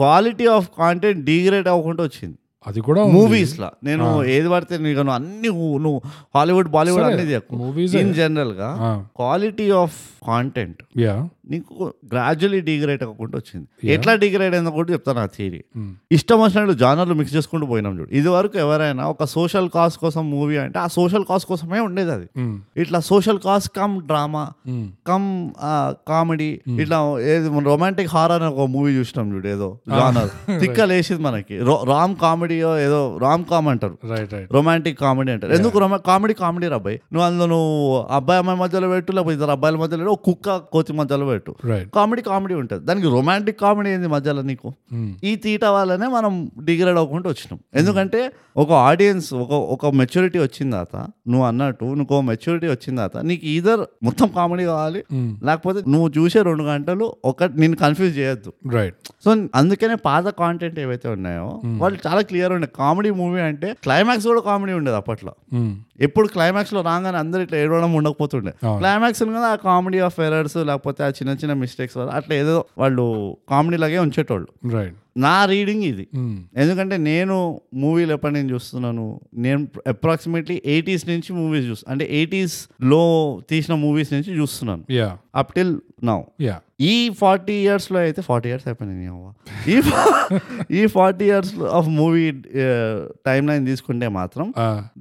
Speaker 2: క్వాలిటీ ఆఫ్ కాంటెంట్ డిగ్రేడ్ అవ్వకుండా వచ్చింది
Speaker 1: అది కూడా
Speaker 2: మూవీస్ లా నేను ఏది పడితే నీకు నువ్వు అన్ని ఊ- నువ్వు హాలీవుడ్ బాలీవుడ్ అనేది
Speaker 1: movies
Speaker 2: ఇన్ జనరల్ గా క్వాలిటీ ఆఫ్ కాంటెంట్
Speaker 1: యా
Speaker 2: నీకు గ్రాడ్యువల్లీ డిగ్రేడ్ అవ్వకుండా వచ్చింది ఎట్లా డిగ్రేడ్ అయిందో కూడా చెప్తాను నా థియరీ
Speaker 1: Hmm.
Speaker 2: ఇష్టం వచ్చినట్లు జానర్లు మిక్స్ చేసుకుంటూ పోయినాం చూడు ఇది వరకు ఎవరైనా ఒక సోషల్ కాస్ కోసం మూవీ అంటే ఆ సోషల్ కాస్ కోసమే ఉండేది అది ఇట్లా social cos come drama come comedy ఇట్లా ఏది రొమాంటిక్ హారర్ అని ఒక మూవీ చూసినాం చూడు ఏదో జానర్ తిక్క లేచింది మనకి రామ్ కామెడీయో ఏదో రామ్ కామ్ అంటారు
Speaker 1: రైట్ రైట్
Speaker 2: రొమాంటిక్ కామెడీ అంటారు ఎందుకు రొమా కామెడీ కామెడీ రాబాయి నువ్వు అందులో నువ్వు అబ్బాయి అమ్మాయి మధ్యలో పెట్టు లేకపోతే ఇద్దరు అబ్బాయిల మధ్యలో పెట్టు, ఒక కుక్క కోతి మధ్యలో పెట్టు
Speaker 1: రైట్
Speaker 2: కామెడీ కామెడీ ఉంటుంది దానికి రొమాంటిక్ కామెడీ ఏంది మధ్యలో నీకు ఈ తీట వల్లనే మనం డిగ్రేడ్ అవ్వకుండా వచ్చినాం ఎందుకంటే ఒక ఆడియన్స్ ఒక ఒక మెచ్యూరిటీ వచ్చిన తర్వాత నువ్వు అన్నట్టు నువ్వు మెచ్యూరిటీ వచ్చిన తర్వాత నీకు ఈధర్ మొత్తం కామెడీ కావాలి లేకపోతే నువ్వు చూసే రెండు గంటలు ఒక నేను కన్ఫ్యూజ్ చేయొద్దు
Speaker 1: రైట్
Speaker 2: సో అందుకనే పాత కాంటెంట్ ఏవైతే ఉన్నాయో వాళ్ళు చాలా క్లియర్ ఉండే కామెడీ మూవీ అంటే క్లైమాక్స్ కూడా కామెడీ ఉండేది అప్పట్లో ఎప్పుడు క్లైమాక్స్ లో రాగానే అందరు ఇట్లా ఏడవడం ఉండకపోతుండే
Speaker 1: అవును.
Speaker 2: క్లైమాక్స్ కదా ఆ కామెడీ ఆఫ్ ఎరర్స్ లేకపోతే ఆ చిన్న చిన్న మిస్టేక్స్ వల్ల అట్లా ఏదో వాళ్ళు కామెడీ లాగే ఉంచేటోళ్ళు
Speaker 1: రైట్
Speaker 2: నా రీడింగ్ ఇది ఎందుకంటే నేను మూవీలు ఎప్పటి నుంచి చూస్తున్నాను నేను అప్రాక్సిమేట్లీ ఎయిటీస్ నుంచి మూవీస్ చూస్తాను అంటే ఎయిటీస్ లో తీసిన మూవీస్ నుంచి చూస్తున్నాను
Speaker 1: yeah
Speaker 2: up till now
Speaker 1: yeah
Speaker 2: ఈ ఫార్టీ ఇయర్స్లో అయితే ఫార్టీ ఇయర్స్ అయిపోయినాయి నీ అవ్వ. ఈ ఫా- ఈ forty years of movie timeline uh, తీసుకుంటే మాత్రం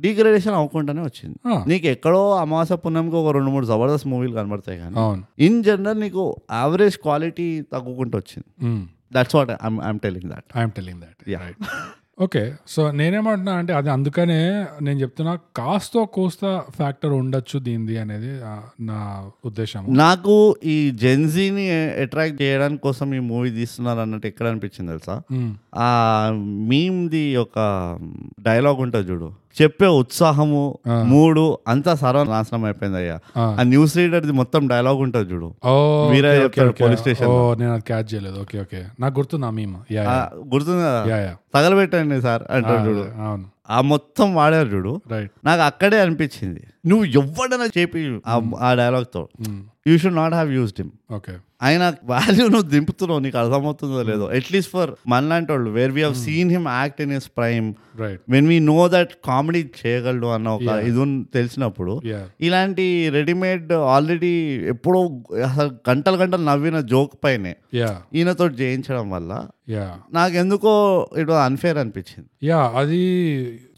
Speaker 2: డిగ్రేడేషన్ అవ్వకుండానే వచ్చింది
Speaker 1: Ah.
Speaker 2: నీకు ఎక్కడో అమాస పుణ్యంకి ఒక రెండు మూడు జబర్దస్త్ మూవీలు కనబడతాయి కానీ
Speaker 1: అవును
Speaker 2: ఇన్ జనరల్ నీకు యావరేజ్ క్వాలిటీ తగ్గుకుంటూ వచ్చింది that's what I'm telling that
Speaker 1: I'm telling that right okay so నేనేమంటున్నా అంటే అది అందుకనే నేను చెప్తున్నా కాస్తో కోస్తా ఫ్యాక్టర్ ఉండొచ్చు దీనిది అనేది ఆ, నా ఉద్దేశం
Speaker 2: నాకు ఈ జెన్జీని అట్రాక్ట్ చేయడానికి కోసం ఈ మూవీ తీస్తున్నారు అన్నట్టు ఎక్కడ అనిపించింది తెలుసా
Speaker 1: మ్మ్.
Speaker 2: ఆ మీమ్ది ఒక డైలాగ్ ఉంటుంది చూడు చెప్పే ఉత్సాహము మూడు అంతా సర్వనాశనం అయిపోయింది అయ్యా
Speaker 1: Ah.
Speaker 2: ఆ న్యూస్ రీడర్ది మొత్తం డైలాగ్ ఉంటుంది చూడు
Speaker 1: ఓ
Speaker 2: వీరే
Speaker 1: okay,
Speaker 2: చెప్తాడు
Speaker 1: okay,
Speaker 2: police
Speaker 1: okay. ఓ నేను అది క్యాచ్ చేయలేదు ఓకే ఓకే నాకు గుర్తుందా మేము యా
Speaker 2: ఆ, గుర్తుంది కదా
Speaker 1: యా యా
Speaker 2: తగలబెట్టండి సార్ అంటాడు చూడు
Speaker 1: అవును
Speaker 2: ఆ మొత్తం వాడారు చూడు
Speaker 1: రైట్
Speaker 2: నాకు అక్కడే అనిపించింది నువ్వు ఎవడైనా చెప్పి ఆ- ఆ డైలాగ్తో you should not have used him
Speaker 1: okay
Speaker 2: ఆయన వాల్యూ నువ్వు దింపుతున్నావు నీకు అర్థమవుతుందో లేదో అట్లీస్ట్ ఫర్ మనలాంటి వాళ్ళు where we
Speaker 1: Hmm.
Speaker 2: Have seen him act in his prime
Speaker 1: right
Speaker 2: when we know that comedy చేయగలడు అన్న ఒక ఇది ఉన్- తెలిసినప్పుడు
Speaker 1: యా
Speaker 2: ఇలాంటి రెడీమేడ్ ఆల్రెడీ ఎప్పుడో అసలు గంటలు గంటలు నవ్విన జోక్ పైనే
Speaker 1: యా
Speaker 2: ఈయనతో చేయించడం వల్ల
Speaker 1: యా
Speaker 2: నాకెందుకో ఇట్ అన్ఫేర్ అనిపించింది
Speaker 1: యా అది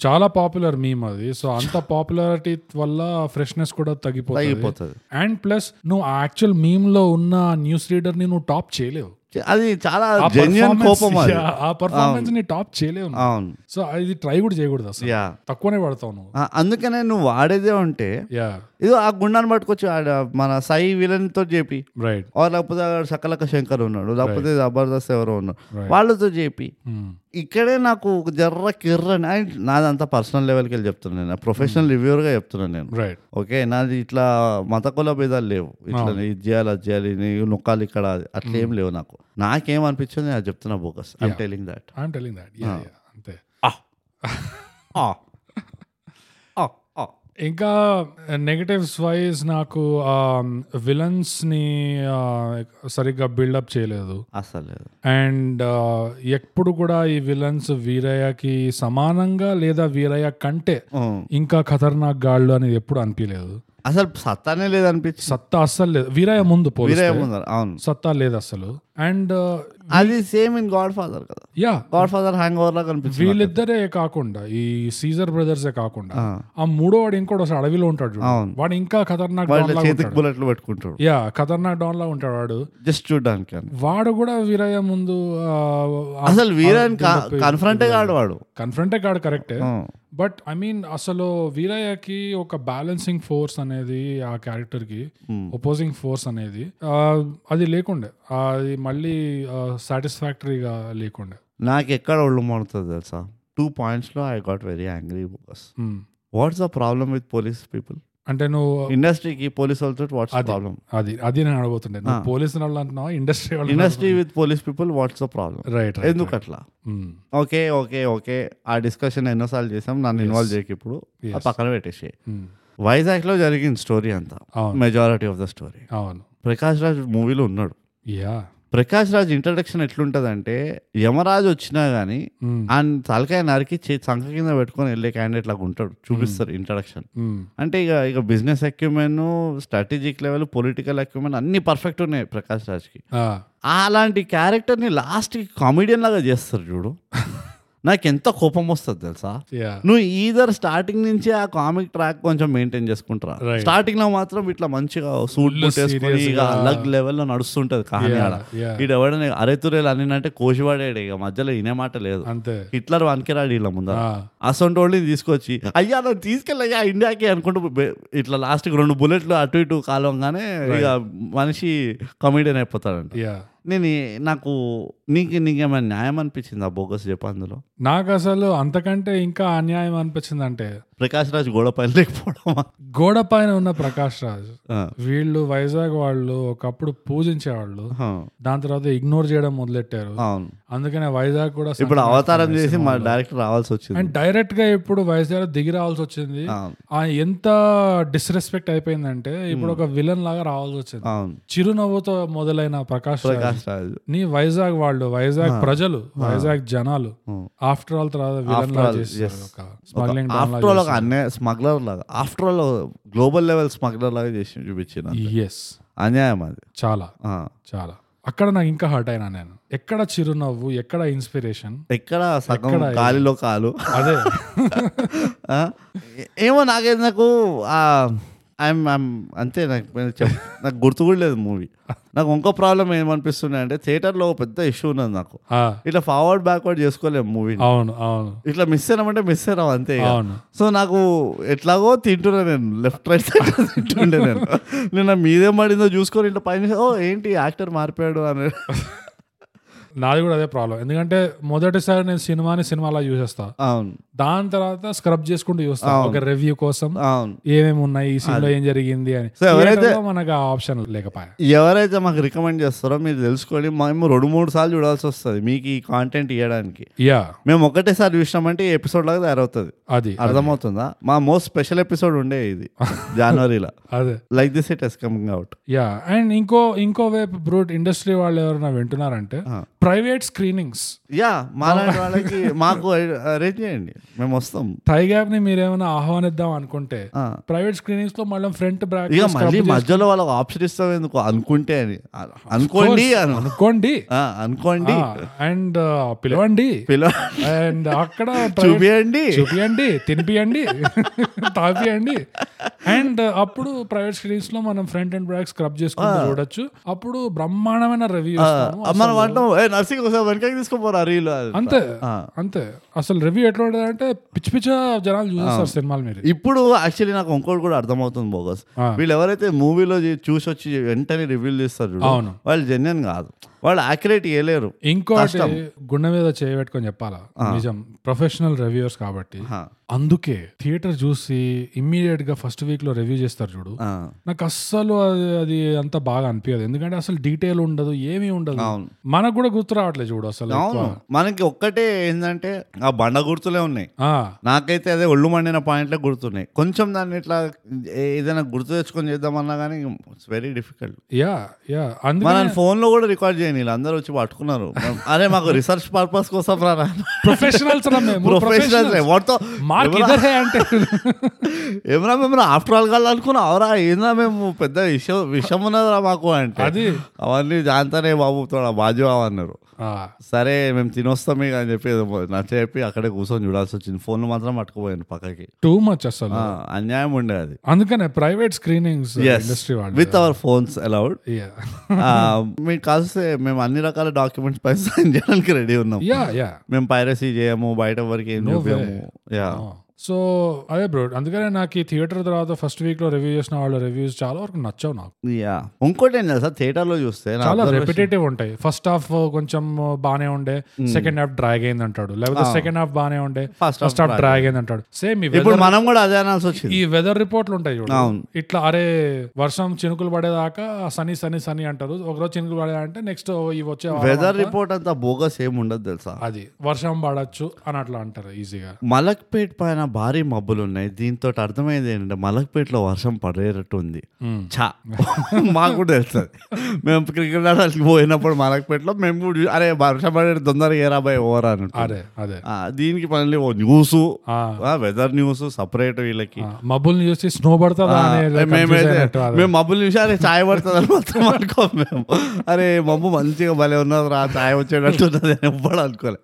Speaker 1: చాలా పాపులర్ మీమ్ అది సో అంత పాపులారిటీ వల్ల ఫ్రెష్నెస్ కూడా తగ్గిపోతుంది
Speaker 2: తగ్గిపోతుంది
Speaker 1: అండ్ ప్లస్ నువ్వు యాక్చువల్ మీమ్ లో ఉన్న న్యూస్ రీడర్ ని నువ్వు టాప్ చేయలేవు
Speaker 2: అది చాలా
Speaker 1: ఆ
Speaker 2: జెన్యున్
Speaker 1: performance-
Speaker 2: కోపం అది
Speaker 1: yeah, ఆ పర్ఫార్మెన్స్ ని టాప్ చేయలేవు
Speaker 2: అవును
Speaker 1: సో ఇది ట్రై కూడా చేయకూడదు అసలు
Speaker 2: యా
Speaker 1: తక్కువనే పడతావు నువ్వు
Speaker 2: ఆ, అందుకనే నువ్వు వాడేదే ఉంటే
Speaker 1: యా
Speaker 2: ఇది ఆ గుండాన్ని పట్టుకొచ్చి ఆడ మన సాయి విలన్ తో చెప్పి
Speaker 1: రైట్
Speaker 2: ఆర్ లేకపోతే ఆడ సకలక శంకర్ ఉన్నాడు లేకపోతే జబర్దస్త్ ఎవరో ఉన్నాడు వాళ్ళతో చెప్పి
Speaker 1: Hmm,
Speaker 2: ఇక్కడే నాకు ఒక జర్ర కిర్ర అని అండ్ నాదంతా పర్సనల్ లెవెల్కి వెళ్ళి చెప్తున్నాను నేను ప్రొఫెషనల్ రివ్యూవర్గా చెప్తున్నాను నేను
Speaker 1: రైట్
Speaker 2: ఓకే నాది ఇట్లా మత కుల భేదాలు లేవు ఇట్లా ఇది చేయాలి అది చేయాలి నీ నొక్కాలి ఇక్కడ అది. అట్లా ఏం లేవు నాకు నాకేం అనిపించింది అది చెప్తున్నా bogus I'm telling that
Speaker 1: I'm telling that yeah అంతే
Speaker 2: Ah.
Speaker 1: ఇంకా నెగటివ్స్ వైజ్ నాకు విలన్స్ ని ఆ, సరిగ్గా బిల్డప్ చేయలేదు
Speaker 2: అసలు లేదు
Speaker 1: అండ్ ఎప్పుడు కూడా ఈ విలన్స్ వీరయ్యకి సమానంగా లేదా వీరయ్య కంటే
Speaker 2: ఉమ్.
Speaker 1: ఇంకా ఖతర్నాక్ గాళ్ళు అనేది ఎప్పుడు అనిపించలేదు
Speaker 2: అసలు సత్తానే లేదనిపించింది
Speaker 1: సత్తా అస్సలు లేదు వీరయ్య ముందు పోలీస్
Speaker 2: వీరే ముందర అవును
Speaker 1: సత్తా లేదు అసలు అండ్ uh,
Speaker 2: అది సేమ్ ఇన్ గాడ్ ఫాదర్ కదా
Speaker 1: yeah
Speaker 2: Godfather hangover లా కనిపించింది
Speaker 1: వీళ్ళిద్దరే కాకుండా ఈ సీజర్ బ్రదర్సే కాకుండా ఆ మూడో వాడు ఇంకోటి అసలు అడవిలో ఉంటాడు చూడు. వాడు ఇంకా ఖతర్నాక్ డాన్
Speaker 2: వాళ్ళ
Speaker 1: లాగా
Speaker 2: చేతికి బుల్లెట్లు పెట్టుకుంటాడు
Speaker 1: యా ఖతర్నాక్ డాన్ లా ఉంటాడు వాడు
Speaker 2: జస్ట్ చూడడానికి అని
Speaker 1: వాడు కూడా వీరయ్య ముందు uh,
Speaker 2: అసలు వీరన్ కన్ఫ్రంటే కాడు వాడు Hmm.
Speaker 1: కన్ఫ్రంటే కాడు కరెక్టే
Speaker 2: ఉమ్.
Speaker 1: బట్ ఐ మీన్ అసలు వీరయ్యకి ఒక బ్యాలెన్సింగ్ ఫోర్స్ అనేది ఆ క్యారెక్టర్ కి ఒపోజింగ్ ఫోర్స్ అనేది ఆ, అది లేకుండే ఆ, అది మళ్ళీ సాటిస్ఫాక్టరీగా లేకుండే
Speaker 2: నాకు ఎక్కడ ఒళ్ళు మాడుతుంది తెలుసా టూ పాయింట్స్ లో I got very angry bogus
Speaker 1: hmm.
Speaker 2: What's the problem with police people
Speaker 1: Hmm. అంటే నువ్వు
Speaker 2: ఇండస్ట్రీకి పోలీస్ వాళ్ళతో వాట్స్ ప్రాబ్లం
Speaker 1: అది అది నేను అడగబోతుండే నువ్వు పోలీస్ వాళ్ళు అంటున్నావు ఇండస్ట్రీ వాళ్ళు
Speaker 2: industry with police people what's the problem
Speaker 1: right right
Speaker 2: ఎందుకు అట్లా
Speaker 1: Hmm,
Speaker 2: ఓకే ఓకే ఓకే ఆ డిస్కషన్ ఎన్నోసార్లు చేసాం నన్ను ఇన్వాల్వ్ చేయక ఇప్పుడు అది పక్కన పెట్టేసి
Speaker 1: hmm.
Speaker 2: వైజాగ్ లో జరిగింది స్టోరీ అంతా
Speaker 1: అవును.
Speaker 2: మెజారిటీ ఆఫ్ ద స్టోరీ
Speaker 1: అవును
Speaker 2: ప్రకాష్ రాజ్ మూవీలో ఉన్నాడు
Speaker 1: యా
Speaker 2: ప్రకాష్ రాజ్ ఇంట్రడక్షన్ ఎట్లుంటదంటే యమరాజ్ వచ్చినా గానీ ఆయన తలకాయ నరికి చే- చంక కింద పెట్టుకొని వెళ్ళే క్యాండిడేట్ లాగా ఉంటాడు చూపిస్తారు ఇంట్రడక్షన్
Speaker 1: Hmm.
Speaker 2: అంటే ఇక ఇక business acumen strategic level political acumen అన్ని పర్ఫెక్ట్ ఉన్నాయి ప్రకాష్ రాజ్కి
Speaker 1: Ah.
Speaker 2: అలాంటి క్యారెక్టర్ని లాస్ట్కి కామెడియన్ లాగా చేస్తారు చూడు నాకు ఎంత కోపం వస్తుంది తెలుసా
Speaker 1: యా
Speaker 2: నువ్వు ఈధర్ స్టార్టింగ్ నుంచే ఆ కామిక్ ట్రాక్ కొంచెం మెయింటైన్ చేసుకుంటారా
Speaker 1: Right.
Speaker 2: స్టార్టింగ్ లో మాత్రం ఇట్లా మంచిగా సూట్
Speaker 1: Full serious
Speaker 2: ఇక
Speaker 1: గా.
Speaker 2: అలగ్ లెవెల్లో నడుస్తుంటది కానీ ఆడ
Speaker 1: yeah.
Speaker 2: ఇటు ఎవడని అరే తురేలు అన్నింటే కోసివాడాడు ఇక మధ్యలో ఇనే మాట లేదు
Speaker 1: అంతే Ah.
Speaker 2: హిట్లర్ వనికిరాడు వీళ్ళ ముందర
Speaker 1: ఆ,
Speaker 2: అసొంటి వాళ్ళని తీసుకొచ్చి అయ్యా నన్ను తీసుకెళ్ళయ్యా ఇండియాకి అనుకుంటూ బె- ఇట్లా లాస్ట్కి రెండు బుల్లెట్లు అటు ఇటు కాలంగానే ఇక మనిషి కమెడియన్ అయిపోతాడంట
Speaker 1: యా
Speaker 2: నేను ఏ- నాకు నీకు నీకేమైనా న్యాయం అనిపించింది ఆ బోగస్ చెప్ప అందులో
Speaker 1: నాకు అసలు అంతకంటే ఇంకా అన్యాయం అనిపించింది అంటే
Speaker 2: ప్రకాష్ రాజ్ గోడ పైన లేకపోవడమా
Speaker 1: గోడ పైన ఉన్న ప్రకాష్ రాజ్
Speaker 2: ఆ.
Speaker 1: వీళ్ళు వైజాగ్ వాళ్ళు ఒకప్పుడు పూజించేవాళ్ళు
Speaker 2: హా.
Speaker 1: దాని తర్వాత ఇగ్నోర్ చేయడం మొదలెట్టారు
Speaker 2: అవును
Speaker 1: అందుకనే వైజాగ్ కూడా
Speaker 2: ఇప్పుడు అవతారం చేసి మా డైరెక్టర్ రావాల్సి వచ్చింది
Speaker 1: అండ్ డైరెక్ట్ గా ఇప్పుడు వైజాగ్ లో దిగి రావాల్సి వచ్చింది
Speaker 2: అవును.
Speaker 1: ఆ ఎంత డిస్రెస్పెక్ట్ అయిపోయిందంటే ఇప్పుడు ఒక విలన్ లాగా రావాల్సి వచ్చింది
Speaker 2: అవును
Speaker 1: చిరునవ్వుతో మొదలైన ప్రకాష్ రాజ్
Speaker 2: ప్రకాష్ రాజ్
Speaker 1: ని వైజాగ్ వాళ్ళు వైజాగ్ ప్రజలు వైజాగ్ జనాలు ఆఫ్టర్ ఆల్ తర్వాత విలన్ లాగా చేస్తారు ఒక స్మగ్లింగ్
Speaker 2: ఆఫ్టర్ ఆల్ ఒక అన్యాయ స్మగ్లర్ లాగా after all global level smuggler లాగా చేసి చూపించిన
Speaker 1: ఎస్
Speaker 2: అన్యాయం అది
Speaker 1: చాలా
Speaker 2: ఆ.
Speaker 1: చాలా అక్కడ నాకు ఇంకా హర్ట్ అయినా నేను ఎక్కడ చిరునవ్వు ఎక్కడ ఇన్స్పిరేషన్
Speaker 2: ఎక్కడ సగం గాలిలో కాలు
Speaker 1: అదే
Speaker 2: ఆ? ఏమో నాకేది నాకు ఐఎమ్ అంతే నాకు నేను చెప్- నాకు గుర్తు కూడా లేదు మూవీ నాకు ఇంకో ప్రాబ్లం ఏమనిపిస్తుంది అంటే థియేటర్లో ఒక పెద్ద ఇష్యూ ఉన్నది నాకు
Speaker 1: ఆ,
Speaker 2: ఇట్లా ఫార్వర్డ్ బ్యాక్వర్డ్ చేసుకోలేము మూవీని
Speaker 1: అవును అవును
Speaker 2: ఇట్లా మిస్ అయినామంటే మిస్ అయినాం అంతే ఇక.
Speaker 1: అవును
Speaker 2: సో నాకు ఎట్లాగో తింటున్నా నేను లెఫ్ట్ రైట్ సైడ్ తింటుండే నేను నిన్న మీదేం పడిందో చూసుకొని ఇట్లా పైన ఓ ఏంటి యాక్టర్ మారిపోయాడు అని
Speaker 1: నాది కూడా అదే ప్రాబ్లం ఎందుకంటే మొదటిసారి నేను సినిమాని సినిమాలా చూసేస్తా
Speaker 2: అవును
Speaker 1: దాని తర్వాత స్క్రబ్ చేసుకుంటూ చూస్తాను ఒక రివ్యూ కోసం
Speaker 2: అవును
Speaker 1: ఏమేమి ఉన్నాయి ఈ సీన్ లో ఏం జరిగింది అని
Speaker 2: So ఎవరైతే-
Speaker 1: Theater లో మనకు ఆ ఆప్షన్ లేకపోయా
Speaker 2: ఎవరైతే మాకు రికమెండ్ చేస్తారో మీరు తెలుసుకోండి మేము రెండు మూడు సార్లు చూడాల్సి వస్తుంది మీకు ఈ కాంటెంట్ ఇవ్వడానికి
Speaker 1: యా
Speaker 2: మేము ఒకటేసారి చూసినామంటే ఈ ఎపిసోడ్ లాగా తయారవుతుంది
Speaker 1: అది
Speaker 2: అర్థమవుతుందా మా మోస్ట్ స్పెషల్ ఎపిసోడ్ ఉండే ఇది జనవరిలో
Speaker 1: అదే
Speaker 2: like this it is coming out
Speaker 1: yeah and ఇంకో ఇంకో వైపు బ్రూట్ ఇండస్ట్రీ వాళ్ళు ఎవరైనా వింటున్నారంటే ప్రైవేట్ స్క్రీనింగ్స్
Speaker 2: యా మాలాంటి వాళ్ళకి మాకు అరేంజ్ చేయండి మేము వస్తాం
Speaker 1: థై గ్యాప్ ని మీరేమైనా ఆహ్వానిద్దాం అనుకుంటే
Speaker 2: ఆ.
Speaker 1: ప్రైవేట్ స్క్రీనింగ్స్ లో మళ్ళీ ఫ్రంట్
Speaker 2: ఇక
Speaker 1: బ్రాకెట్
Speaker 2: మళ్ళీ మధ్యలో వాళ్ళకి ఆప్షన్ ఇస్తాం ఎందుకు అనుకుంటే అని అ- అనుకోండి అను
Speaker 1: అనుకోండి
Speaker 2: ఆ, అనుకోండి
Speaker 1: Ah. అండ్ పిలవండి
Speaker 2: పిల్ల
Speaker 1: అండ్ అక్కడ private-
Speaker 2: చూపియండి
Speaker 1: చూపియండి తినిపియండి తాపియండి అండ్ అప్పుడు ప్రైవేట్ స్క్రీన్స్ లో మనం ఫ్రంట్ అండ్ బ్యాక్ స్క్రబ్ చేసుకుని చూడొచ్చు అప్పుడు బ్రహ్మాండమైన రివ్యూ
Speaker 2: మనం అంటాం ఏ నర్సింగ్ ఒకసారి వెనకకి తీసుకోపోరా రీల్
Speaker 1: అంతే అంతే అసలు రివ్యూ ఎట్లా ఉంటుంది అంటే పిచ్చి పిచ్చ జనాలు చూసేస్తారు సినిమాలు మీరు
Speaker 2: ఇప్పుడు యాక్చువల్లీ నాకు ఇంకోటి కూడా అర్థమవుతుంది బోగస్ వీళ్ళు ఎవరైతే మూవీలో చూసి వచ్చి వెంటనే రివ్యూలు తీస్తారు చూడు,
Speaker 1: అవును.
Speaker 2: వాళ్ళు జెన్యున్ కాదు వాళ్ళు యాక్యురేట్ ఇవ్వలేరు
Speaker 1: ఇంకోటి గుండె మీద చేయబెట్టుకొని చెప్పాలా నిజం ప్రొఫెషనల్ రివ్యూర్స్ కాబట్టి
Speaker 2: హా.
Speaker 1: అందుకే థియేటర్ చూసి ఇమ్మీడియట్ గా ఫస్ట్ వీక్ లో రివ్యూ చేస్తారు చూడు
Speaker 2: ఆ,
Speaker 1: నాకు అస్సలు అది అది అంత బాగా అనిపించదు ఎందుకంటే అసలు డీటెయిల్ ఉండదు ఏమీ ఉండదు
Speaker 2: అవును.
Speaker 1: మనకు కూడా గుర్తు రావట్లేదు చూడు అసలు
Speaker 2: అవును మనకి ఒక్కటే ఏంటంటే ఆ బండ గుర్తులే ఉన్నాయి
Speaker 1: ఆ,
Speaker 2: నాకైతే అదే ఒళ్ళు మండిన పాయింట్లే గుర్తున్నాయి కొంచెం దాన్ని ఇట్లా ఏ- ఏదైనా గుర్తు తెచ్చుకొని చేద్దామన్నా కానీ it's very difficult
Speaker 1: yeah yeah అందుకని
Speaker 2: మన ఫోన్ లో కూడా రికార్డ్ చేయని అందరూ వచ్చి పట్టుకున్నారు మనం- అరే మాకు రీసెర్చ్ పర్పస్ కోసం రా
Speaker 1: ప్రొఫెషనల్స్ రా మేము
Speaker 2: ప్రొఫెషనల్స్
Speaker 1: professionals.
Speaker 2: వాటితో
Speaker 1: మార్క్ ఇద్దరు అంటే
Speaker 2: ఏమరా మేము ఆఫ్టర్ ఆల్ కాల్ అనుకున్నాం అవరా ఏందా మేము పెద్ద విషయం విషయం ఉన్నదిరా మాకు అంటే
Speaker 1: అది
Speaker 2: అవన్నీ దాంతోనే బాబు తోడ బాజు అన్నారు
Speaker 1: ఆ,
Speaker 2: సరే మేము తినొస్తాం ఇక అని చెప్పి ఏదో నచ్చ చెప్పి అక్కడే కూర్చొని చూడాల్సి వచ్చింది ఫోన్ మాత్రం పట్టుకుపోయాను పక్కకి
Speaker 1: టూ మచ్ అసలు
Speaker 2: ఆ, అన్యాయం ఉండే అది
Speaker 1: అందుకనే ప్రైవేట్ స్క్రీనింగ్స్ ఇండస్ట్రీ వాళ్ళు
Speaker 2: with our phones allowed
Speaker 1: yeah
Speaker 2: మీకు కాల్స్తే మేము అన్ని రకాల డాక్యుమెంట్స్ పై సైన్ చేయడానికి రెడీ ఉన్నాం
Speaker 1: యా యా
Speaker 2: మేము పైరసీ చేయము బయట వరకు ఏం చూపాము యా
Speaker 1: సో Oh. అదే బ్రో అందుకనే నాకు ఈ థియేటర్ తర్వాత ఫస్ట్ వీక్ లో రివ్యూ చేసిన వాళ్ళ రివ్యూస్ చాలా వరకు నచ్చావు నాకు
Speaker 2: యా ఇంకోటి ఏంటి సార్ థియేటర్ లో చూస్తే నా
Speaker 1: చాలా
Speaker 2: observation-
Speaker 1: రెపిటేటివ్ ఉంటాయి ఫస్ట్ హాఫ్ కొంచెం uh, బానే ఉండే సెకండ్ హాఫ్ డ్రాగ్ అయింది అంటాడు లేకపోతే సెకండ్ హాఫ్ బానే ఉండే
Speaker 2: Hmm. First
Speaker 1: first
Speaker 2: half
Speaker 1: half drag అయింది అంటాడు సేమ్ ఈ
Speaker 2: ఇప్పుడు మనం కూడా అదే అనాల్సి వచ్చింది
Speaker 1: ఈ వెదర్ రిపోర్ట్లు ఉంటాయి చూడు
Speaker 2: అవును.
Speaker 1: ఇట్లా అరే వర్షం చినుకులు పడేదాకా సని సని సని అంటారు ఒకరోజు చినుకులు పడేదా అంటే నెక్స్ట్ ఇవి వచ్చే వారం
Speaker 2: వెదర్
Speaker 1: అంతా
Speaker 2: రిపోర్ట్ అంతా బోగస్ ఏమి ఉండదు తెలుసా
Speaker 1: అది వర్షం పడచ్చు అని అట్లా అంటారు ఈజీగా
Speaker 2: మలక్పేట్ పైన భారీ మబ్బులు ఉన్నాయి దీంతో అర్థమైంది ఏంటంటే మలక్పేటలో వర్షం పడేటట్టు ఉంది చా మాకు కూడా తెలుస్తుంది మేము క్రికెట్ ఆడాలి పోయినప్పుడు మలక్పేటలో మేము కూడా చూ- అరే వర్షం పడే తొందరగా ఏరా బాయ్ ఓవర్ అని
Speaker 1: అదే అదే
Speaker 2: దీనికి పనులు ఓ న్యూస్
Speaker 1: ఆ.
Speaker 2: వెదర్ న్యూస్ సపరేట్ వీళ్ళకి
Speaker 1: ఆ, మబ్బుల్ని చూసి స్నో పడుతుందా
Speaker 2: ఆ,
Speaker 1: అనే confuse
Speaker 2: మేమైతే
Speaker 1: అయినట్టు అది.
Speaker 2: మేము మబ్బులు చూసి అరే ఛాయ్ పడుతుంది అని మాత్రం అనుకోం మేము అరే మబ్బు మంచిగా భలే ఉన్నది రా ఛాయ్ వచ్చేటట్టు ఉన్నది అని ఎవ్వడు అనుకోలే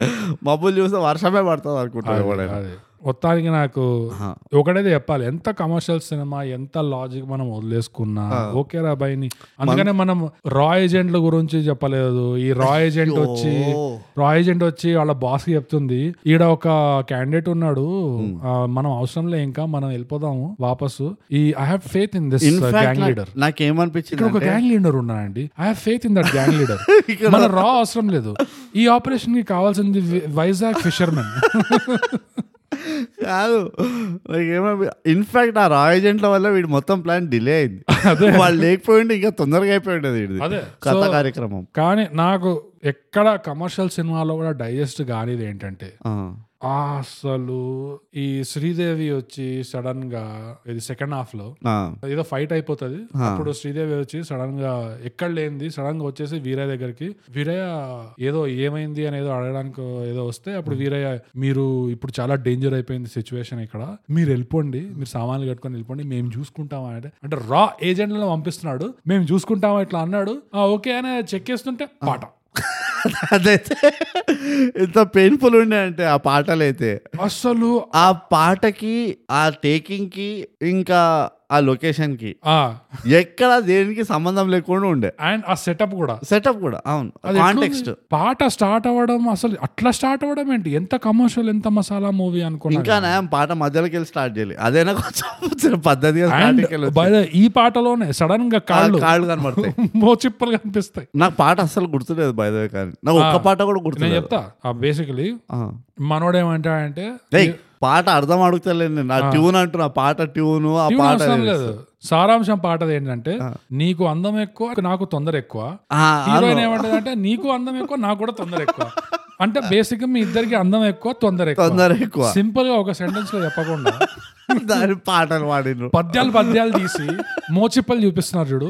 Speaker 2: మబ్బులు చూస్తే వర్షమే పడుతుంది అనుకుంటాడు ఎవడైనా
Speaker 1: అదే మొత్తానికి నాకు ఒకటైతే చెప్పాలి ఎంత కమర్షియల్ సినిమా ఎంత లాజిక్ మనం వదిలేసుకున్నా ఓకే రా బైని అందుకనే మనం రా ఏజెంట్ల గురించి చెప్పలేదు ఈ రా ఏజెంట్ వచ్చి రా ఏజెంట్ వచ్చి వాళ్ళ బాస్ చెప్తుంది ఈడ ఒక క్యాండిడేట్ ఉన్నాడు ఆ, మనం అవసరం లే ఇంకా మనం వెళ్ళిపోదాము వాపసు ఈ I have faith in this
Speaker 2: in fact
Speaker 1: gang leader
Speaker 2: నాకేమనిపించింది
Speaker 1: ఇక్కడ ఒక గ్యాంగ్ లీడర్ ఉన్నాడండి I have faith in that gang leader మన రా అవసరం లేదు ఈ ఆపరేషన్ కి కావాల్సింది వి- వైజాగ్ ఫిషర్మెన్
Speaker 2: కాదు నాకేమనిపి ఇన్ఫాక్ట్ ఆ రా ఏజెంట్ల వల్ల వీడు మొత్తం ప్లాన్ డిలే అయింది వాళ్ళు లేకపోయింటే ఇంకా తొందరగా అయిపోయి ఉండేది వీడిది
Speaker 1: అదే.
Speaker 2: కథ
Speaker 1: So-
Speaker 2: కార్యక్రమం
Speaker 1: కానీ నాకు ఎక్కడ కమర్షియల్ సినిమాలో కూడా డైజెస్ట్ కానిది ఏంటంటే
Speaker 2: ఆ.
Speaker 1: అసలు ఈ శ్రీదేవి వచ్చి సడన్ గా ఇది సెకండ్ హాఫ్ లో
Speaker 2: ఆ.
Speaker 1: ఏదో ఫైట్ అయిపోతది అప్పుడు శ్రీదేవి వచ్చి సడన్ గా ఎక్కడ లేనిది సడన్ గా వచ్చేసి వీరయ్య దగ్గరికి వీరయ్య ఏదో ఏమైంది అని ఏదో అడగడానికి ఏదో వస్తే అప్పుడు వీరయ్య మీరు ఇప్పుడు చాలా డేంజర్ అయిపోయింది సిచ్యువేషన్ ఇక్కడ మీరు వెళ్ళిపోండి మీరు సామాన్లు కట్టుకొని వెళ్ళిపోండి మేము చూసుకుంటాం అంటే అంటే రా ఏజెంట్లను పంపిస్తున్నాడు మేము చూసుకుంటాం ఇట్లా అన్నాడు "ఆ, ఓకే అని చెక్ చేస్తుంటే పాట
Speaker 2: అదైతే ఎంత పెయిన్ఫుల్ ఉండే అంటే ఆ పాటలు అయితే
Speaker 1: అస్సలు
Speaker 2: ఆ పాటకి ఆ టేకింగ్ కి ఇంకా ఆ లొకేషన్ కి
Speaker 1: ఆ
Speaker 2: ఎక్కడ దేనికి సంబంధం లేకుండా ఉండే
Speaker 1: అండ్ ఆ సెటప్ కూడా
Speaker 2: సెటప్ కూడా అవును
Speaker 1: అది ఎట్లుంది?
Speaker 2: కాంటెక్స్ట్
Speaker 1: పాట స్టార్ట్ అవ్వడం అసలు అట్లా స్టార్ట్ అవ్వడం ఏంటి ఎంత కమర్షియల్ ఎంత మసాలా మూవీ అనుకున్నా
Speaker 2: ఇంకా నేను పాట మధ్యలోకి వెళ్ళి స్టార్ట్ చేయాలి అదైనా కొంచెం పద్ధతిగా స్టార్టింగ్
Speaker 1: అండ్ by the- ఈ పాటలోనే సడన్ గా కాళ్ళు
Speaker 2: కాళ్ళు కనబడతాయి
Speaker 1: మోచిప్పలు కనిపిస్తాయి
Speaker 2: నాకు పాట అస్సలు గుర్తులేదు బై వే కానీ నాకు ఒక్క పాట కూడా
Speaker 1: నేను
Speaker 2: గుర్తులేదు
Speaker 1: చెప్తా బేసికలీ
Speaker 2: ఆ.
Speaker 1: మనోడేమంటాడంటే
Speaker 2: ఏయ్, పాట అర్థం అడుగుతలేను నేను. నా ట్యూన్ అంటున్నా పాట ట్యూన్ ఆ
Speaker 1: "ఇవి
Speaker 2: పాట
Speaker 1: అవసరం లేదు సారాంశం పాటది ఏంటంటే నీకు అందం ఎక్కువ నాకు తొందర ఎక్కువ
Speaker 2: ఆ,
Speaker 1: హీరోయిన్ ఏమంటది అంటే నీకు అందం ఎక్కువ నాకు కూడా తొందర ఎక్కువ అంటే బేసిక్ గా మీ ఇద్దరికి అందం ఎక్కువ తొందర ఎక్కువ
Speaker 2: తొందర ఎక్కువ
Speaker 1: సింపుల్ గా ఒక సెంటెన్స్ లో చెప్పకుండా
Speaker 2: దాని పాటలు పాడిండ్రు
Speaker 1: పద్యాలు పద్యాలు తీసి మోచిప్పలు చూపిస్తున్నారు చూడు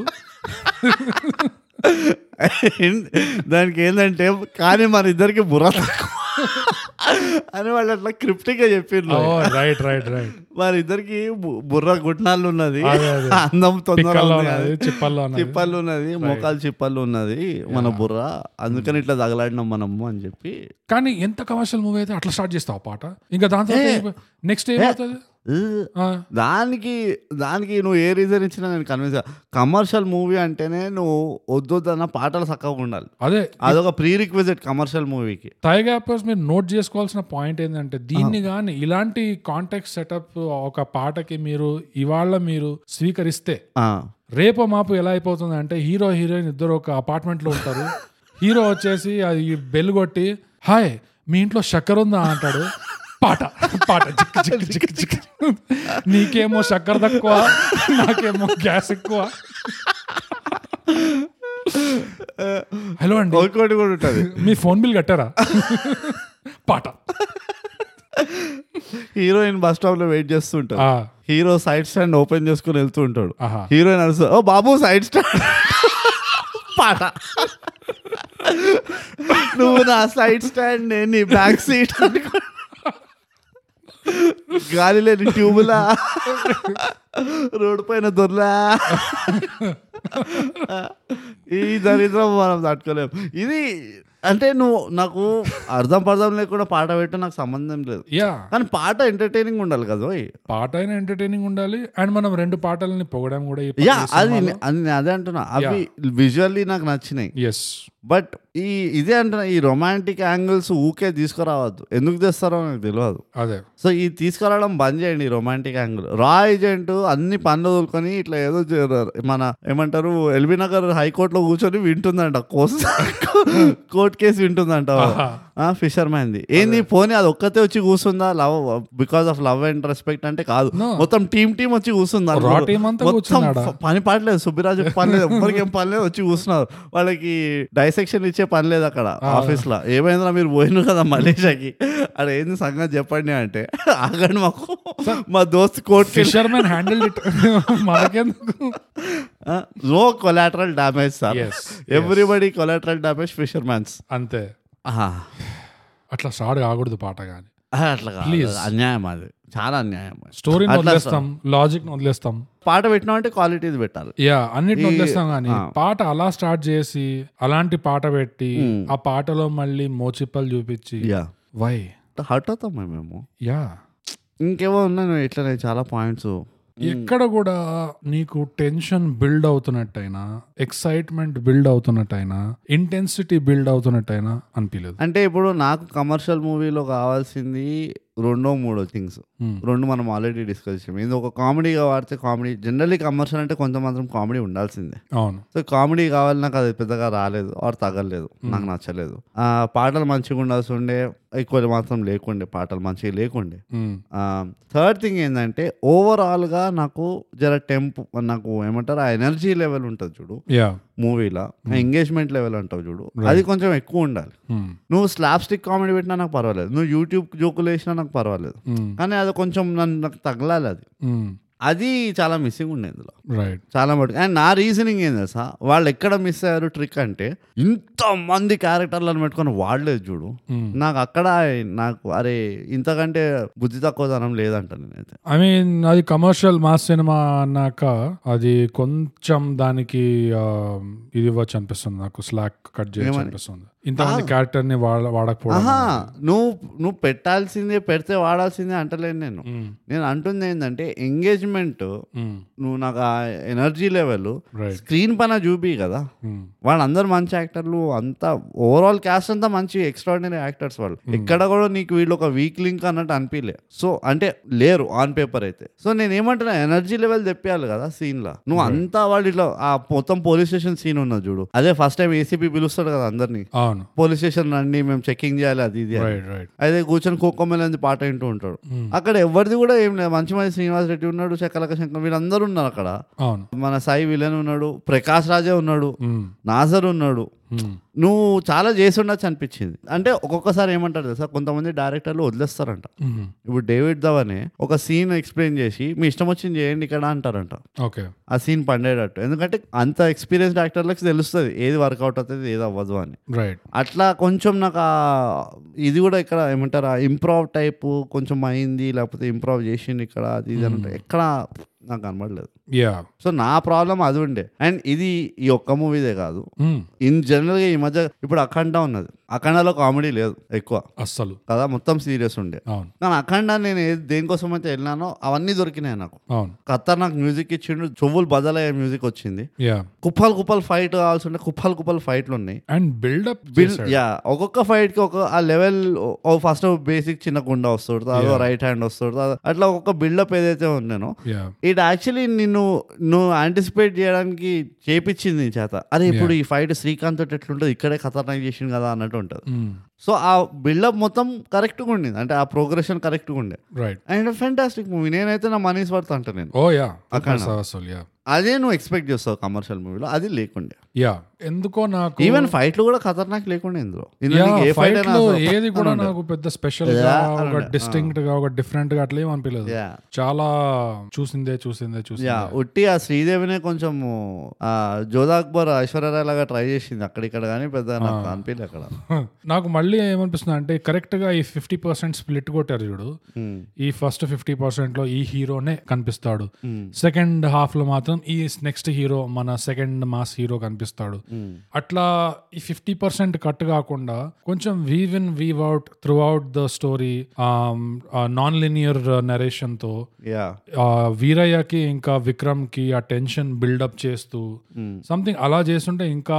Speaker 2: దానికి ఏంటంటే కానీ మన ఇద్దరికి బుర్ర తక్కువ అని వాళ్ళు అట్లా క్రిప్టిక్గా చెప్పిండ్రు
Speaker 1: రైట్ రైట్ రైట్
Speaker 2: వారిద్దరికి బు- బుర్ర గుట్నాలు ఉన్నది
Speaker 1: అదే, అదే.
Speaker 2: అందం తొందర
Speaker 1: పిక్కల్లో
Speaker 2: ఉంది
Speaker 1: ఉన్నది
Speaker 2: అది.
Speaker 1: చిప్పల్లో ఉన్నది
Speaker 2: చిప్పలు ఉన్నది మోకాలు చిప్పలు ఉన్నది మన బుర్ర అందుకని ఇట్లా తగలాడినాం మనము అని చెప్పి
Speaker 1: కానీ ఎంత కమర్షియల్ మూవీ అయితే అట్లా స్టార్ట్ చేస్తావు ఆ పాట ఇంకా దాంతో నెక్స్ట్ ఏమవుతుంది
Speaker 2: "ఉ,
Speaker 1: ఆ,
Speaker 2: దానికి దానికి నువ్వు ఏ రీజన్ ఇచ్చినా నేను కన్విన్స్ కమర్షియల్ మూవీ అంటేనే నువ్వు వద్దొద్దన్న పాటలు చక్కగా ఉండాలి
Speaker 1: అదే
Speaker 2: అదొక ప్రీ రిక్వెజిట్ కమర్షియల్ మూవీకి
Speaker 1: టైగర్ యాపర్స్ మీరు నోట్ చేసుకోవాల్సిన పాయింట్ ఏంటంటే దీన్ని కానీ ఇలాంటి కాంటాక్ట్ సెటప్ ఒక పాటకి మీరు ఇవాళ మీరు స్వీకరిస్తే రేపు మాపు ఎలా అయిపోతుంది అంటే హీరో హీరోయిన్ ఇద్దరు ఒక apartment లో ఉంటారు హీరో వచ్చేసి అది బెల్ కొట్టి హాయ్ మీ ఇంట్లో చక్కెర ఉందా అంటాడు పాట పాట చిక్ చిక్ చిక్ చిక్. నీకేమో చక్కెర తక్కువ నాకేమో గ్యాస్ ఎక్కువ హలో అండి
Speaker 2: ఇంకోటి కూడా ఉంటుంది
Speaker 1: మీ ఫోన్ బిల్ కట్టారా పాట
Speaker 2: హీరోయిన్ బస్ స్టాప్ లో వెయిట్ చేస్తుంటారు
Speaker 1: ఆ,
Speaker 2: హీరో సైడ్ స్టాండ్ ఓపెన్ చేసుకుని వెళ్తూ ఉంటాడు
Speaker 1: ఆహా.
Speaker 2: హీరోయిన్ అరుసు ఓ బాబు సైడ్ స్టాండ్ పాట నువ్వు నా సైడ్ స్టాండ్ నేను నీ బ్యాక్ సీట్ గాలి లేని ట్యూబులా రోడ్డు పైన దొర్లా ఈ దరిద్రం మనం తట్టుకోలేం ఇది అంటే నువ్వు నాకు అర్థం పర్థం లేకుండా పాట పెట్టడం నాకు సంబంధం లేదు
Speaker 1: యా
Speaker 2: కానీ పాట ఎంటర్టైనింగ్ ఉండాలి కదా ఓయ్.
Speaker 1: పాట అయినా ఎంటర్టైనింగ్ ఉండాలి అండ్ మనం రెండు పాటలని పొగడం కూడా
Speaker 2: యా అది నే- అది నేను అదే అంటున్నా అవి విజువల్లీ నాకు నచ్చినాయి
Speaker 1: ఎస్
Speaker 2: బట్ ఈ ఇదే అంటున్నా ఈ రొమాంటిక్ యాంగిల్స్ ఊకే తీసుకురావద్దు ఎందుకు తెస్తారో నాకు తెలియదు
Speaker 1: అదే
Speaker 2: సో ఈ తీసుకురావడం బంద్ చేయండి రొమాంటిక్ యాంగిల్ రా ఏజెంట్ అన్ని పనులు వదులుకొని ఇట్లా ఏదో చేరారు మన ఏమంటారు ఎల్బీ నగర్ హైకోర్టులో కూర్చొని వింటుందంట కోర్స్ కోర్ట్ కేసు వింటుందంట
Speaker 1: ఆహా.
Speaker 2: ఫిషర్ మ్యాన్ది ఏంది పోనీ అది ఒక్కతే వచ్చి కూర్చుందా love because of love and respect అంటే కాదు
Speaker 1: No.
Speaker 2: మొత్తం టీం టీం వచ్చి కూర్చుందా
Speaker 1: Raw team అంతా కూర్చున్నాడా?
Speaker 2: ప- పని పాడలేదు సుబ్బిరాజు పని లేదు ఎవరికి ఏం పని లేదు వచ్చి కూర్చున్నారు వాళ్ళకి డైసెక్షన్ ఇచ్చే పని లేదు అక్కడ ఆఫీస్ లో ఏమైందిరా మీరు పోయినారు కదా మలేషియాకి అక్కడ ఏంది సంగతి చెప్పండి అంటే ఆగండి మాకు మా దోస్త్ court
Speaker 1: fisher man handle it మనకెందుకు
Speaker 2: no collateral damage sir
Speaker 1: Yes,
Speaker 2: everybody collateral damage fisher mans
Speaker 1: అంతే అట్లా స్టార్ట్ కాకూడదు పాట కానీ
Speaker 2: అట్లా కాదు. అన్యాయం అది చాలా అన్యాయం
Speaker 1: స్టోరీని
Speaker 2: అట్లా
Speaker 1: వదిలేస్తాం లాజిక్ వదిలేస్తాం
Speaker 2: పాట పెట్టినాం అంటే క్వాలిటీది పెట్టాలి
Speaker 1: యా అన్నిటిని వదిలేస్తాం కానీ
Speaker 2: ఆ.
Speaker 1: పాట అలా స్టార్ట్ చేసి అలాంటి పాట పెట్టి ఆ పాటలో మళ్ళీ మోచిప్పలు చూపించి
Speaker 2: యా
Speaker 1: వై
Speaker 2: హర్ట్ అవుతాం మేము
Speaker 1: యా
Speaker 2: ఇంకేవో ఉన్నాయి ఇట్లనే చాలా పాయింట్స్
Speaker 1: ఎక్కడ కూడా నీకు టెన్షన్ బిల్డ్ అవుతున్నట్టయినా ఎక్సైట్మెంట్ బిల్డ్ అవుతున్నట్టయినా ఇంటెన్సిటీ బిల్డ్ అవుతున్నట్టయినా అనిపించలేదు
Speaker 2: అంటే ఇప్పుడు నాకు కమర్షియల్ మూవీలో కావాల్సింది రెండో మూడో థింగ్స్
Speaker 1: Hmm.
Speaker 2: రెండు మనం ఆల్రెడీ డిస్కస్ చేసాం ఇది ఒక కామెడీగా వాడితే కామెడీ జనరల్లీ కమర్షియల్ అంటే కొంత మాత్రం కామెడీ ఉండాల్సిందే
Speaker 1: అవును
Speaker 2: సో కామెడీ కావాలి నాకు అది పెద్దగా రాలేదు ఆర్ తగలేదు నాకు నచ్చలేదు ఆ, పాటలు మంచిగా ఉండాల్సి ఉండే ఎక్కువ మాత్రం లేకుండే పాటలు మంచిగా లేకుండే
Speaker 1: ఉమ్.
Speaker 2: థర్డ్ థింగ్ ఏంటంటే ఓవరాల్గా నాకు జర టెంప్ నాకు ఏమంటారు ఆ ఎనర్జీ లెవెల్ ఉంటుంది చూడు
Speaker 1: యా
Speaker 2: మూవీలో ఎంగేజ్మెంట్ లెవెల్ అంటావు చూడు అది కొంచెం ఎక్కువ ఉండాలి
Speaker 1: ఉమ్.
Speaker 2: నువ్వు స్లాబ్ స్టిక్ కామెడీ పెట్టినా నాకు పర్వాలేదు నువ్వు యూట్యూబ్ జోకులు వేసినా నాకు పర్వాలేదు
Speaker 1: ఉమ్.
Speaker 2: కానీ అది కొంచెం నన్ను నాకు తగలాలి అది
Speaker 1: ఉమ్.
Speaker 2: అది చాలా మిస్సింగ్ ఉండే ఇందులో
Speaker 1: రైట్
Speaker 2: చాలా మటుకు అండ్ నా రీజనింగ్ ఏం తెలుసా వాళ్ళు ఎక్కడ మిస్ అయ్యారు ట్రిక్ అంటే ఇంతమంది క్యారెక్టర్లను పెట్టుకొని వాడలేదు చూడు
Speaker 1: Hmm.
Speaker 2: నాకు అక్కడ నాకు అరే ఇంతకంటే బుద్ధి తక్కువదనం లేదంట నేనైతే
Speaker 1: ఐ మీన్ అది కమర్షియల్ మాస్ సినిమా అన్నాక అది కొంచెం దానికి ఆ, ఇది ఇవ్వచ్చు అనిపిస్తుంది నాకు స్లాక్ కట్ చేయొచ్చు అనిపిస్తుంది ఇంతమంది క్యారెక్టర్ ని వాడ- వాడకపోవడం
Speaker 2: ఆహా, నువ్వు నువ్వు పెట్టాల్సిందే పెడితే వాడాల్సిందే అంటలేను నేను
Speaker 1: ఉమ్.
Speaker 2: నేను అంటుంది ఏంటంటే ఎంగేజ్మెంట్
Speaker 1: ఉమ్.
Speaker 2: నువ్వు నాకు ఆ ఎనర్జీ లెవెల్
Speaker 1: రైట్
Speaker 2: స్క్రీన్ పైన చూపి కదా
Speaker 1: ఉమ్.
Speaker 2: వాళ్ళందరూ మంచి యాక్టర్లు అంతా ఓవరాల్ క్యాస్ట్ అంతా మంచి ఎక్స్ట్రాడినరీ యాక్టర్స్ వాళ్ళు ఎక్కడ కూడా నీకు వీళ్ళు ఒక వీక్ లింక్ అన్నట్టు అనిపించలే సో అంటే లేరు ఆన్ పేపర్ అయితే సో నేను ఏమంటున్నా ఎనర్జీ లెవెల్ తెప్పియాలి కదా సీన్ లా నువ్వు అంతా వాళ్ళు ఇట్లా ఆ మొత్తం పోలీస్ స్టేషన్ సీన్ ఉన్నది చూడు అదే ఫస్ట్ టైం ఏసీపీ పిలుస్తాడు కదా అందరినీ
Speaker 1: అవును
Speaker 2: పోలీస్ స్టేషన్ రండి మేము చెకింగ్ చేయాలి అది ఇది అని.
Speaker 1: రైట్ రైట్
Speaker 2: అయితే కూర్చొని కోకొమ్మలని పాట వింటూ ఉంటాడు అక్కడ ఎవరిది కూడా ఏం లేదు మంచి మంచి శ్రీనివాస్ రెడ్డి ఉన్నాడు చక్కలక శంకర్ వీళ్ళందరూ ఉన్నారు అక్కడ
Speaker 1: అవును
Speaker 2: మన సాయి విలన్ ఉన్నాడు ప్రకాష్ రాజే ఉన్నాడు
Speaker 1: ఉమ్.
Speaker 2: నాజర్ ఉన్నాడు నువ్వు చాలా చేసి ఉండొచ్చు అనిపించింది అంటే ఒక్కొక్కసారి ఏమంటారు తెలుసా కొంతమంది డైరెక్టర్లు వదిలేస్తారంట ఇప్పుడు డేవిడ్ ధవనే ఒక సీన్ ఎక్స్ప్లెయిన్ చేసి మీ ఇష్టం వచ్చింది చేయండి ఇక్కడ అంటారంట
Speaker 1: ఓకే
Speaker 2: ఆ సీన్ పండేటట్టు ఎందుకంటే అంత ఎక్స్పీరియన్స్ యాక్టర్లకు తెలుస్తుంది ఏది వర్కౌట్ అవుతుంది ఏది అవ్వదు అని
Speaker 1: రైట్
Speaker 2: అట్లా కొంచెం నాకు ఆ- ఇది కూడా ఇక్కడ ఏమంటారు ఇంప్రూవ్ టైప్ కొంచెం అయింది లేకపోతే ఇంప్రూవ్ చేసింది ఇక్కడ అది ఇది అంటే ఎక్కడ నాకు కనబడలేదు
Speaker 1: యా
Speaker 2: సో నా ప్రాబ్లం అది ఉండే అండ్ ఇది ఈ ఒక్క మూవీదే కాదు ఇన్ జనరల్గా ఈ మధ్య ఇప్పుడు అఖండ ఉన్నది అఖండలో కామెడీ లేదు ఎక్కువ
Speaker 1: అస్సలు
Speaker 2: కదా మొత్తం సీరియస్ ఉండే
Speaker 1: అవును
Speaker 2: కానీ అఖండ నేను ఏ- దేనికోసం అయితే వెళ్ళినానో అవన్నీ దొరికినాయి నాకు
Speaker 1: అవును
Speaker 2: ఖతర్ నాకు మ్యూజిక్ ఇచ్చిండు చెవులు బదలయ్యే మ్యూజిక్ వచ్చింది
Speaker 1: యా
Speaker 2: కుప్పలు కుప్పలు ఫైట్ కావాల్సి ఉంటే కుప్పలు కుప్పలు ఫైట్లు ఉన్నాయి
Speaker 1: అండ్ బిల్డప్
Speaker 2: బిల్ యా ఒక్కొక్క ఫైట్ కి ఒక ఆ లెవెల్ ఓ ఫస్ట్ బేసిక్ చిన్న కుండ వస్తుంది అదో రైట్ హ్యాండ్ వస్తుంది అదో- అట్లా ఒక్కొక్క బిల్డప్ ఏదైతే ఉన్నానో
Speaker 1: యా
Speaker 2: ఇట్ యాక్చువల్లీ నిన్ను నువ్వు యాంటిసిపేట్ చేయడానికి చేపించింది నీ చేత అరే ఇప్పుడు ఈ ఫైట్ శ్రీకాంత్ తోటి ఎట్లుంటుంది ఇక్కడే ఖతర్నాక్ చేసింది కదా అన్నట్టు ఉంటుంది సో ఆ బిల్డప్ మొత్తం కరెక్ట్గా ఉండింది అంటే ఆ ప్రోగ్రెషన్ కరెక్ట్గా ఉండే
Speaker 1: రైట్
Speaker 2: అండ్ ఫెంటాస్టిక్ మూవీ నేనైతే నా మనీస్ వర్త్ అంట నేను
Speaker 1: ఓ యా
Speaker 2: Akhana.
Speaker 1: అసలు యా
Speaker 2: అదే నువ్వు ఎక్స్పెక్ట్ చేస్తావు కమర్షియల్ మూవీలో అది లేకుండే
Speaker 1: యా ఎందుకో నాకు
Speaker 2: ఈవెన్ ఫైట్లు కూడా ఖతర్నాక్ లేకుండా ఇందులో ఇందులో
Speaker 1: యా,
Speaker 2: నీకు ఏ ఫైట్
Speaker 1: fight
Speaker 2: అయినా
Speaker 1: లో
Speaker 2: అసలు
Speaker 1: ఏది కూడా
Speaker 2: పక్కన ఉండదు.
Speaker 1: నాకు పెద్ద స్పెషల్ గా
Speaker 2: Yeah,
Speaker 1: ఒక
Speaker 2: అవునండి.
Speaker 1: డిస్టింక్ట్ గా ఒక డిఫరెంట్ గా అట్లా ఏం అనిపించలేదు
Speaker 2: Yeah.
Speaker 1: చాలా చూసిందే చూసిందే
Speaker 2: యా
Speaker 1: చూసిందే
Speaker 2: ఉట్టి ఆ శ్రీదేవినే కొంచెం ఆ జోధా అక్బర్ ఐశ్వర్యరాయ్ లాగా ట్రై చేసింది అక్కడిక్కడ కానీ పెద్ద నాకు అనిపించలేదు అక్కడ
Speaker 1: నాకు మళ్ళీ ఏమనిపిస్తుంది అంటే కరెక్ట్ గా ఈ ఫిఫ్టీ పర్సెంట్ స్ప్లిట్ కొట్టారు చూడు
Speaker 2: Hmm.
Speaker 1: ఈ ఫస్ట్ ఫిఫ్టీ పర్సెంట్ లో ఈ హీరోనే కనిపిస్తాడు సెకండ్ హాఫ్ లో మాత్రం ఈ నెక్స్ట్ హీరో మన సెకండ్ మాస్ హీరో కనిపిస్తాడు అట్లా ఈ ఫిఫ్టీ పర్సెంట్ కట్ కాకుండా కొంచెం weave in weave out throughout the story um, non linear narration తో
Speaker 2: యా
Speaker 1: ఆ వీరయ్యకి ఇంకా విక్రమ్ కి ఆ టెన్షన్ బిల్డప్ చేస్తూ
Speaker 2: Hmm.
Speaker 1: సంథింగ్ అలా చేస్తుంటే ఇంకా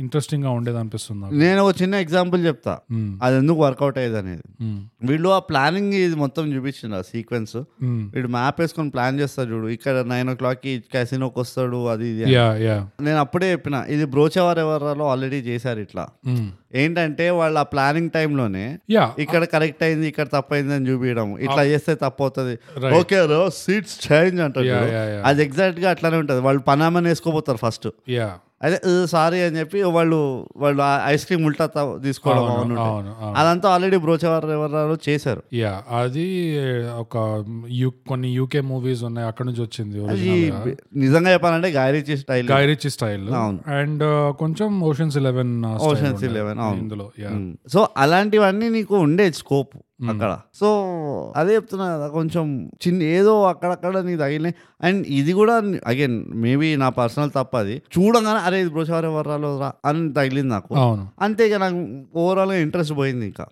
Speaker 1: ఇంట్రెస్టింగ్ గా ఉండేది అనిపిస్తుంది నాకు
Speaker 2: నేను ఒక చిన్న ఎగ్జాంపుల్ చెప్తా అది ఎందుకు వర్కౌట్ అయ్యేది అనేది వీళ్ళు ఆ ప్లానింగ్ ఇది మొత్తం చూపించింది ఆ సీక్వెన్స్
Speaker 1: Hmm.
Speaker 2: వీడు మ్యాప్ వేసుకొని ప్లాన్ చేస్తాడు చూడు ఇక్కడ నైన్ ఓ క్లాక్ కి క్యాసినోకి వస్తాడు అది ఇది అని.
Speaker 1: యా యా
Speaker 2: నేను అప్పుడే చెప్పిన ఇది బ్రోచేవారు ఎవరాలో ఆల్రెడీ చేశారు ఇట్లా
Speaker 1: Hmm.
Speaker 2: ఏంటంటే వాళ్ళు ఆ ప్లానింగ్ టైంలోనే
Speaker 1: యా
Speaker 2: ఇక్కడ కరెక్ట్ అయింది ఇక్కడ తప్పైంది అని చూపించడం ఇట్లా చేస్తే తప్పు అవుతుంది
Speaker 1: Ah. Right.
Speaker 2: Okay row seats change అంటారు
Speaker 1: Yeah,
Speaker 2: చూడు.
Speaker 1: yeah, yeah.
Speaker 2: అది ఎగ్జాక్ట్ గా అట్లానే ఉంటుంది వాళ్ళు పనామని వేసుకోపోతారు ఫస్ట్
Speaker 1: యా
Speaker 2: అదే సారీ అని చెప్పి వాళ్ళు వాళ్ళు ఐస్ క్రీమ్ ఉల్టా తా- తీసుకోవడం
Speaker 1: అవును,
Speaker 2: అవును ఉంటాయి.
Speaker 1: అవును, అవును.
Speaker 2: అదంతా ఆల్రెడీ బ్రోచేవారు ఎవరు చేశారు
Speaker 1: యా అది ఒక యు కొన్ని యూకే మూవీస్ ఉన్నాయి అక్కడ నుంచి వచ్చింది
Speaker 2: ఈ
Speaker 1: original గా.
Speaker 2: బి- నిజంగా చెప్పాలంటే Guy Ritchie style
Speaker 1: Guy Ritchie style
Speaker 2: అవును.
Speaker 1: అండ్ కొంచెం ఓషన్స్ ఇలెవెన్
Speaker 2: Ocean's Eleven, అవును.
Speaker 1: ఇందులో యా
Speaker 2: సో అలాంటివన్నీ నీకు ఉండే స్కోప్ అక్కడ సో అదే చెప్తున్నా కదా కొంచెం చిన్న ఏదో అక్కడక్కడ నీకు తగిలినాయి అండ్ ఇది కూడా అగైన్ మేబీ నా పర్సనల్ తప్ప అది చూడగానే అరే ఇది బ్రోషావర్ ఎవర్రాలో రా అని తగిలింది నాకు
Speaker 1: అవును
Speaker 2: అంతే ఇక నాకు ఓవరాల్గా ఇంట్రెస్ట్ పోయింది ఇంకా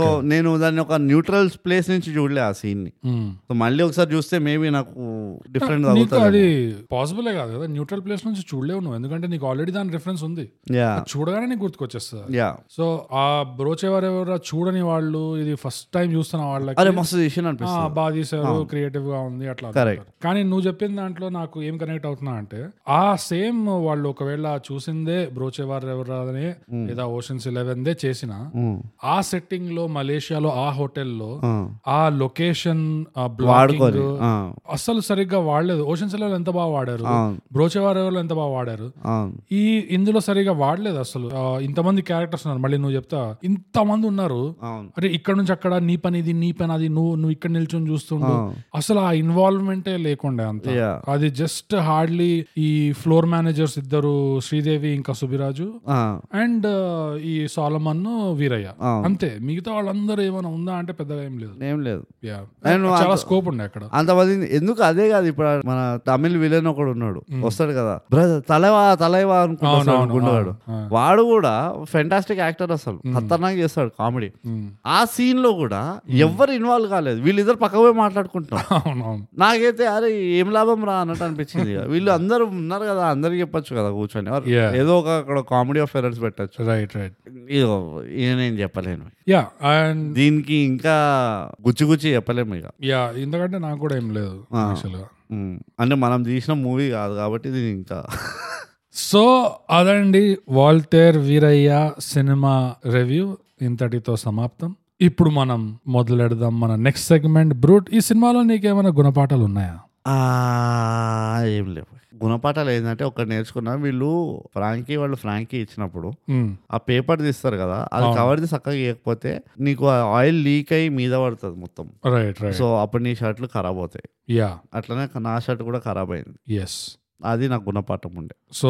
Speaker 2: సో నేను దాన్ని ఒక న్యూట్రల్ ప్లేస్ నుంచి చూడలే ఆ సీన్ని
Speaker 1: మ్మ్.
Speaker 2: సో మళ్ళీ ఒకసారి చూస్తే మేబీ నాకు డిఫరెంట్
Speaker 1: Hmm. నీకు
Speaker 2: అవుతుంది
Speaker 1: అది పాసిబులే కాదు కదా న్యూట్రల్ ప్లేస్ నుంచి చూడలేవు నువ్వు ఎందుకంటే నీకు ఆల్రెడీ దాని రిఫరెన్స్ ఉంది
Speaker 2: యా
Speaker 1: చూడగానే నీకు గుర్తుకొచ్చేస్తుంది
Speaker 2: యా
Speaker 1: సో ఆ బ్రోచేవారు ఎవరో చూడని వాళ్ళు ఇది ఫస్ట్ టైం చూస్తున్న వాళ్ళకి
Speaker 2: అరే మస్తు చేసిన
Speaker 1: "ఆ,
Speaker 2: అనిపిస్తుంది
Speaker 1: బాగా తీసారు క్రియేటివ్ గా ఉంది అట్లా
Speaker 2: Correct.
Speaker 1: అనుకుంటారు. కానీ నువ్వు చెప్పిన దాంట్లో నాకు ఏం కనెక్ట్ అవుతున్నా అంటే ఆ సేమ్ వాళ్ళు ఒకవేళ చూసిందే బ్రోచేవారు ఎవరనే లేదా ఓషన్స్ ఇలెవెన్ దే చేసిన
Speaker 2: Mm.
Speaker 1: ఆ సెట్టింగ్ లో మలేషియాలో ఆ హోటల్లో
Speaker 2: Ah,
Speaker 1: ఆ లొకేషన్ ఆ బ్లాకింగ్
Speaker 2: వాడుకొని ఆ,
Speaker 1: అస్సలు సరిగ్గా వాడలేదు ఓషన్స్ ఇలెవెన్ ఎంత బాగా వాడారు
Speaker 2: అవును.
Speaker 1: బ్రోచేవారు ఎవరు ఎంత బాగా వాడారు
Speaker 2: అవును
Speaker 1: ఈ ఇందులో సరిగా వాడలేదు అసలు ఆ, ఇంతమంది క్యారెక్టర్స్ ఉన్నారు మళ్ళీ నువ్వు చెప్తా ఇంతమంది ఉన్నారు
Speaker 2: అవును
Speaker 1: అరే ఇక్కడ నుంచి అక్కడ నీ పని ఇది నీ పని అది నువ్వు నువ్వు ఇక్కడ నిల్చొని చూస్తుండు అసలు ఆ ఇన్వాల్వ్మెంటే లేకుండా అంత
Speaker 2: యా
Speaker 1: అది జస్ట్ హార్డ్లీ ఈ ఫ్లోర్ మేనేజర్స్ ఇద్దరు శ్రీదేవి ఇంకా సుబిరాజు
Speaker 2: ఆ,
Speaker 1: అండ్ ఈ సాలమన్ వీరయ్య అంతే మిగతా వాళ్ళందరూ ఏమైనా ఉందా అంటే పెద్దగా ఏం లేదు
Speaker 2: ఏం లేదు
Speaker 1: యా
Speaker 2: And
Speaker 1: చాలా స్కోప్ ఉండే అక్కడ
Speaker 2: అంతమంది ఎందుకు అదే కాదు ఇప్పుడు ఆ మన తమిళ్ విలన్ ఒకడు ఉన్నాడు వస్తాడు కదా బ్రదర్ తలవా తలైవా
Speaker 1: అవును, అవును,
Speaker 2: అనుకుంటున్నాడు
Speaker 1: అవును.
Speaker 2: వాడు కూడా ఫెంటాస్టిక్ యాక్టర్ అసలు ఖతర్నాక్ చేస్తాడు కామెడీ
Speaker 1: మ్మ్.
Speaker 2: ఆ సీన్ లో కూడా ఎవ్వరు ఇన్వాల్వ్ కాలేదు వీళ్ళిద్దరు పక్క పోయి మాట్లాడుకుంటున్నారు
Speaker 1: అవునవును
Speaker 2: నాకైతే అరే ఏం లాభం రా అన్నట్టు అనిపించింది ఇక. వీళ్ళు అందరూ ఉన్నారు కదా అందరికి చెప్పొచ్చు కదా కూర్చొని ఎవరు-
Speaker 1: Yeah.
Speaker 2: ఏదో ఒక అక్కడ కామెడీ ఆఫ్ ఎరర్స్ పెట్టచ్చు
Speaker 1: రైట్ రైట్
Speaker 2: ఇదిగో, ఇక నేను చెప్పలేను
Speaker 1: యా అండ్
Speaker 2: దీనికి ఇంకా గుచ్చి గుచ్చి చెప్పలేము ఇక
Speaker 1: యా ఎందుకంటే నాకు కూడా ఏం లేదు యాక్చువల్గా
Speaker 2: మ్మ్. అంటే మనం తీసిన మూవీ కాదు కాబట్టి ఇది ఇంకా
Speaker 1: సో అదండి వాల్తేర్ వీరయ్య సినిమా రివ్యూ ఇంతటితో సమాప్తం ఇప్పుడు మనం మొదలెడదాం మన నెక్స్ట్ సెగ్మెంట్ బ్రూట్ ఈ సినిమాలో నీకేమైనా గుణపాఠాలు ఉన్నాయా
Speaker 2: ఆ, ఏం లేవు గుణపాఠాలు ఏంటంటే ఒకటి నేర్చుకున్నా వీళ్ళు ఫ్రాంకీ వాళ్ళు ఫ్రాంకీ ఇచ్చినప్పుడు
Speaker 1: ఉమ్,
Speaker 2: ఆ పేపర్ తీస్తారు కదా అది కవర్ది చక్కగా ఇవ్వకపోతే నీకు ఆ ఆయిల్ లీక్ అయ్యి మీద పడుతుంది మొత్తం
Speaker 1: రైట్ రైట్
Speaker 2: సో అప్పుడు నీ షర్ట్లు ఖరాబ్ అవుతాయి
Speaker 1: యా
Speaker 2: అట్లనే నా షర్ట్ కూడా ఖరాబ్ అయింది
Speaker 1: ఎస్
Speaker 2: అది నా గుణపాఠం ఉండే
Speaker 1: సో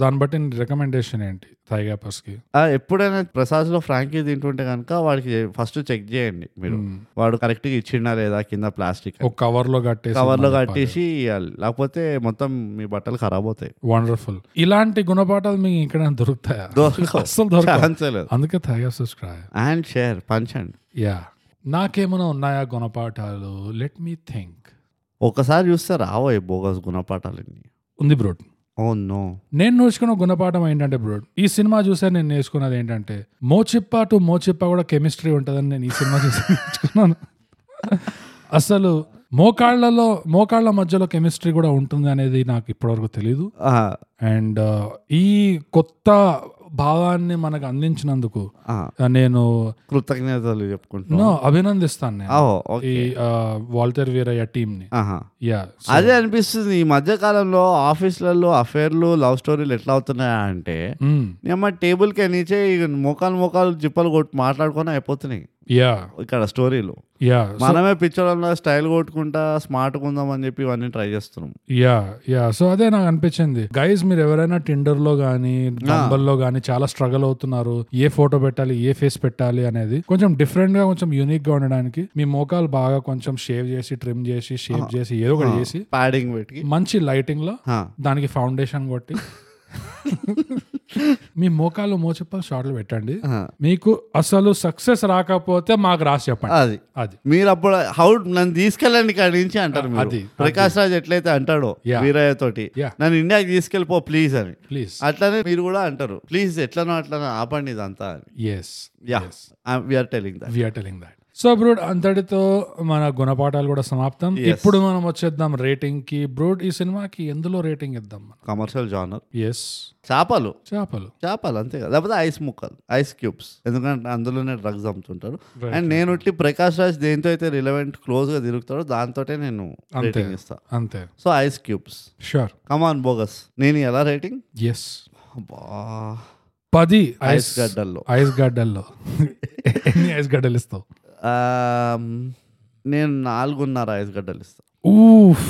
Speaker 1: దాన్ని బట్టి రికమెండేషన్ ఏంటి థైగాపర్స్ కి
Speaker 2: ఆ, ఎప్పుడైనా ప్రసాద్లో ఫ్రాంకీ తింటుంటే కనుక వాడికి ఫస్ట్ చెక్ చేయండి మీరు వాడు కరెక్ట్గా ఇచ్చిండా లేదా కింద ప్లాస్టిక్
Speaker 1: ఒక కవర్ లో కట్టేసి
Speaker 2: కవర్లో కట్టేసి ఇవ్వాలి లేకపోతే మొత్తం మీ బట్టలు ఖరాబ్ అవుతాయి
Speaker 1: వండర్ఫుల్ ఇలాంటి గుణపాఠాలు మీకు ఇక్కడ దొరుకుతాయా
Speaker 2: దొరకవు.
Speaker 1: అస్సలు దొరకవు
Speaker 2: ఛాన్సే లేదు
Speaker 1: అందుకే థైగా సబ్స్క్రైబ్
Speaker 2: అండ్ షేర్ పంచండి
Speaker 1: యా నాకేమైనా ఉన్నాయా గుణపాఠాలు లెట్ మీ థింక్
Speaker 2: ఒకసారి చూస్తే రావోయ్ బోగస్ గుణపాఠాలన్నీ Oh
Speaker 1: ఉంది బ్రోడ్
Speaker 2: ఓ నో
Speaker 1: నేను నేర్చుకున్న గుణపాఠం ఏంటంటే బ్రోడ్ ఈ సినిమా చూసా నేను నేర్చుకున్నది ఏంటంటే మోచిప్ప టు మోచిప్ప కూడా కెమిస్ట్రీ ఉంటుందని నేను ఈ సినిమా చూసి నేర్చుకున్నాను అసలు మోకాళ్లలో మోకాళ్ల మధ్యలో కెమిస్ట్రీ కూడా ఉంటుంది అనేది నాకు ఇప్పటివరకు తెలీదు అండ్ ఈ కొత్త భావాన్ని మనకు అందించినందుకు ఆ, నేను
Speaker 2: కృతజ్ఞతలు చెప్పుకుంటున్నా
Speaker 1: నో, అభినందిస్తాను నేను
Speaker 2: ఆహో,
Speaker 1: ఈ
Speaker 2: ఓకే
Speaker 1: ఆ, వాల్టర్ వీరయ్య టీమ్ ని
Speaker 2: ఆహా.
Speaker 1: యా
Speaker 2: అదే అనిపిస్తుంది ఈ మధ్య కాలంలో ఆఫీస్లలో అఫేర్లు లవ్ స్టోరీలు ఎట్లా అవుతున్నాయా అంటే
Speaker 1: Mm.
Speaker 2: అమ్మ టేబుల్కి నీచే ఇక మోకాలు మోకాలు జిప్పలు కొట్టు మాట్లాడుకొని అయిపోతున్నాయి
Speaker 1: యా
Speaker 2: ఇక్కడ స్టోరీలు
Speaker 1: యా
Speaker 2: మనమే పిచ్చడంలో స్టైల్ కొట్టుకుంటా స్మార్ట్ ఉందాం అని చెప్పి ఇవన్నీ ట్రై చేస్తున్నాం
Speaker 1: యా యా సో అదే నాకు అనిపించింది గైజ్ మీరు ఎవరైనా టిండర్ లో గానీ డంబల్ లో గానీ చాలా స్ట్రగల్ అవుతున్నారు ఏ ఫోటో పెట్టాలి ఏ ఫేస్ పెట్టాలి అనేది కొంచెం డిఫరెంట్ గా కొంచెం యూనిక్ గా ఉండడానికి మీ మోకాలు బాగా కొంచెం షేవ్ చేసి ట్రిమ్ చేసి షేప్ చేసి ఏదో ఒకటి చేసి
Speaker 2: ప్యాడింగ్ పెట్టి
Speaker 1: మంచి లైటింగ్ లో
Speaker 2: ఆ,
Speaker 1: దానికి ఫౌండేషన్ కొట్టి మీ మోకాలు మోచెప్పలు షార్ట్లు పెట్టండి
Speaker 2: ఆ.
Speaker 1: మీకు అసలు సక్సెస్ రాకపోతే మాకు రాసి చెప్పండి
Speaker 2: అది
Speaker 1: అది
Speaker 2: మీరు అప్పుడు హౌ నన్ను తీసుకెళ్ళండి ఇక్కడ నుంచి అంటారు మీరు
Speaker 1: అది,
Speaker 2: ప్రకాష్ రాజ్ ఎట్లయితే అంటాడో
Speaker 1: Yeah.
Speaker 2: వీరయ్య తోటి
Speaker 1: Yeah.
Speaker 2: నన్ను ఇండియాకి తీసుకెళ్ళిపో ప్లీజ్ అని
Speaker 1: ప్లీజ్
Speaker 2: అట్లానే మీరు కూడా అంటారు ప్లీజ్ ఎట్లనో అట్లనో ఆపండి ఇదంతా అని
Speaker 1: yes
Speaker 2: yeah we are telling that
Speaker 1: VR telling that so బ్రూడ్ అంతటితో మన గుణపాఠాలు కూడా సమాప్తం ఇప్పుడు మనం వచ్చేద్దాం రేటింగ్ కి బ్రూడ్ ఈ సినిమాకి ఎందులో రేటింగ్ ఇద్దాం మనం
Speaker 2: కమర్షియల్ జానర్
Speaker 1: ఎస్
Speaker 2: చేపలు
Speaker 1: చేపలు
Speaker 2: చేపలు అంతే కదా లేకపోతే ఐస్ ముక్కలు ఐస్ క్యూబ్స్ ఎందుకంటే అందులోనే డ్రగ్స్ అమ్ముతుంటారు అండ్ నేను ఉట్టి ప్రకాష్ రాజ్ దేంతో అయితే రిలవెంట్ క్లోజ్ గా తిరుగుతాడో దాంతోటే నేను రేటింగ్ ఇస్తా
Speaker 1: అంతే
Speaker 2: so ice cubes
Speaker 1: sure
Speaker 2: come on bogus నేను ఎలా రేటింగ్
Speaker 1: ఎస్ పది ఐస్
Speaker 2: ఐస్ గడ్డల్లో
Speaker 1: ఐస్ గడ్డల్లో ఎన్ని ఐస్ గడ్డలు ఇస్తావు
Speaker 2: ఆమ్, నేను నాలుగున్నర ఐస్ గడ్డలు ఇస్తాను
Speaker 1: ఊఫ్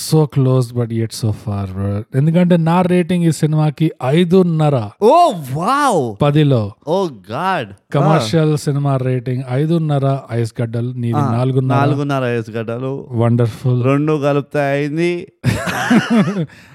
Speaker 1: so close but yet so far ఎందుకంటే నా రేటింగ్ ఈ సినిమాకి ఐదున్నర
Speaker 2: ఓ వావ్
Speaker 1: పదిలో
Speaker 2: oh God
Speaker 1: commercial cinema rating ఐదున్నర ఐస్ గడ్డలు నీది నాలుగున్నర
Speaker 2: నాలుగున్నర ఐస్ గడ్డలు
Speaker 1: వండర్ఫుల్
Speaker 2: రెండు కలిపితే అయింది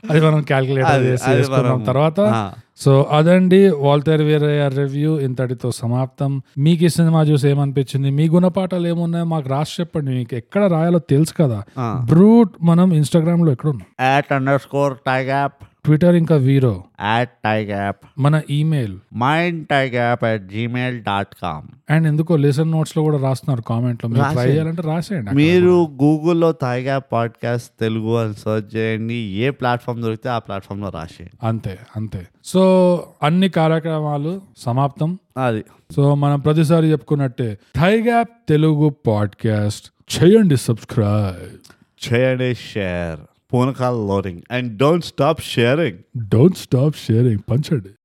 Speaker 1: అది మనం క్యాల్కులేటర్
Speaker 2: అది-
Speaker 1: చేసి
Speaker 2: అది
Speaker 1: వేసుకున్నాం
Speaker 2: మనం-
Speaker 1: తర్వాత
Speaker 2: ఆ.
Speaker 1: సో అదండి వాల్టర్ వీరయ్య రివ్యూ ఇంతటితో సమాప్తం మీకు ఈ సినిమా చూసి ఏమనిపించింది మీ గుణపాఠాలు ఏమున్నాయో మాకు రాసి చెప్పండి మీకు ఎక్కడ రాయాలో తెలుసు కదా
Speaker 2: ఆ.
Speaker 1: బ్రూట్ మనం ఇన్స్టాగ్రామ్ లో ఎక్కడ ఉన్నాం
Speaker 2: యాట్ అండర్ స్కోర్ టైగ్ యాప్
Speaker 1: ట్విట్టర్ ఇంకా వీరో
Speaker 2: యాట్ టైగ్ యాప్
Speaker 1: మన ఈమెయిల్
Speaker 2: మైండ్ టైగ్ app at Gmail dot com
Speaker 1: and ఎందుకో లెసన్ నోట్స్ లో కూడా రాస్తున్నారు కామెంట్ లో మీరు ట్రై చేయాలంటే రాసేయండి అక్కడ.
Speaker 2: మీరు గూగుల్లో తాగా పాడ్కాస్ట్ తెలుగు అని సెర్చ్ చేయండి ఏ ప్లాట్ఫామ్ దొరికితే ఆ ప్లాట్ఫామ్లో రాసేయండి
Speaker 1: అంతే అంతే సో అన్ని కార్యక్రమాలు సమాప్తం
Speaker 2: అది
Speaker 1: సో మనం ప్రతిసారి చెప్పుకున్నట్టే థై గ్యాప్ తెలుగు పాడ్కాస్ట్ చేయండి సబ్స్క్రైబ్
Speaker 2: చేయండి షేర్ పూనకాల్ loading and don't stop sharing
Speaker 1: don't stop sharing పంచండి